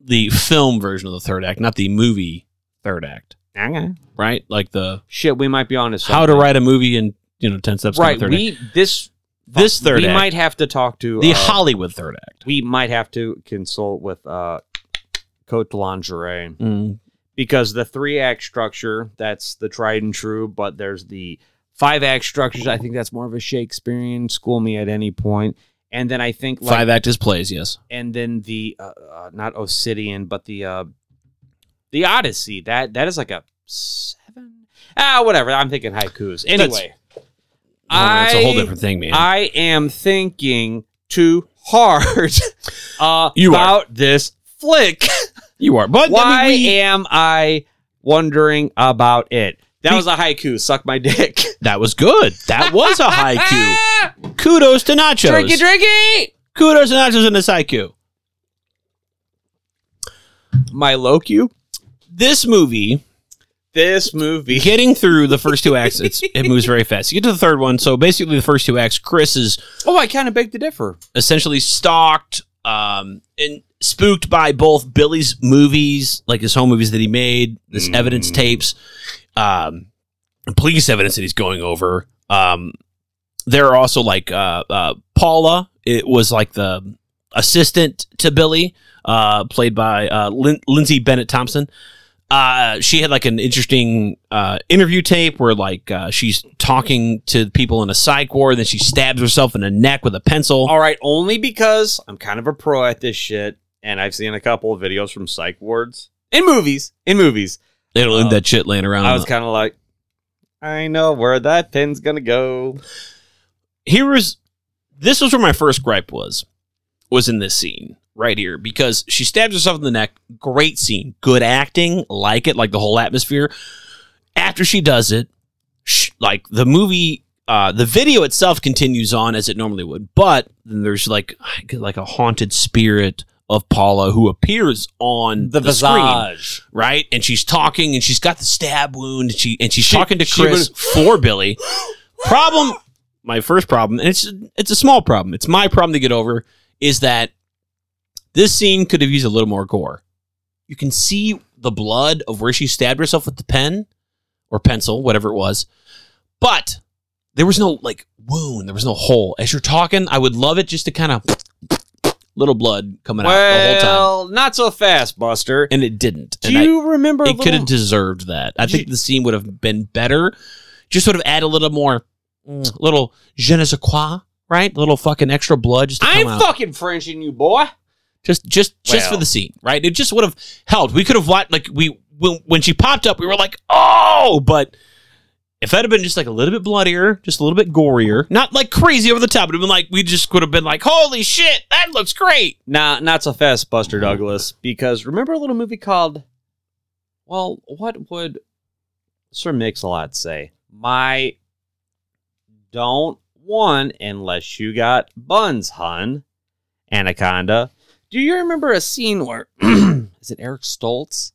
Speaker 1: the film version of the third act, not the movie third act,
Speaker 2: Okay.
Speaker 1: right? Like the
Speaker 2: Shit, we might be on to
Speaker 1: how to
Speaker 2: something.
Speaker 1: write a movie in you know ten steps. kind
Speaker 2: right.
Speaker 1: of third
Speaker 2: We
Speaker 1: act.
Speaker 2: this
Speaker 1: this third
Speaker 2: we
Speaker 1: act,
Speaker 2: might have to talk to
Speaker 1: the
Speaker 2: uh,
Speaker 1: Hollywood third act.
Speaker 2: We might have to consult with uh, Coach Lingerie.
Speaker 1: Mm.
Speaker 2: because the three act structure that's the tried and true but there's the five act structures i think that's more of a shakespearean school me at any point and then i think like
Speaker 1: Five act is plays, yes.
Speaker 2: and then the uh, uh, not Obsidian, but the uh, the Odyssey. That that is like a seven. Ah, whatever. I'm thinking haikus. Anyway, I,
Speaker 1: That's Oh, a whole different thing, man.
Speaker 2: I am thinking too hard uh,
Speaker 1: You are.
Speaker 2: about this flick.
Speaker 1: you are, but I mean,
Speaker 2: why
Speaker 1: we-
Speaker 2: am I wondering about it? That was a haiku. Suck my dick.
Speaker 1: that was good. That was a haiku. Kudos to Nachos.
Speaker 2: Drinky, drinky.
Speaker 1: Kudos to Nachos and the haiku.
Speaker 2: My locu.
Speaker 1: This movie
Speaker 2: This movie.
Speaker 1: getting through the first two acts, it's, it moves very fast. You get to the third one, so basically the first two acts, Chris is
Speaker 2: Oh, I kind of beg to differ.
Speaker 1: essentially stalked um, and spooked by both Billy's movies, like his home movies that he made, this evidence tapes, um, police evidence that he's going over. Um, there are also like uh, uh, Paula. It was like the assistant to Billy, uh, played by uh, Lin- Lindsay Bennett Thompson. Uh, she had like an interesting uh, interview tape where like uh, she's talking to people in a psych ward, then she stabs herself in the neck with a pencil.
Speaker 2: All right, only because I'm kind of a pro at this shit, and I've seen a couple of videos from psych wards in movies. In movies,
Speaker 1: It'll end that shit laying around.
Speaker 2: I was kind of like, I know where that pin's gonna go.
Speaker 1: here was this was where my first gripe was was in this scene right here because she stabs herself in the neck great scene good acting like it like the whole atmosphere after she does it sh like the movie uh, the video itself continues on as it normally would but then there's like like a haunted spirit of Paula who appears on the,
Speaker 5: visage.
Speaker 1: screen, right? And she's talking, and she's got the stab wound, and she and she's talking to Chris for Billy. Problem my first problem, and it's it's a small problem. It's my problem to get over is that this scene could have used a little more gore. You can see the blood of where she stabbed herself with the pen or pencil, whatever it was. But there was no like wound, there was no hole. As you're talking, I would love it just to kind of little blood coming out the whole time.
Speaker 2: Well, not so fast, Buster.
Speaker 1: And it didn't.
Speaker 2: Do
Speaker 1: And I-
Speaker 2: you remember? a
Speaker 1: it could
Speaker 2: little-
Speaker 1: have deserved that. I think the scene would have been better. Just sort of add a little more, mm, little je ne sais quoi, right? little fucking extra blood just to come
Speaker 2: I'm
Speaker 1: out.
Speaker 2: fucking Frenching you, boy.
Speaker 1: just, just, just for
Speaker 2: Well.
Speaker 1: the scene, right? It just would have helped. We could have watched, like we when, when she popped up, we were like, oh, but if that had been just like a little bit bloodier, just a little bit gorier, not like crazy over the top, it would have been like we just could have been like, holy shit, that looks great.
Speaker 2: Nah, not so fast, Buster Douglas. Because remember a little movie called, well, what would Sir Mix-a-Lot say? My don't want unless you got buns, hun. Anaconda. Do you remember a scene where is it Eric Stoltz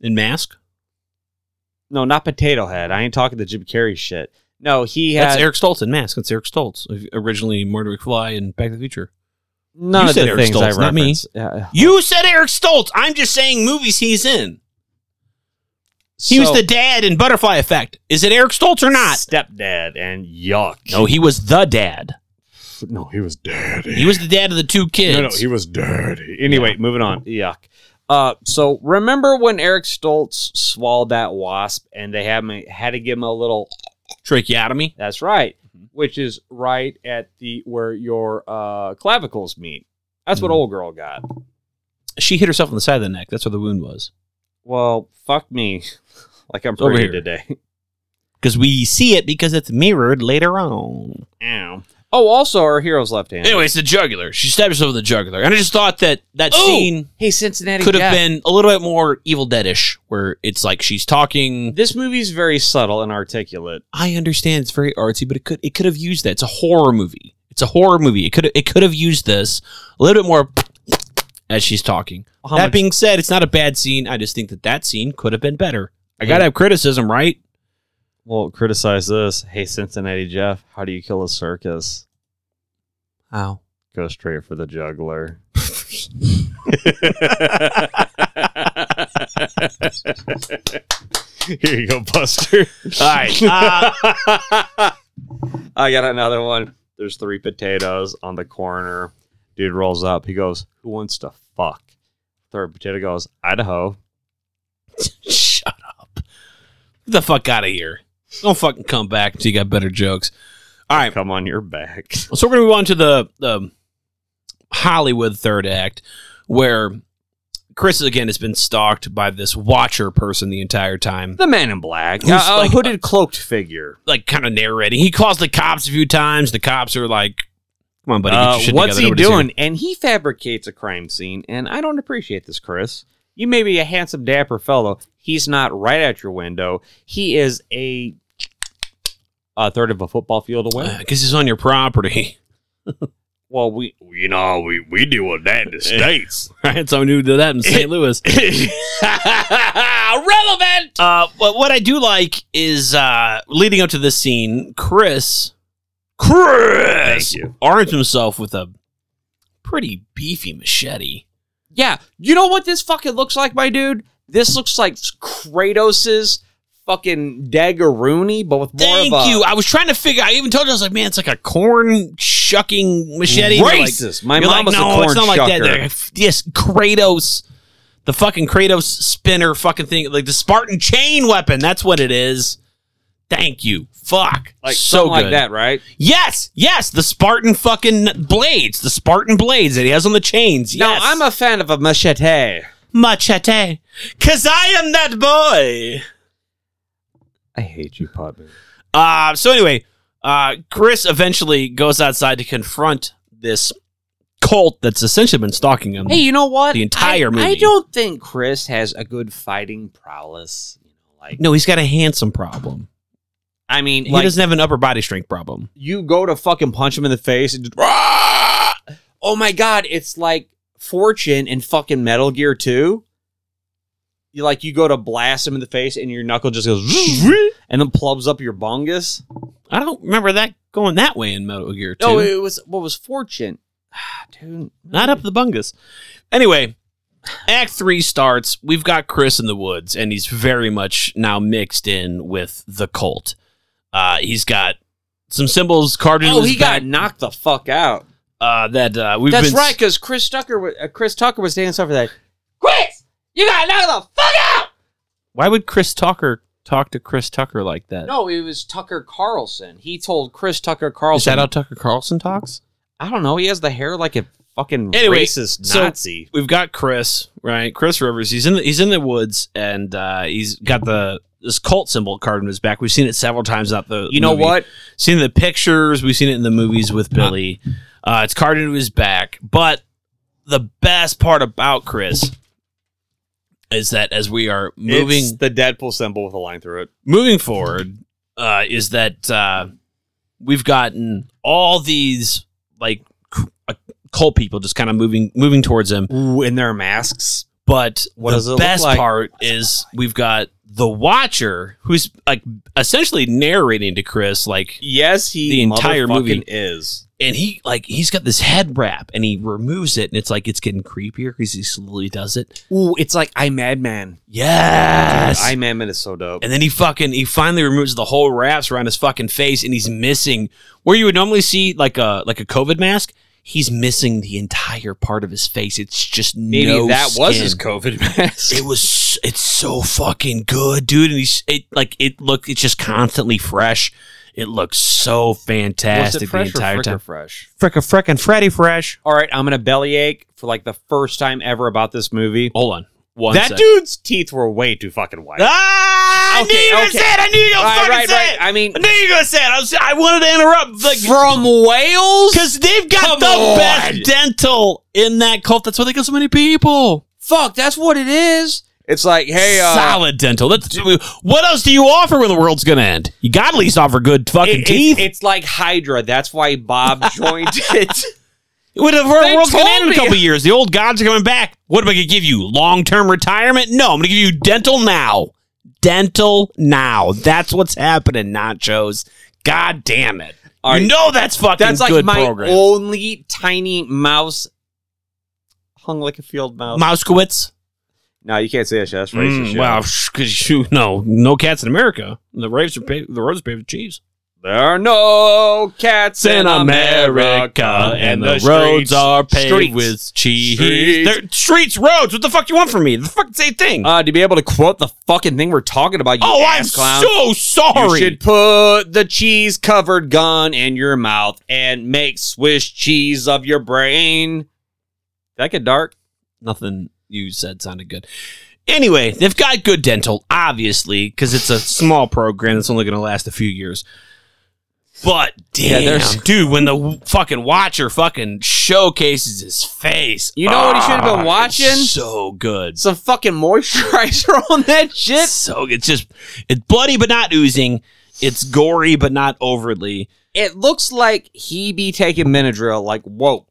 Speaker 1: in Mask?
Speaker 2: No, not Potato Head. I ain't talking the Jim Carrey shit. No, he had
Speaker 1: That's Eric Stoltz in Mask. That's Eric Stoltz, originally Marty McFly and Back to the Future.
Speaker 2: none
Speaker 1: You
Speaker 2: of
Speaker 1: said
Speaker 2: the
Speaker 1: Eric
Speaker 2: things I
Speaker 1: Stoltz, not me.
Speaker 2: reference. Yeah.
Speaker 1: You said Eric Stoltz. I'm just saying movies he's in. He was
Speaker 2: So-
Speaker 1: the dad in Butterfly Effect. Is it Eric Stoltz or not?
Speaker 2: Stepdad and yuck.
Speaker 1: No, he was the dad.
Speaker 2: No, he was daddy.
Speaker 1: He was the dad of the two kids.
Speaker 2: No, no, he was dirty. Anyway, moving on. Yuck. Uh, so remember when Eric Stoltz swallowed that wasp and they had me had to give him a little
Speaker 1: tracheotomy?
Speaker 2: That's right, which is right at the where your uh, clavicles meet. That's what old girl got.
Speaker 1: She hit herself on the side of the neck. That's where the wound was.
Speaker 2: Well, fuck me, like I'm
Speaker 1: It's over
Speaker 2: pretty
Speaker 1: here.
Speaker 2: today.
Speaker 1: Because we see it because it's mirrored later on.
Speaker 2: Ow. Oh, also our hero's left hand.
Speaker 1: Anyways, the jugular. She stabbed herself with the jugular. And I just thought that that
Speaker 2: Ooh!
Speaker 1: scene
Speaker 2: Hey, Cincinnati
Speaker 1: could have
Speaker 2: Jeff.
Speaker 1: been a little bit more Evil Deadish, where it's like she's talking.
Speaker 2: This movie's very subtle and articulate.
Speaker 1: I understand it's very artsy, but it could it could have used that. It's a horror movie. It's a horror movie. It could it could have used this a little bit more as she's talking.
Speaker 2: How
Speaker 1: that
Speaker 2: much-
Speaker 1: being said, it's not a bad scene. I just think that that scene could have been better. I gotta
Speaker 2: Yeah.
Speaker 1: have criticism, right?
Speaker 2: Well, criticize this. Hey, Cincinnati Jeff, how do you kill a circus?
Speaker 1: How?
Speaker 2: Go straight for the juggler. Here you go, Buster.
Speaker 1: All right, uh,
Speaker 2: I got another one. There's three potatoes on the corner. Dude rolls up. He goes, Who wants to fuck? Third potato goes, Idaho.
Speaker 1: shut up. Get the fuck out of here. Don't fucking come back until you got better jokes. All right,
Speaker 2: Come on your back.
Speaker 1: so we're gonna move on to the the Hollywood third act, where Chris again has been stalked by this watcher person the entire time.
Speaker 2: The man in black.
Speaker 1: Who's
Speaker 2: Uh, a
Speaker 1: like-
Speaker 2: hooded cloaked figure.
Speaker 1: like kind of narrating. He calls the cops a few times. The cops are like, "Come on, buddy, get your
Speaker 2: Uh,
Speaker 1: shit
Speaker 2: what's
Speaker 1: together.
Speaker 2: he
Speaker 1: Nobody's
Speaker 2: doing?
Speaker 1: here."
Speaker 2: And he fabricates a crime scene, and I don't appreciate this, Chris. You may be a handsome, dapper fellow. He's not right at your window. He is a a third of a football field away.
Speaker 1: Uh, Because he's on your property,
Speaker 2: Well, we
Speaker 3: You know, we, we deal with that in the States.
Speaker 1: right? Someone who did that in St. Louis.
Speaker 5: Relevant.
Speaker 1: Uh, but what I do like is uh, leading up to this scene, Chris, Chris,
Speaker 2: you.
Speaker 1: arms himself with a pretty beefy machete.
Speaker 2: yeah. You know what this fucking looks like, my dude? This looks like Kratos's fucking daggeroony, but with more
Speaker 1: Thank
Speaker 2: of a
Speaker 1: you. I was trying to figure. I even told you I was like, man, it's like a corn shucking machete. And you're like-
Speaker 2: Racist. My
Speaker 1: you're
Speaker 2: mom was a
Speaker 1: no, it's
Speaker 2: corn
Speaker 1: not like that.
Speaker 2: shucker."
Speaker 1: They're- Yes, Kratos, the fucking Kratos spinner fucking thing, like the Spartan chain weapon. That's what it is. Thank you. Fuck.
Speaker 2: like
Speaker 1: so
Speaker 2: something
Speaker 1: good.
Speaker 2: like that, right?
Speaker 1: Yes, yes, the Spartan fucking blades, the Spartan blades that he has on the chains.
Speaker 2: Now
Speaker 1: Yes.
Speaker 2: I'm a fan of a machete.
Speaker 1: machete. Cause I am that boy.
Speaker 2: I hate you, Podbean.
Speaker 1: Uh, so anyway, uh, Chris eventually goes outside to confront this cult that's essentially been stalking him.
Speaker 2: Hey, you know what?
Speaker 1: The entire
Speaker 2: I,
Speaker 1: movie.
Speaker 2: I don't think Chris has a good fighting prowess. You know, like
Speaker 1: No, he's got a handsome problem.
Speaker 2: I mean,
Speaker 1: He
Speaker 2: like,
Speaker 1: doesn't have an upper body strength problem.
Speaker 2: you go to fucking punch him in the face and just, "Rah!" oh my god, it's like Fortune and fucking Metal Gear 2. You like you go to blast him in the face and your knuckle just goes and then plubs up your bungus.
Speaker 1: I don't remember that going that way in Metal Gear 2.
Speaker 2: No, it was what was Fortune. Dude,
Speaker 1: Not up the bungus. Anyway, Act 3 starts. We've got Chris in the woods, and he's very much now mixed in with the cult. Uh, he's got some symbols carved into
Speaker 2: Oh,
Speaker 1: his
Speaker 2: he
Speaker 1: back,
Speaker 2: got knocked the fuck out.
Speaker 1: uh, that uh, we've
Speaker 2: That's
Speaker 1: been
Speaker 2: right, because Chris Tucker, wa- uh, Chris Tucker was standing up for that. Chris, you got knocked the fuck out.
Speaker 1: Why would Chris Tucker talk to Chris Tucker like that? Is
Speaker 2: No, it was Tucker Carlson. He told Chris Tucker Carlson.
Speaker 1: that how Tucker Carlson talks?
Speaker 2: I don't know. He has the hair like a fucking
Speaker 1: Anyway,
Speaker 2: racist
Speaker 1: so
Speaker 2: Nazi.
Speaker 1: we've got Chris, right? Chris Rivers. He's in the, he's in the woods, and uh, he's got the this cult symbol carved in his back. We've seen it several times out the.
Speaker 2: You know
Speaker 1: movie.
Speaker 2: what?
Speaker 1: Seen the pictures. We've seen it in the movies with Billy. Uh, it's carved into his back. But the best part about Chris is that as we are moving
Speaker 2: It's the Deadpool symbol with a line through it.
Speaker 1: moving forward uh, is that uh, we've gotten all these like c- uh, cult people just kind of moving moving towards him
Speaker 2: in their masks.
Speaker 1: But
Speaker 2: What
Speaker 1: the
Speaker 2: does it look
Speaker 1: best
Speaker 2: like?
Speaker 1: part is we've got the Watcher who's like essentially narrating to Chris like
Speaker 2: Yes, he
Speaker 1: the entire
Speaker 2: motherfucking
Speaker 1: movie
Speaker 2: is.
Speaker 1: and he like he's got this head wrap and he removes it and it's like it's getting creepier because he slowly does it.
Speaker 2: Ooh, it's like I Madman.
Speaker 1: Yes.
Speaker 2: I Madman is so dope.
Speaker 1: And then he fucking he finally removes the whole wraps around his fucking face, and he's missing where you would normally see like a like a COVID mask. He's missing the entire part of his face. It's just
Speaker 2: Maybe
Speaker 1: no
Speaker 2: that was his
Speaker 1: skin.
Speaker 2: COVID mask.
Speaker 1: It was. It's so fucking good, dude. And he's it like it look. It's just constantly fresh. It looks so fantastic
Speaker 2: fresh or
Speaker 1: the entire
Speaker 2: fricker
Speaker 1: time.
Speaker 2: fresh?
Speaker 1: Fricka frickin' Freddy fresh.
Speaker 2: All right, I'm gonna bellyache for like the first time ever about this movie.
Speaker 1: Hold on. One
Speaker 2: that
Speaker 1: sec.
Speaker 2: dude's teeth were way too fucking white.
Speaker 1: Ah, I
Speaker 2: Okay,
Speaker 1: knew you were gonna
Speaker 2: okay.
Speaker 1: say it. I knew you were gonna
Speaker 2: Right,
Speaker 1: fucking
Speaker 2: right,
Speaker 1: say
Speaker 2: right.
Speaker 1: it.
Speaker 2: I mean-
Speaker 1: I knew you were gonna say it. I, was, I wanted to interrupt. Like,
Speaker 2: From Wales?
Speaker 1: Because they've got
Speaker 2: Come
Speaker 1: the
Speaker 2: on.
Speaker 1: best dental in that cult. That's why they got so many people.
Speaker 2: Fuck, that's what it is. It's like, hey, uh,
Speaker 1: Solid dental. That's, what else do you offer when the world's gonna end? You got to at least offer good fucking
Speaker 2: it-
Speaker 1: teeth.
Speaker 2: it- it's like Hydra. That's why Bob joined it.
Speaker 1: When the wor-
Speaker 2: they
Speaker 1: world's gonna
Speaker 2: told
Speaker 1: end in a couple
Speaker 2: me.
Speaker 1: years, the old gods are coming back. What am I gonna give you? Long term retirement? No, I'm gonna give you dental now. Dental now. That's what's happening, nachos. God damn it.
Speaker 2: All right.
Speaker 1: You know that's fucking
Speaker 2: That's like
Speaker 1: good
Speaker 2: my
Speaker 1: program.
Speaker 2: only tiny mouse hung like a field mouse.
Speaker 1: Mouskowitz.
Speaker 2: no, you can't say that shit. That's racist.
Speaker 1: Mm,
Speaker 2: shit.
Speaker 1: wow, because you no, no cats in America. The roads are paved, the roads are paved with cheese.
Speaker 2: There are no cats
Speaker 1: It's in America,
Speaker 2: America,
Speaker 1: and the, roads
Speaker 2: streets-
Speaker 1: are paved
Speaker 2: streets.
Speaker 1: with cheese.
Speaker 2: Streets.
Speaker 1: They're- streets, roads. What the fuck do you want from me? The fucking same thing.
Speaker 2: Uh, to be able to quote the fucking thing we're talking about, you
Speaker 1: oh, I'm
Speaker 2: ass clown.
Speaker 1: so
Speaker 2: You
Speaker 1: sorry.
Speaker 2: should put the cheese covered gun in your mouth and make Swiss cheese of your brain. Did that get dark?
Speaker 1: Nothing you said sounded good. Anyway, they've got good dental, obviously, because it's a small program that's only going to last a few years. But
Speaker 2: Yeah,
Speaker 1: damn,
Speaker 2: there's-
Speaker 1: dude, when the w- fucking watcher fucking showcases his face,
Speaker 2: You know what he should have
Speaker 1: ah,
Speaker 2: been watching?
Speaker 1: it's So good.
Speaker 2: Some fucking moisturizer on that shit.
Speaker 1: so it's just it's bloody but not oozing. It's gory but not overtly.
Speaker 2: It looks like he be taking Benadryl. Like, whoa.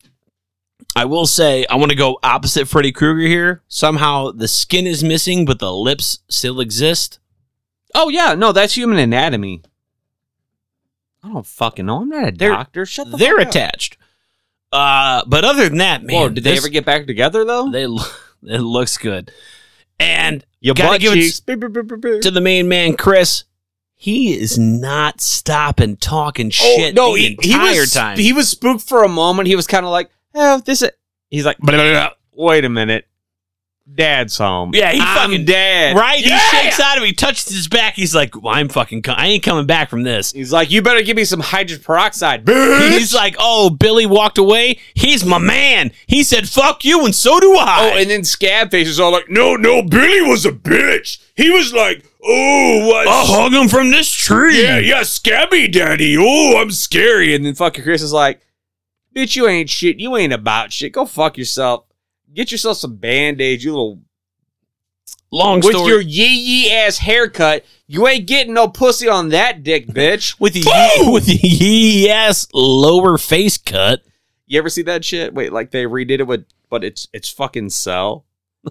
Speaker 1: I will say I want to go opposite Freddy Krueger here. Somehow the skin is missing, but the lips still exist.
Speaker 2: Oh yeah, no, that's human anatomy. I don't fucking know. I'm not a doctor. Shut the.
Speaker 1: They're
Speaker 2: fuck up.
Speaker 1: attached. Uh, but other than that, man,
Speaker 2: Whoa, did they
Speaker 1: this-
Speaker 2: ever get back together though?
Speaker 1: They lo- it looks good, and
Speaker 2: Your
Speaker 1: Gotta
Speaker 2: butt
Speaker 1: give it
Speaker 2: cheeks.
Speaker 1: to the main man, Chris. He is not stopping talking
Speaker 2: Oh,
Speaker 1: shit
Speaker 2: no,
Speaker 1: the
Speaker 2: he, he
Speaker 1: entire
Speaker 2: was,
Speaker 1: time.
Speaker 2: He was spooked for a moment. He was kind of like, "Oh, this." Is, he's like, "Wait a minute." Dad's home.
Speaker 1: Yeah, he
Speaker 2: I'm
Speaker 1: fucking
Speaker 2: dead.
Speaker 1: Right?
Speaker 2: Yeah!
Speaker 1: He shakes out of him. He touches his back. He's like, "Well, I'm fucking. Co- I ain't coming back from this.
Speaker 2: He's like, you better give me some hydrogen peroxide,
Speaker 1: He's like, oh, Billy walked away. He's my man. He said, fuck you, and so do I.
Speaker 2: Oh, and then Scabface is all like, no,
Speaker 3: no, Billy was a bitch. He was like, oh, what?
Speaker 1: I hung him from this tree.
Speaker 3: Yeah, yeah, scabby daddy. Oh, I'm
Speaker 2: scary. And then fucking Chris is like, bitch, you ain't shit. You ain't about shit. Go fuck yourself. Get yourself some band aids, you little.
Speaker 1: Long
Speaker 2: With
Speaker 1: story-
Speaker 2: your yee yee ass haircut, you ain't getting no pussy on that dick, bitch.
Speaker 1: with the ye- with the ye ass lower face cut.
Speaker 2: You ever see that shit? Wait, like they redid it with, but it's it's fucking Cell.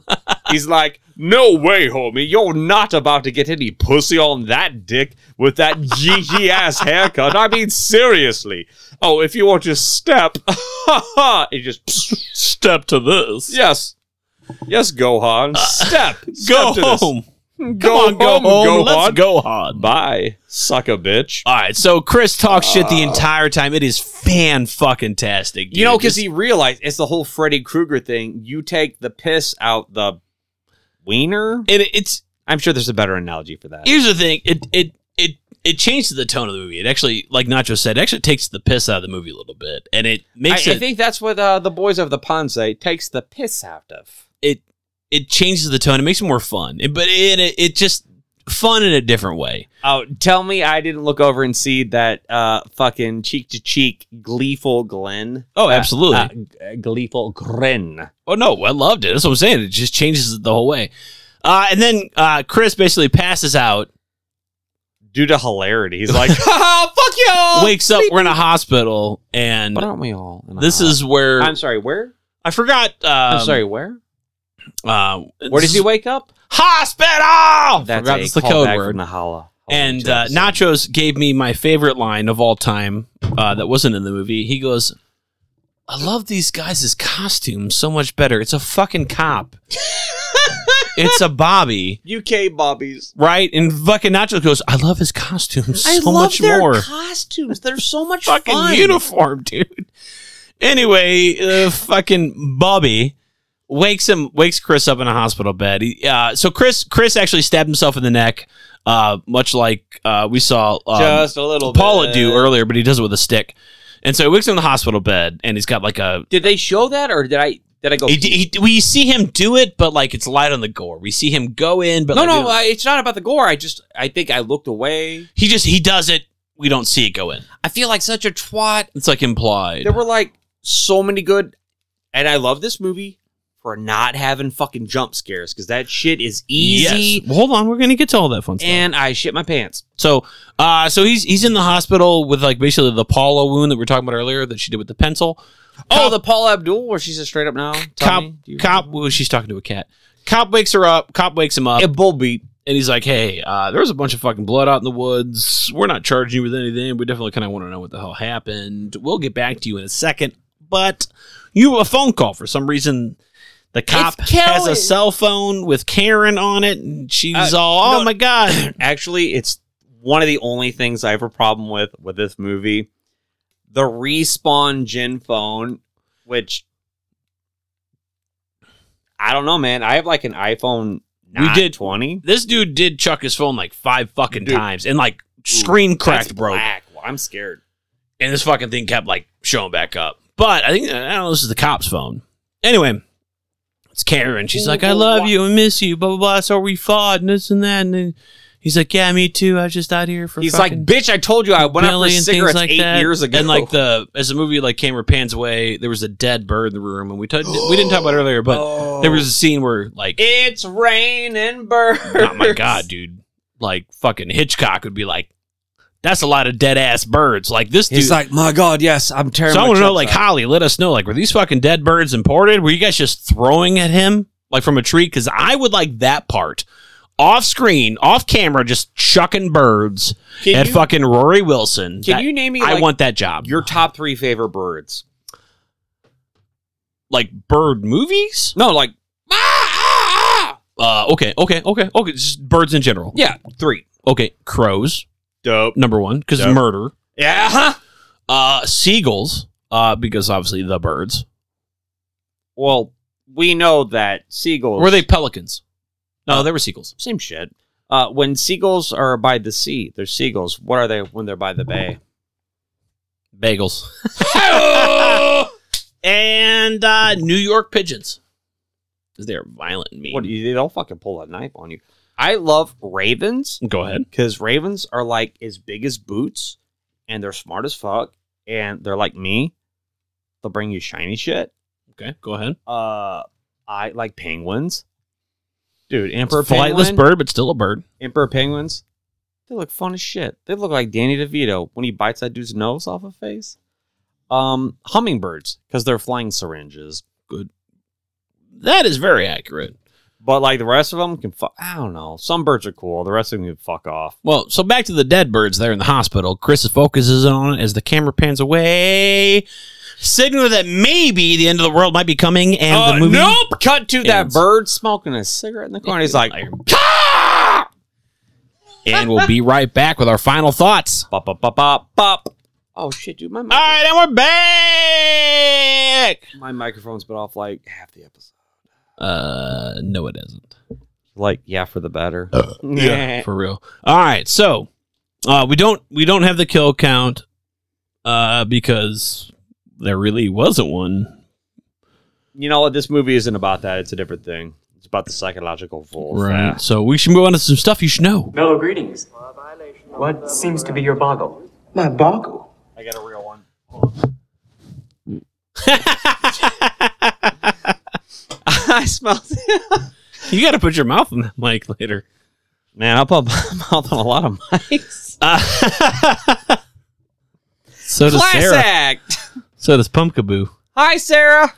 Speaker 2: He's like, no way, homie, you're not about to get any pussy on that dick with that yee yee ass haircut. I mean, seriously. Oh, if you want to step, it just
Speaker 1: step to this.
Speaker 2: Yes, yes, Gohan, step,
Speaker 1: Go
Speaker 2: Step to this.
Speaker 1: home.
Speaker 2: Go
Speaker 1: on, go
Speaker 2: home,
Speaker 1: home.
Speaker 2: Gohan. Uh,
Speaker 1: Let's go hard.
Speaker 2: Bye, sucker bitch.
Speaker 1: All right, so Chris talks shit the entire time. It is fan fucking tastic.
Speaker 2: Ah. You know, because he realized it's the whole Freddy Krueger thing. You take the piss out the wiener.
Speaker 1: It, it's.
Speaker 2: I'm sure there's a better analogy for that.
Speaker 1: Here's the thing. It it it it changes the tone of the movie. It actually, like Nacho said, it actually takes the piss out of the movie a little bit, and it makes
Speaker 2: I,
Speaker 1: it
Speaker 2: I think that's what uh, the boys of the pond say. Takes the piss out of.
Speaker 1: it it changes the tone. It makes it more fun, It- but it, it it just fun in a different way.
Speaker 2: Oh, tell me I didn't look over and see that uh, fucking cheek to cheek gleeful Glen.
Speaker 1: Oh,
Speaker 2: Uh,
Speaker 1: absolutely.
Speaker 2: uh, g- uh, gleeful grin.
Speaker 1: Oh no, I loved it. That's what I'm saying. It just changes it the whole way. Uh, and then uh, Chris basically passes out,
Speaker 2: Due to hilarity, he's like, "Ha, fuck you!"
Speaker 1: wakes up. We're in a hospital, and
Speaker 2: But aren't we all? in a
Speaker 1: this
Speaker 2: hot-
Speaker 1: is where
Speaker 2: I'm sorry. Where?
Speaker 1: I forgot. Um,
Speaker 2: I'm sorry. Where?
Speaker 1: Uh,
Speaker 2: Where did
Speaker 1: this
Speaker 2: he
Speaker 1: is-
Speaker 2: wake up?
Speaker 1: Hospital.
Speaker 2: That's
Speaker 1: forgot
Speaker 2: a
Speaker 1: it's the
Speaker 2: callback
Speaker 1: code
Speaker 2: from
Speaker 1: word.
Speaker 2: Nahalla.
Speaker 1: And uh, Nachos gave me my favorite line of all time uh, that wasn't in the movie. He goes, I love these guys' costumes so much better. It's a fucking cop. it's a Bobby,
Speaker 2: UK Bobbies.
Speaker 1: right? And fucking Nachos goes, I love his costumes so
Speaker 2: I love
Speaker 1: much
Speaker 2: their
Speaker 1: more.
Speaker 2: costumes. They're so much
Speaker 1: fucking
Speaker 2: fun.
Speaker 1: uniform, dude. Anyway, uh, fucking Bobby wakes him, wakes Chris up in a hospital bed. He, uh, so Chris, Chris actually stabbed himself in the neck, uh, much like uh, we saw um,
Speaker 2: Just a little
Speaker 1: Paula
Speaker 2: bit.
Speaker 1: do earlier, but he does it with a stick. And so he wakes up in the hospital bed, and he's got like a.
Speaker 2: Did they show that, or did I? Did I go?
Speaker 1: He, he, we see him do it, but like it's light on the gore. We see him go in, but
Speaker 2: no,
Speaker 1: like, we
Speaker 2: no,
Speaker 1: don't-
Speaker 2: I, it's not about the gore. I just, I think I looked away.
Speaker 1: he just he does it. We don't see it go in.
Speaker 2: I feel like such a twat.
Speaker 1: It's like implied.
Speaker 2: There were like so many good, and I love this movie for not having fucking jump scares because that shit is easy.
Speaker 1: Yes. Well, hold on, we're gonna get to all that fun stuff.
Speaker 2: And I shit my pants.
Speaker 1: So, uh, so he's he's in the hospital with like basically the Paula wound that we were talking about earlier that she did with the pencil.
Speaker 2: Oh, the Paul Abdul, where she says straight up now. Tell
Speaker 1: cop,
Speaker 2: me, do you-
Speaker 1: cop. Well, she's talking to a cat. Cop wakes her up. Cop wakes him up.
Speaker 2: a bull beat.
Speaker 1: and he's like, "Hey, uh, there was a bunch of fucking blood out in the woods. We're not charging you with anything. We definitely kind of want to know what the hell happened. We'll get back to you in a second, but you have a phone call for some reason. The cop has a
Speaker 2: Karen.
Speaker 1: cell phone with Karen on it, and she's
Speaker 2: Uh,
Speaker 1: all, "Oh
Speaker 2: no.
Speaker 1: my god,
Speaker 2: Actually, it's one of the only things I have a problem with with this movie. The respawn gen phone, which I don't know, man. I have like an iPhone.
Speaker 1: You
Speaker 2: You
Speaker 1: did-
Speaker 2: did twenty
Speaker 1: this dude did chuck his phone like five fucking
Speaker 2: Dude.
Speaker 1: times, and like screen cracked, broke."
Speaker 2: Black. Well, I'm scared.
Speaker 1: and this fucking thing kept like showing back up. But I think I don't know. This is the cop's phone. Anyway, it's Karen. She's like, "I love you and miss you." Blah blah blah. So we fought and this and that. And then he's like, "Yeah, me too. I was just out here for."
Speaker 2: He's like,
Speaker 1: fucking
Speaker 2: bitch! I told you I went out for
Speaker 1: Billy and things
Speaker 2: cigarettes
Speaker 1: like
Speaker 2: eight
Speaker 1: that."
Speaker 2: years ago.
Speaker 1: And like the as the movie like camera pans away, there was a dead bird in the room, and we t- we didn't talk about it earlier, but there was a scene where like,
Speaker 2: it's raining birds.
Speaker 1: oh my god, dude, like fucking Hitchcock would be like, "That's a lot of dead ass birds." Like this dude,
Speaker 2: He's like, my god, yes, I'm terrible.
Speaker 1: So I want to know, like, Holly, let us know, like, were these fucking dead birds imported? Were you guys just throwing at him, like, from a tree? Because I would like that part. Off screen, off camera, just chucking birds
Speaker 2: Can
Speaker 1: at
Speaker 2: you-
Speaker 1: fucking Rory Wilson.
Speaker 2: Can
Speaker 1: That-
Speaker 2: you name me?
Speaker 1: I
Speaker 2: like,
Speaker 1: want that job.
Speaker 2: your top three favorite birds.
Speaker 1: like bird movies?
Speaker 2: No, like "Ah,
Speaker 1: Uh, okay, okay, okay, okay. Just birds in general.
Speaker 2: yeah, ah." three.
Speaker 1: Okay, crows,
Speaker 2: Dope.
Speaker 1: number one, because
Speaker 2: Yep.
Speaker 1: murder.
Speaker 2: Yeah. huh?
Speaker 1: Uh, seagulls, uh, because obviously the birds.
Speaker 2: Well, we know that seagulls
Speaker 1: Were they pelicans? No, they were seagulls.
Speaker 2: Same shit. Uh, when seagulls are by the sea, they're seagulls. What are they when they're by the bay?
Speaker 1: Bagels. and uh, New York pigeons. 'Cause They're violent and mean.
Speaker 2: What do you? They'll fucking pull a knife on you. I love ravens.
Speaker 1: Go ahead.
Speaker 2: because ravens are like as big as boots, and they're smart as fuck, and they're like me. They'll bring you shiny shit.
Speaker 1: Okay, go ahead.
Speaker 2: Uh, I like penguins, dude. Emperor
Speaker 1: It's a flightless
Speaker 2: penguin-
Speaker 1: bird, but still a bird.
Speaker 2: Emperor penguins. They look fun as shit. They look like Danny DeVito when he bites that dude's nose off a face. Um, hummingbirds because they're flying syringes.
Speaker 1: Good. That is very accurate.
Speaker 2: But like the rest of them can fuck. I don't know. Some birds are cool. The rest of them can fuck off.
Speaker 1: Well, so back to the dead birds there in the hospital. Chris focuses on it as the camera pans away, signaling that maybe the end of the world might be coming. And
Speaker 2: Uh,
Speaker 1: the movie.
Speaker 2: nope! Cut to that
Speaker 1: ends.
Speaker 2: bird smoking a cigarette in the corner. He's like,
Speaker 1: And we'll be right back with our final thoughts.
Speaker 2: Bop, bop, bop, bop, bop. Oh shit, dude, my mic-
Speaker 1: All right, and we're back.
Speaker 2: my microphone's been off like half the episode.
Speaker 1: Uh, no, it isn't.
Speaker 2: Like, yeah, for the better.
Speaker 1: yeah, for real. All right, so uh, we don't we don't have the kill count uh, because there really wasn't one.
Speaker 2: You know what? This movie isn't about that. It's a different thing. It's about the psychological fools.
Speaker 1: Right. So we should move on to some stuff you should know.
Speaker 16: Mellow greetings. What seems to be your boggle?
Speaker 14: My boggle.
Speaker 2: I got a real one. I smelled
Speaker 1: You got to put your mouth on that mic later.
Speaker 2: Man, I'll put my mouth on a lot of mics.
Speaker 1: Uh, So does
Speaker 2: Class
Speaker 1: Sarah.
Speaker 2: act.
Speaker 1: So does Pumpkaboo.
Speaker 2: Hi, Sarah.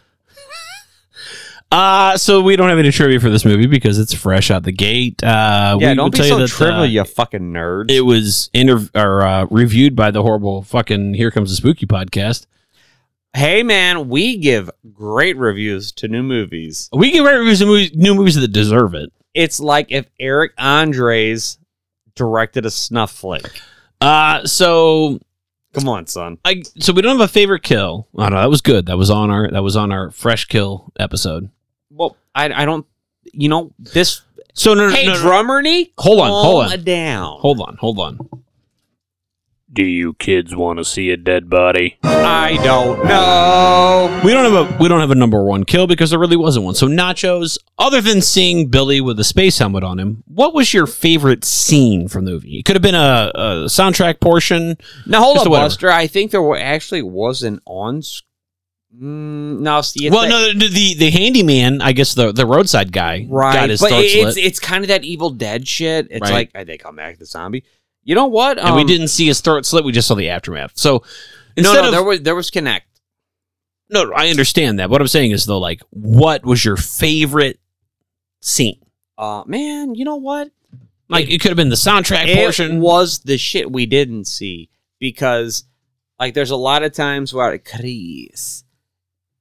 Speaker 1: Uh, so we don't have any trivia for this movie because it's fresh out the gate. Uh, we
Speaker 2: yeah,
Speaker 1: will
Speaker 2: don't be
Speaker 1: tell you
Speaker 2: so
Speaker 1: that,
Speaker 2: trivial,
Speaker 1: uh,
Speaker 2: you fucking nerd.
Speaker 1: it was interv- or uh, reviewed by the horrible fucking Here Comes the Spooky podcast.
Speaker 2: Hey, man, we give great reviews to new movies.
Speaker 1: We give great reviews of movies, new movies that deserve it.
Speaker 2: It's like if Eric Andres directed a snuff flick.
Speaker 1: Uh, so
Speaker 2: Come on, son.
Speaker 1: I so we don't have a favorite kill. Oh no, that was good. That was on our that was on our fresh kill episode.
Speaker 2: Well, I, I don't. You know this.
Speaker 1: So no, no,
Speaker 2: hey,
Speaker 1: no, no.
Speaker 2: Drummerney,
Speaker 1: Hold on, hold
Speaker 2: calm
Speaker 1: on.
Speaker 2: down.
Speaker 1: Hold on, hold on.
Speaker 18: Do you kids want to see a dead body?
Speaker 2: I don't know.
Speaker 1: We don't have a we don't have a number one kill because there really wasn't one. So nachos, other than seeing Billy with a space helmet on him, what was your favorite scene from the movie? It could have been a, a soundtrack portion.
Speaker 2: Now hold
Speaker 1: Just
Speaker 2: on,
Speaker 1: whatever.
Speaker 2: Buster. I think there were, actually was an on. sc- Mm, no, see, it's
Speaker 1: well,
Speaker 2: that-
Speaker 1: no, the, the the handyman, I guess the the roadside guy,
Speaker 2: right?
Speaker 1: got his
Speaker 2: but
Speaker 1: throat
Speaker 2: it- it's
Speaker 1: slit,
Speaker 2: it's kind of that Evil Dead shit. It's
Speaker 1: Right.
Speaker 2: like I think I'm back the zombie. You know what?
Speaker 1: and we
Speaker 2: Um,
Speaker 1: didn't see his throat slit. We just saw the aftermath. So
Speaker 2: No,
Speaker 1: instead
Speaker 2: no,
Speaker 1: of
Speaker 2: there was there was Connect.
Speaker 1: No, no, I understand that. What I'm saying is though, like, what was your favorite scene?
Speaker 2: Uh, man, you know what?
Speaker 1: Like, it, could have been the soundtrack
Speaker 2: It
Speaker 1: portion.
Speaker 2: was the shit we didn't see because, like, there's a lot of times where Chris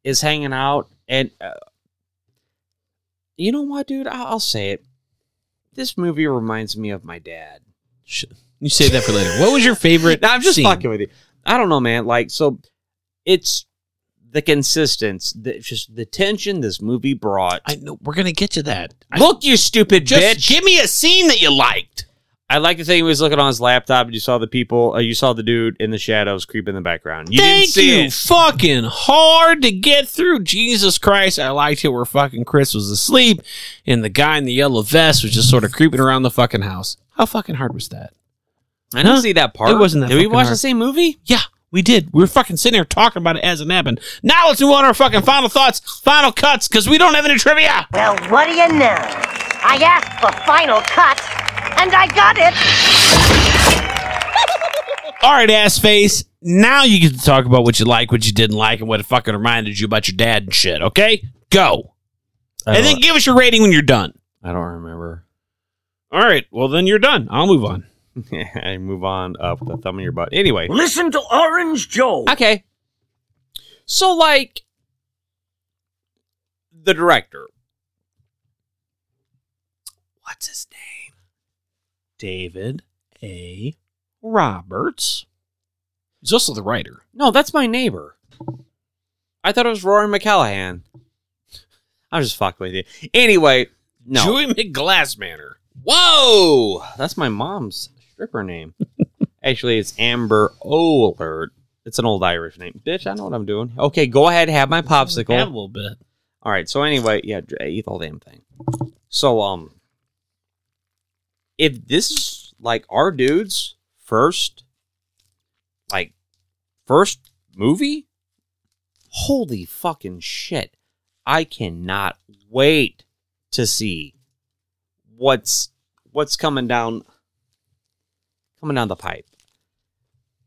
Speaker 2: is hanging out, and uh, you know what, dude? I- I'll say it. This movie reminds me of my dad.
Speaker 1: Shit. You save that for later. What was your favorite?
Speaker 2: No, I'm just
Speaker 1: scene?
Speaker 2: fucking with you. I don't know, man. Like, so it's the consistency, the, just the tension this movie brought.
Speaker 1: I know we're gonna get to that. I-
Speaker 2: Look, you stupid
Speaker 1: just
Speaker 2: bitch.
Speaker 1: give me a scene that you liked.
Speaker 2: I like the thing he was looking on his laptop, and you saw the people, uh, you saw the dude in the shadows creep in the background. You
Speaker 1: Thank
Speaker 2: didn't see
Speaker 1: you.
Speaker 2: it.
Speaker 1: Fucking hard to get through. Jesus Christ, I liked it where fucking Chris was asleep, and the guy in the yellow vest was just sort of creeping around the fucking house. How fucking hard was that?
Speaker 2: I didn't
Speaker 1: Huh?
Speaker 2: see that part.
Speaker 1: It wasn't that
Speaker 2: Did we
Speaker 1: fucking
Speaker 2: watch the
Speaker 1: hard.
Speaker 2: same movie?
Speaker 1: Yeah, we did. We were fucking sitting here talking about it as it happened. Now let's move on to our fucking final thoughts, final cuts, because we don't have any trivia.
Speaker 12: Well, what do you know? I asked for final cut, and I got it.
Speaker 1: All right, ass face. Now you get to talk about what you like, what you didn't like, and what it fucking reminded you about your dad and shit. Okay, go.
Speaker 2: I
Speaker 1: And then
Speaker 2: don't-
Speaker 1: give us your rating when you're done.
Speaker 2: I don't remember.
Speaker 1: All right. Well, then you're done. I'll move on.
Speaker 2: I move on up with the thumb in your butt. Anyway,
Speaker 17: Listen to Orange Joe.
Speaker 2: Okay. So, like, the director. What's his name?
Speaker 1: David A. Roberts. He's also the writer.
Speaker 2: No, that's my neighbor. I thought it was Rory McCallahan. I'm just fucking with you. Anyway, no.
Speaker 1: Joey McGlassmanner.
Speaker 2: Whoa! That's my mom's stripper name. Actually, it's Amber Olert. It's an old Irish name. Bitch, I know what I'm doing. Okay, go ahead, have my popsicle.
Speaker 1: Have a little bit.
Speaker 2: All right. So anyway, yeah, dr- eat the whole damn thing. So um, if this is like our dude's first, like first movie, holy fucking shit! I cannot wait to see what's what's coming down coming down the pipe.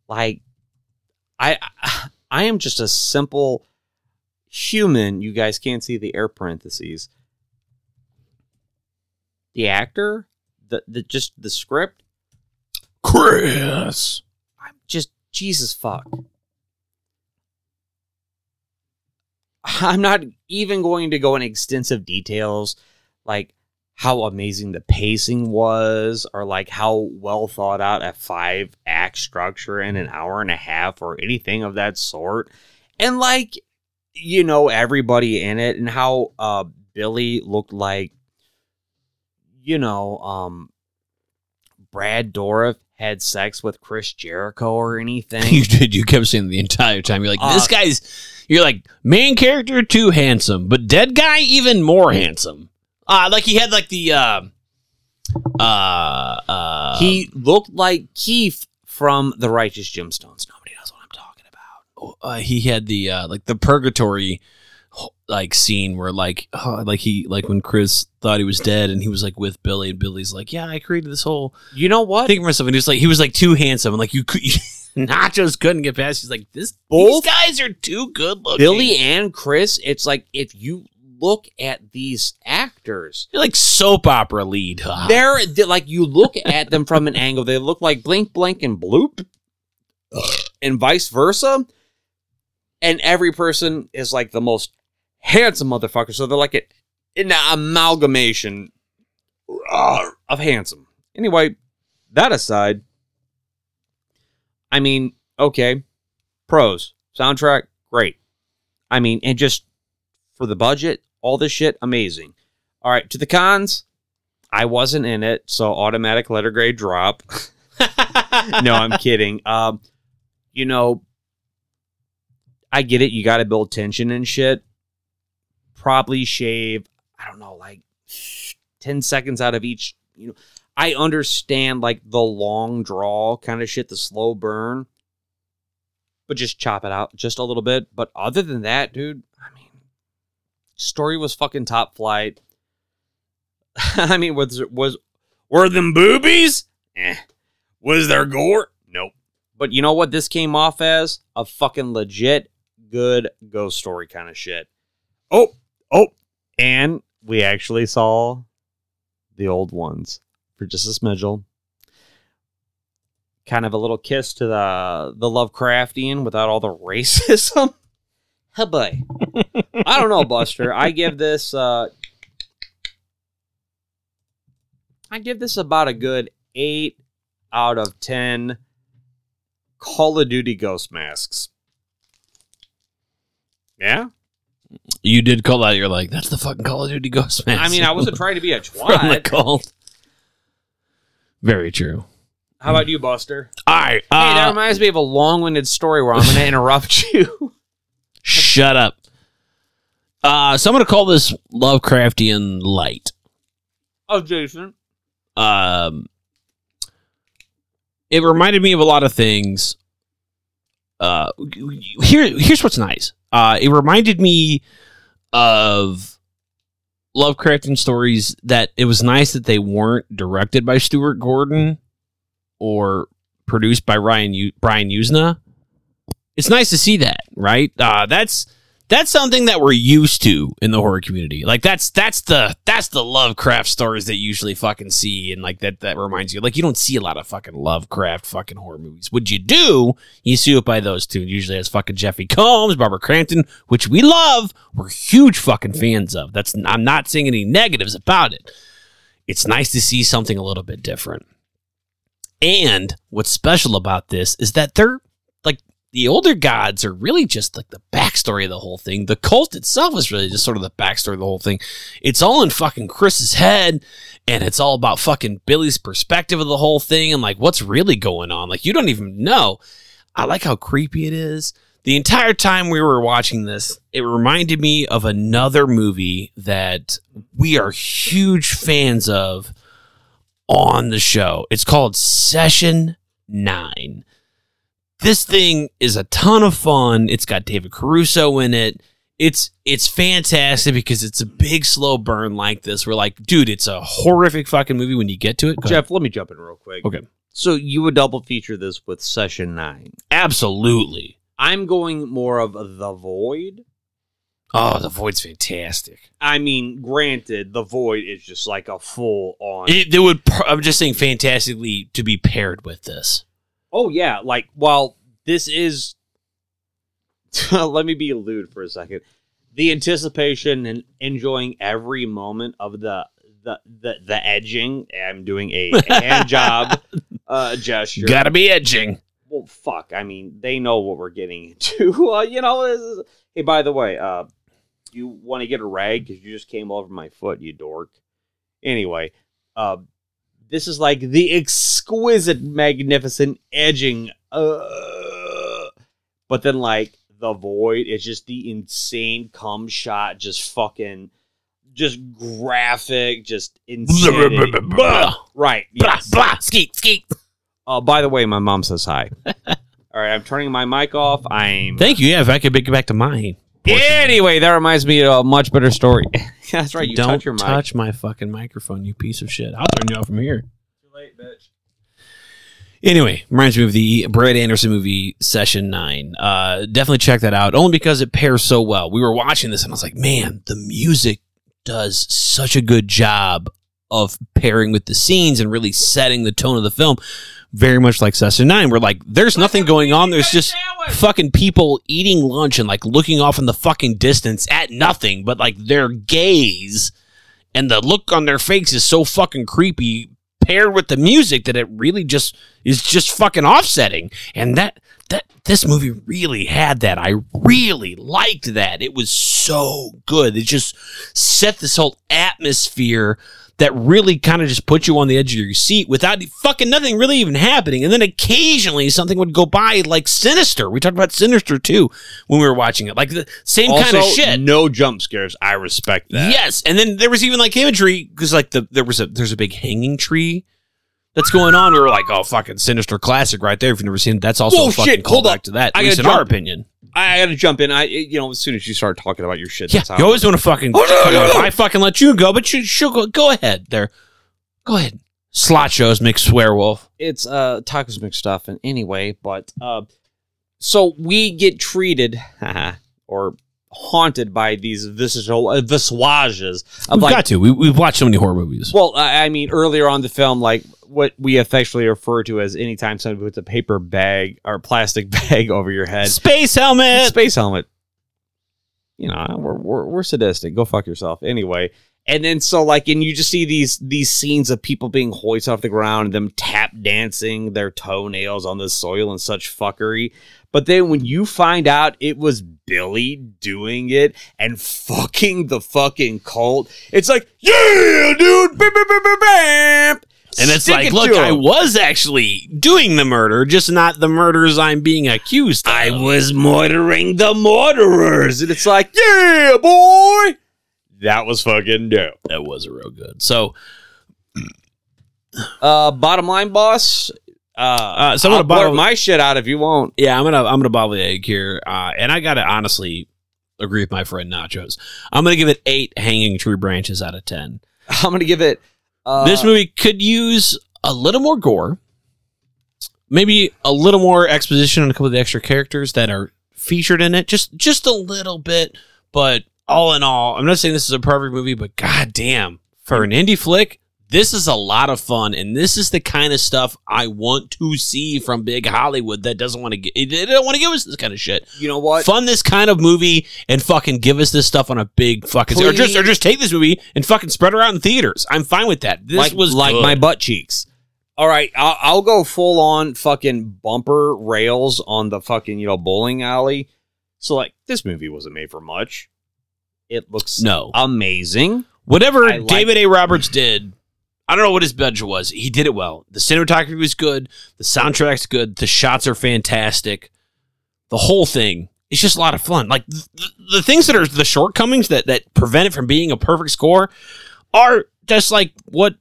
Speaker 2: Like, I I am just a simple human, you guys can't see the air parentheses. The actor, the, the just the script.
Speaker 1: Chris.
Speaker 2: I'm just Jesus fuck. I'm not even going to go in extensive details like how amazing the pacing was or like how well thought out a five act structure in an hour and a half or anything of that sort. And like you know everybody in it and how uh Billy looked like you know um Brad Dorff had sex with Chris Jericho or anything.
Speaker 1: You did. You kept saying the entire time. You're like, this
Speaker 2: Uh,
Speaker 1: guy's. You're like main character too handsome, but dead guy even more handsome. Uh like he had like the uh, uh, uh
Speaker 2: he looked like Keith from The Righteous Gemstones. Nobody knows what I'm talking
Speaker 1: uh, he had the uh like the purgatory like scene where like uh, like he like when Chris thought he was dead and he was like with Billy and Billy's like yeah I created this whole
Speaker 2: about. You know what?
Speaker 1: thing for myself and he was like he was like too handsome and like you could nachos couldn't get past he's like this
Speaker 2: Both
Speaker 1: these guys are too good looking
Speaker 2: Billy and Chris, it's like if you look at these actors,
Speaker 1: You're like soap opera lead. huh?
Speaker 2: they're, they're like you look at them from an angle, they look like blink, blink, and bloop, and vice versa. And every person is like the most handsome motherfucker. So they're like an, an amalgamation of handsome. Anyway, that aside, I mean, okay, pros, soundtrack, great. I mean, and just for the budget, all this shit, amazing. All right, to the cons, I wasn't in it, so automatic letter grade drop. no, I'm kidding. Um, you know, I get it. You got to build tension and shit. Probably shave, I don't know, like 10 seconds out of each. You know, I understand like the long draw kind of shit, the slow burn, but just chop it out just a little bit. But other than that, dude, I mean, story was fucking top flight. I mean, was was were them boobies? Eh. Was there gore? Nope. But you know what this came off as? A fucking legit good ghost story kind of shit. Oh, oh. And we actually saw the old ones for just a smidgel. Kind of a little kiss to the the Lovecraftian without all the racism. Hey boy. I don't know, Buster. I give this uh I give this about a good eight out of ten Call of Duty ghost masks. Yeah?
Speaker 1: You did call out. You're like, that's the fucking Call of Duty Ghost Man.
Speaker 2: I mean, I wasn't trying to be a
Speaker 1: from the
Speaker 2: twat.
Speaker 1: cult. Very true.
Speaker 2: How about you, Buster?
Speaker 1: All right.
Speaker 2: hey, that
Speaker 1: Uh,
Speaker 2: reminds me of a long-winded story where I'm going to interrupt you.
Speaker 1: shut up. Uh, so I'm gonna call this Lovecraftian light.
Speaker 2: Oh, Jason.
Speaker 1: Um, it reminded me of a lot of things. Uh, here, here's what's nice. Uh, it reminded me of Lovecraftian stories that it was nice that they weren't directed by Stuart Gordon or produced by Ryan U- Brian Usna. It's nice to see that, right? Uh, that's that's something that we're used to in the horror community. Like that's that's the that's the Lovecraft stories that you usually fucking see, and like that that reminds you. Like you don't see a lot of fucking Lovecraft fucking horror movies. What you do, you see it by those two. Usually it's fucking Jeffrey Combs, Barbara Crampton, which we love. We're huge fucking fans of. That's I'm not saying any negatives about it. It's nice to see something a little bit different. And what's special about this is that they're like the older gods are really just like the backstory of the whole thing. The cult itself is really just sort of the backstory of the whole thing. It's all in fucking Chris's head, and it's all about fucking Billy's perspective of the whole thing and like what's really going on. Like you don't even know. I like how creepy it is. The entire time we were watching this, it reminded me of another movie that we are huge fans of on the show. It's called Session Nine. This thing is a ton of fun. It's got David Caruso in it. It's it's fantastic because it's a big slow burn like this. We're like, dude, it's a horrific fucking movie when you get to it. Go ahead.
Speaker 2: Jeff, let me jump in real quick.
Speaker 1: Okay.
Speaker 2: So you would double feature this with Session 9.
Speaker 1: Absolutely.
Speaker 2: I'm going more of The Void.
Speaker 1: Oh, the void's fantastic.
Speaker 2: I mean, granted, The Void is just like a full on.
Speaker 1: It, it would. pr- I'm just saying, fantastically to be paired with this.
Speaker 2: Oh yeah, like while this is let me be lewd for a second. The anticipation and enjoying every moment of the the the, the edging. I'm doing a hand job uh gesture.
Speaker 1: Gotta be edging.
Speaker 2: well fuck. I mean, they know what we're getting into. Uh, you know, this is- hey by the way, uh you want to get a rag cuz you just came over my foot, you dork. Anyway, uh this is like the exquisite magnificent edging uh, but then like the void is just the insane cum shot just fucking just graphic just insane right yes.
Speaker 1: blah skeet skeet
Speaker 2: uh, by the way my mom says hi all right i'm turning my mic off i'm
Speaker 1: Thank you. Yeah, if I could get back to mine.
Speaker 2: anyway that reminds me of a much better story that's right you
Speaker 1: Don't
Speaker 2: touch your mic
Speaker 1: touch my fucking microphone, you piece of shit. I'll turn you off from here. Anyway, reminds me of the Brad Anderson movie Session Nine. Uh, definitely check that out, only because it pairs so well. We were watching this, and I was like, man, the music does such a good job of pairing with the scenes and really setting the tone of the film. Very much like Session Nine, where like there's nothing going on. There's just fucking people eating lunch and like looking off in the fucking distance at nothing, but like their gaze and the look on their face is so fucking creepy paired with the music that it really just is just fucking offsetting and that that this movie really had that i really liked that it was so good it just set this whole atmosphere that really kind of just put you on the edge of your seat without e, fucking nothing really even happening and then occasionally something would go by like sinister we talked about sinister too when we were watching it like the same kind of
Speaker 2: Also,
Speaker 1: shit
Speaker 2: no jump scares i respect that
Speaker 1: Yes, and then there was even like imagery because like the there was a there's a big hanging tree that's going on. We were like, oh fucking sinister classic right there. If you've never seen it, that's also
Speaker 2: Whoa,
Speaker 1: a fucking
Speaker 2: shit, hold
Speaker 1: callback
Speaker 2: up.
Speaker 1: to that. At
Speaker 2: I
Speaker 1: least in
Speaker 2: gotta
Speaker 1: our
Speaker 2: jump.
Speaker 1: opinion,
Speaker 2: I I gotta jump in. I you know as soon as you start talking about your shit,
Speaker 1: yeah,
Speaker 2: that's how
Speaker 1: you always want to fucking.
Speaker 2: Oh, no, no, no.
Speaker 1: I fucking let you go, but you should go, go ahead there. Go ahead. Slot shows mix werewolf.
Speaker 2: it's uh tacos mixed stuff and anyway, but uh, so we get treated or haunted by these visceral uh, visages of
Speaker 1: We've
Speaker 2: like
Speaker 1: got to. We, we've watched so many horror movies.
Speaker 2: well, I, I mean, earlier on the film, like what we affectionately refer to as anytime somebody puts a paper bag or plastic bag over your head,
Speaker 1: Space helmet.
Speaker 2: space helmet. You know, we're, we're we're sadistic. Go fuck yourself. Anyway, and then so like, and you just see these these scenes of people being hoisted off the ground, and them tap dancing their toenails on the soil and such fuckery. But then when you find out it was Billy doing it and fucking the fucking cult, it's like, yeah, dude, bam, bam, bam, bam, bam.
Speaker 1: And it's
Speaker 2: Stick
Speaker 1: like,
Speaker 2: it
Speaker 1: look,
Speaker 2: to
Speaker 1: I
Speaker 2: 'em.
Speaker 1: was actually doing the murder, just not the murders I'm being accused of. I
Speaker 2: was murdering the murderers. And it's like, yeah, boy. That was fucking dope.
Speaker 1: That was real good. So,
Speaker 2: Uh, bottom line, boss. Uh, uh
Speaker 1: so I'm gonna
Speaker 2: I'll blur
Speaker 1: bottom-
Speaker 2: my shit out if you won't.
Speaker 1: Yeah, I'm gonna I'm gonna bobble the egg here, uh, and I gotta honestly agree with my friend Nachos. I'm gonna give it eight hanging tree branches out of ten.
Speaker 2: I'm gonna give it. Uh,
Speaker 1: this movie could use a little more gore, maybe a little more exposition on a couple of the extra characters that are featured in it, just just a little bit. But all in all, I'm not saying this is a perfect movie, but goddamn, for an indie flick, this is a lot of fun, and this is the kind of stuff I want to see from big Hollywood that doesn't want to get, they don't want to give us this kind of shit.
Speaker 2: You know what?
Speaker 1: Fund this kind of movie and fucking give us this stuff on a big fucking or just or just take this movie and fucking spread it out in theaters. I'm fine with that. This
Speaker 2: like,
Speaker 1: was
Speaker 2: like
Speaker 1: good.
Speaker 2: my butt cheeks. All right, I'll, I'll go full on fucking bumper rails on the fucking you know bowling alley. So like this movie wasn't made for much. It looks
Speaker 1: No.
Speaker 2: amazing.
Speaker 1: Whatever
Speaker 2: I like-
Speaker 1: David A. Roberts did, I don't know what his budget was. He did it well. The cinematography was good. The soundtrack's good. The shots are fantastic. The whole thing. It's just a lot of fun. Like th- th- the things that are the shortcomings that that prevent it from being a perfect score are just like what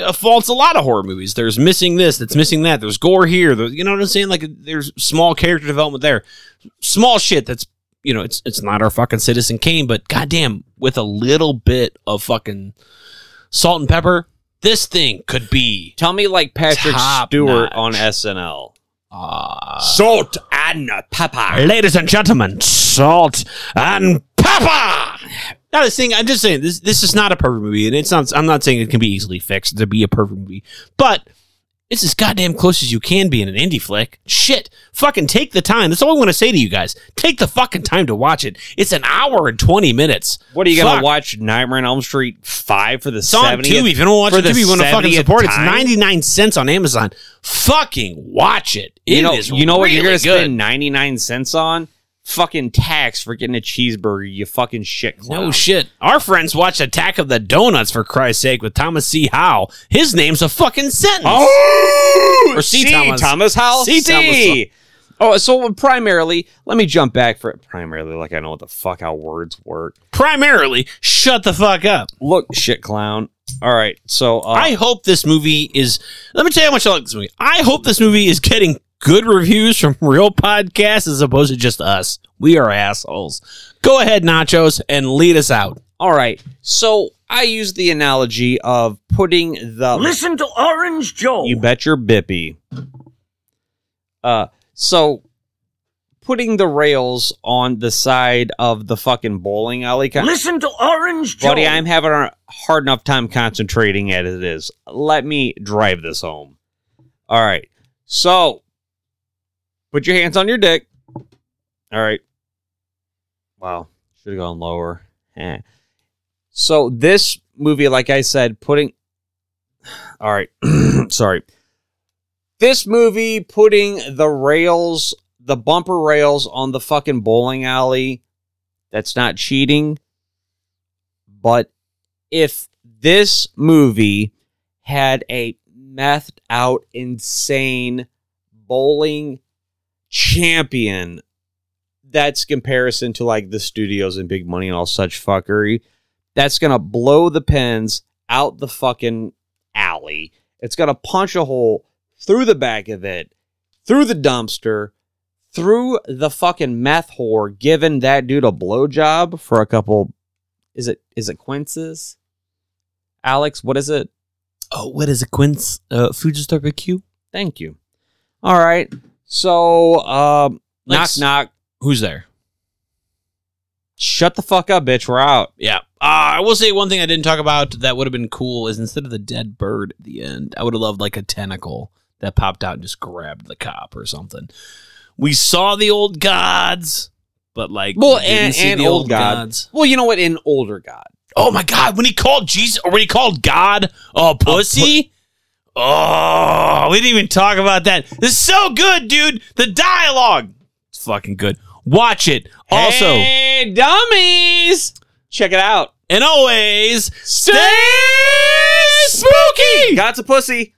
Speaker 1: uh, faults a lot of horror movies. There's missing this, that's missing that. There's gore here. There's, you know what I'm saying? Like there's small character development there. Small shit that's you know, it's it's not our fucking Citizen Kane, but goddamn, with a little bit of fucking salt and pepper, this thing could be.
Speaker 2: Tell me like Patrick
Speaker 1: Top
Speaker 2: Stewart
Speaker 1: notch.
Speaker 2: on SNL.
Speaker 1: Salt and pepper. Ladies and gentlemen, salt and pepper. Not a thing. I'm just saying this. This is not a perfect movie, and it's not. I'm not saying it can be easily fixed to be a perfect movie, but it's as goddamn close as you can be in an indie flick. Shit, fucking take the time. That's all I want to say to you guys. Take the fucking time to watch it. It's an hour and twenty minutes.
Speaker 2: What are you
Speaker 1: Fuck.
Speaker 2: gonna watch Nightmare on Elm Street five for the
Speaker 1: It's on
Speaker 2: seventieth?
Speaker 1: Tubi. If you don't watch it, Tubi, you want to fucking support it. It's ninety nine cents on Amazon. Fucking watch it. It is
Speaker 2: you know, you know what you're gonna
Speaker 1: really good.
Speaker 2: spend ninety nine cents on? Fucking tax for getting a cheeseburger. You fucking shit. Clown.
Speaker 1: No shit. Our friends watched Attack of the Donuts for Christ's sake with Thomas C. Howe. His name's a fucking sentence.
Speaker 2: Oh,
Speaker 1: Or C.
Speaker 2: C.
Speaker 1: Thomas.
Speaker 2: Thomas. Howell.
Speaker 1: C.
Speaker 2: C. Oh, so primarily, let me jump back for primarily, like I know what the fuck how words work.
Speaker 1: Primarily, shut the fuck up.
Speaker 2: Look, shit clown. All right, so uh,
Speaker 1: I hope this movie is. Let me tell you how much I like this movie. I hope this movie is getting good reviews from real podcasts as opposed to just us. We are assholes. Go ahead, Nachos, and lead us out.
Speaker 2: all right, so I use the analogy of putting the
Speaker 17: Listen to Orange Joe.
Speaker 2: You bet your bippy. Uh, so putting the rails on the side of the fucking bowling alley. kind-
Speaker 17: Listen to Orange Joe.
Speaker 2: buddy. I'm having a hard enough time concentrating as it is. Let me drive this home. All right. So, put your hands on your dick. All right. Wow, should have gone lower. Eh. So this movie, like I said, putting. All right. Sorry. This movie putting the rails, the bumper rails on the fucking bowling alley. That's not cheating. But if this movie had a methed out, insane bowling champion, that's comparison to like the studios and big money and all such fuckery. That's gonna blow the pens out the fucking alley. It's gonna punch a hole through the back of it, through the dumpster, through the fucking meth whore giving that dude a blowjob for a couple is it is it quinces? Alex, what is it?
Speaker 1: Oh, what is it, Quince? Uh, food just started with Q?
Speaker 2: Thank you. All right. So um
Speaker 1: Let's-
Speaker 2: knock knock.
Speaker 1: Who's there?
Speaker 2: Shut the fuck up, bitch. We're out.
Speaker 1: Yeah. Uh, I will say one thing I didn't talk about that would have been cool is instead of the dead bird at the end, I would have loved like a tentacle that popped out and just grabbed the cop or something. We saw the old gods, but like
Speaker 2: Well,
Speaker 1: we didn't
Speaker 2: and,
Speaker 1: see
Speaker 2: and
Speaker 1: the
Speaker 2: old, God. Well, you know what? An older God.
Speaker 1: Oh my god, when he called Jesus or when he called God a pussy? Oh, we didn't even talk about that. This is so good, dude. The dialogue. It's fucking good. Watch it. Also,
Speaker 2: hey, dummies, check it out.
Speaker 1: and always stay spooky.
Speaker 2: God's a pussy.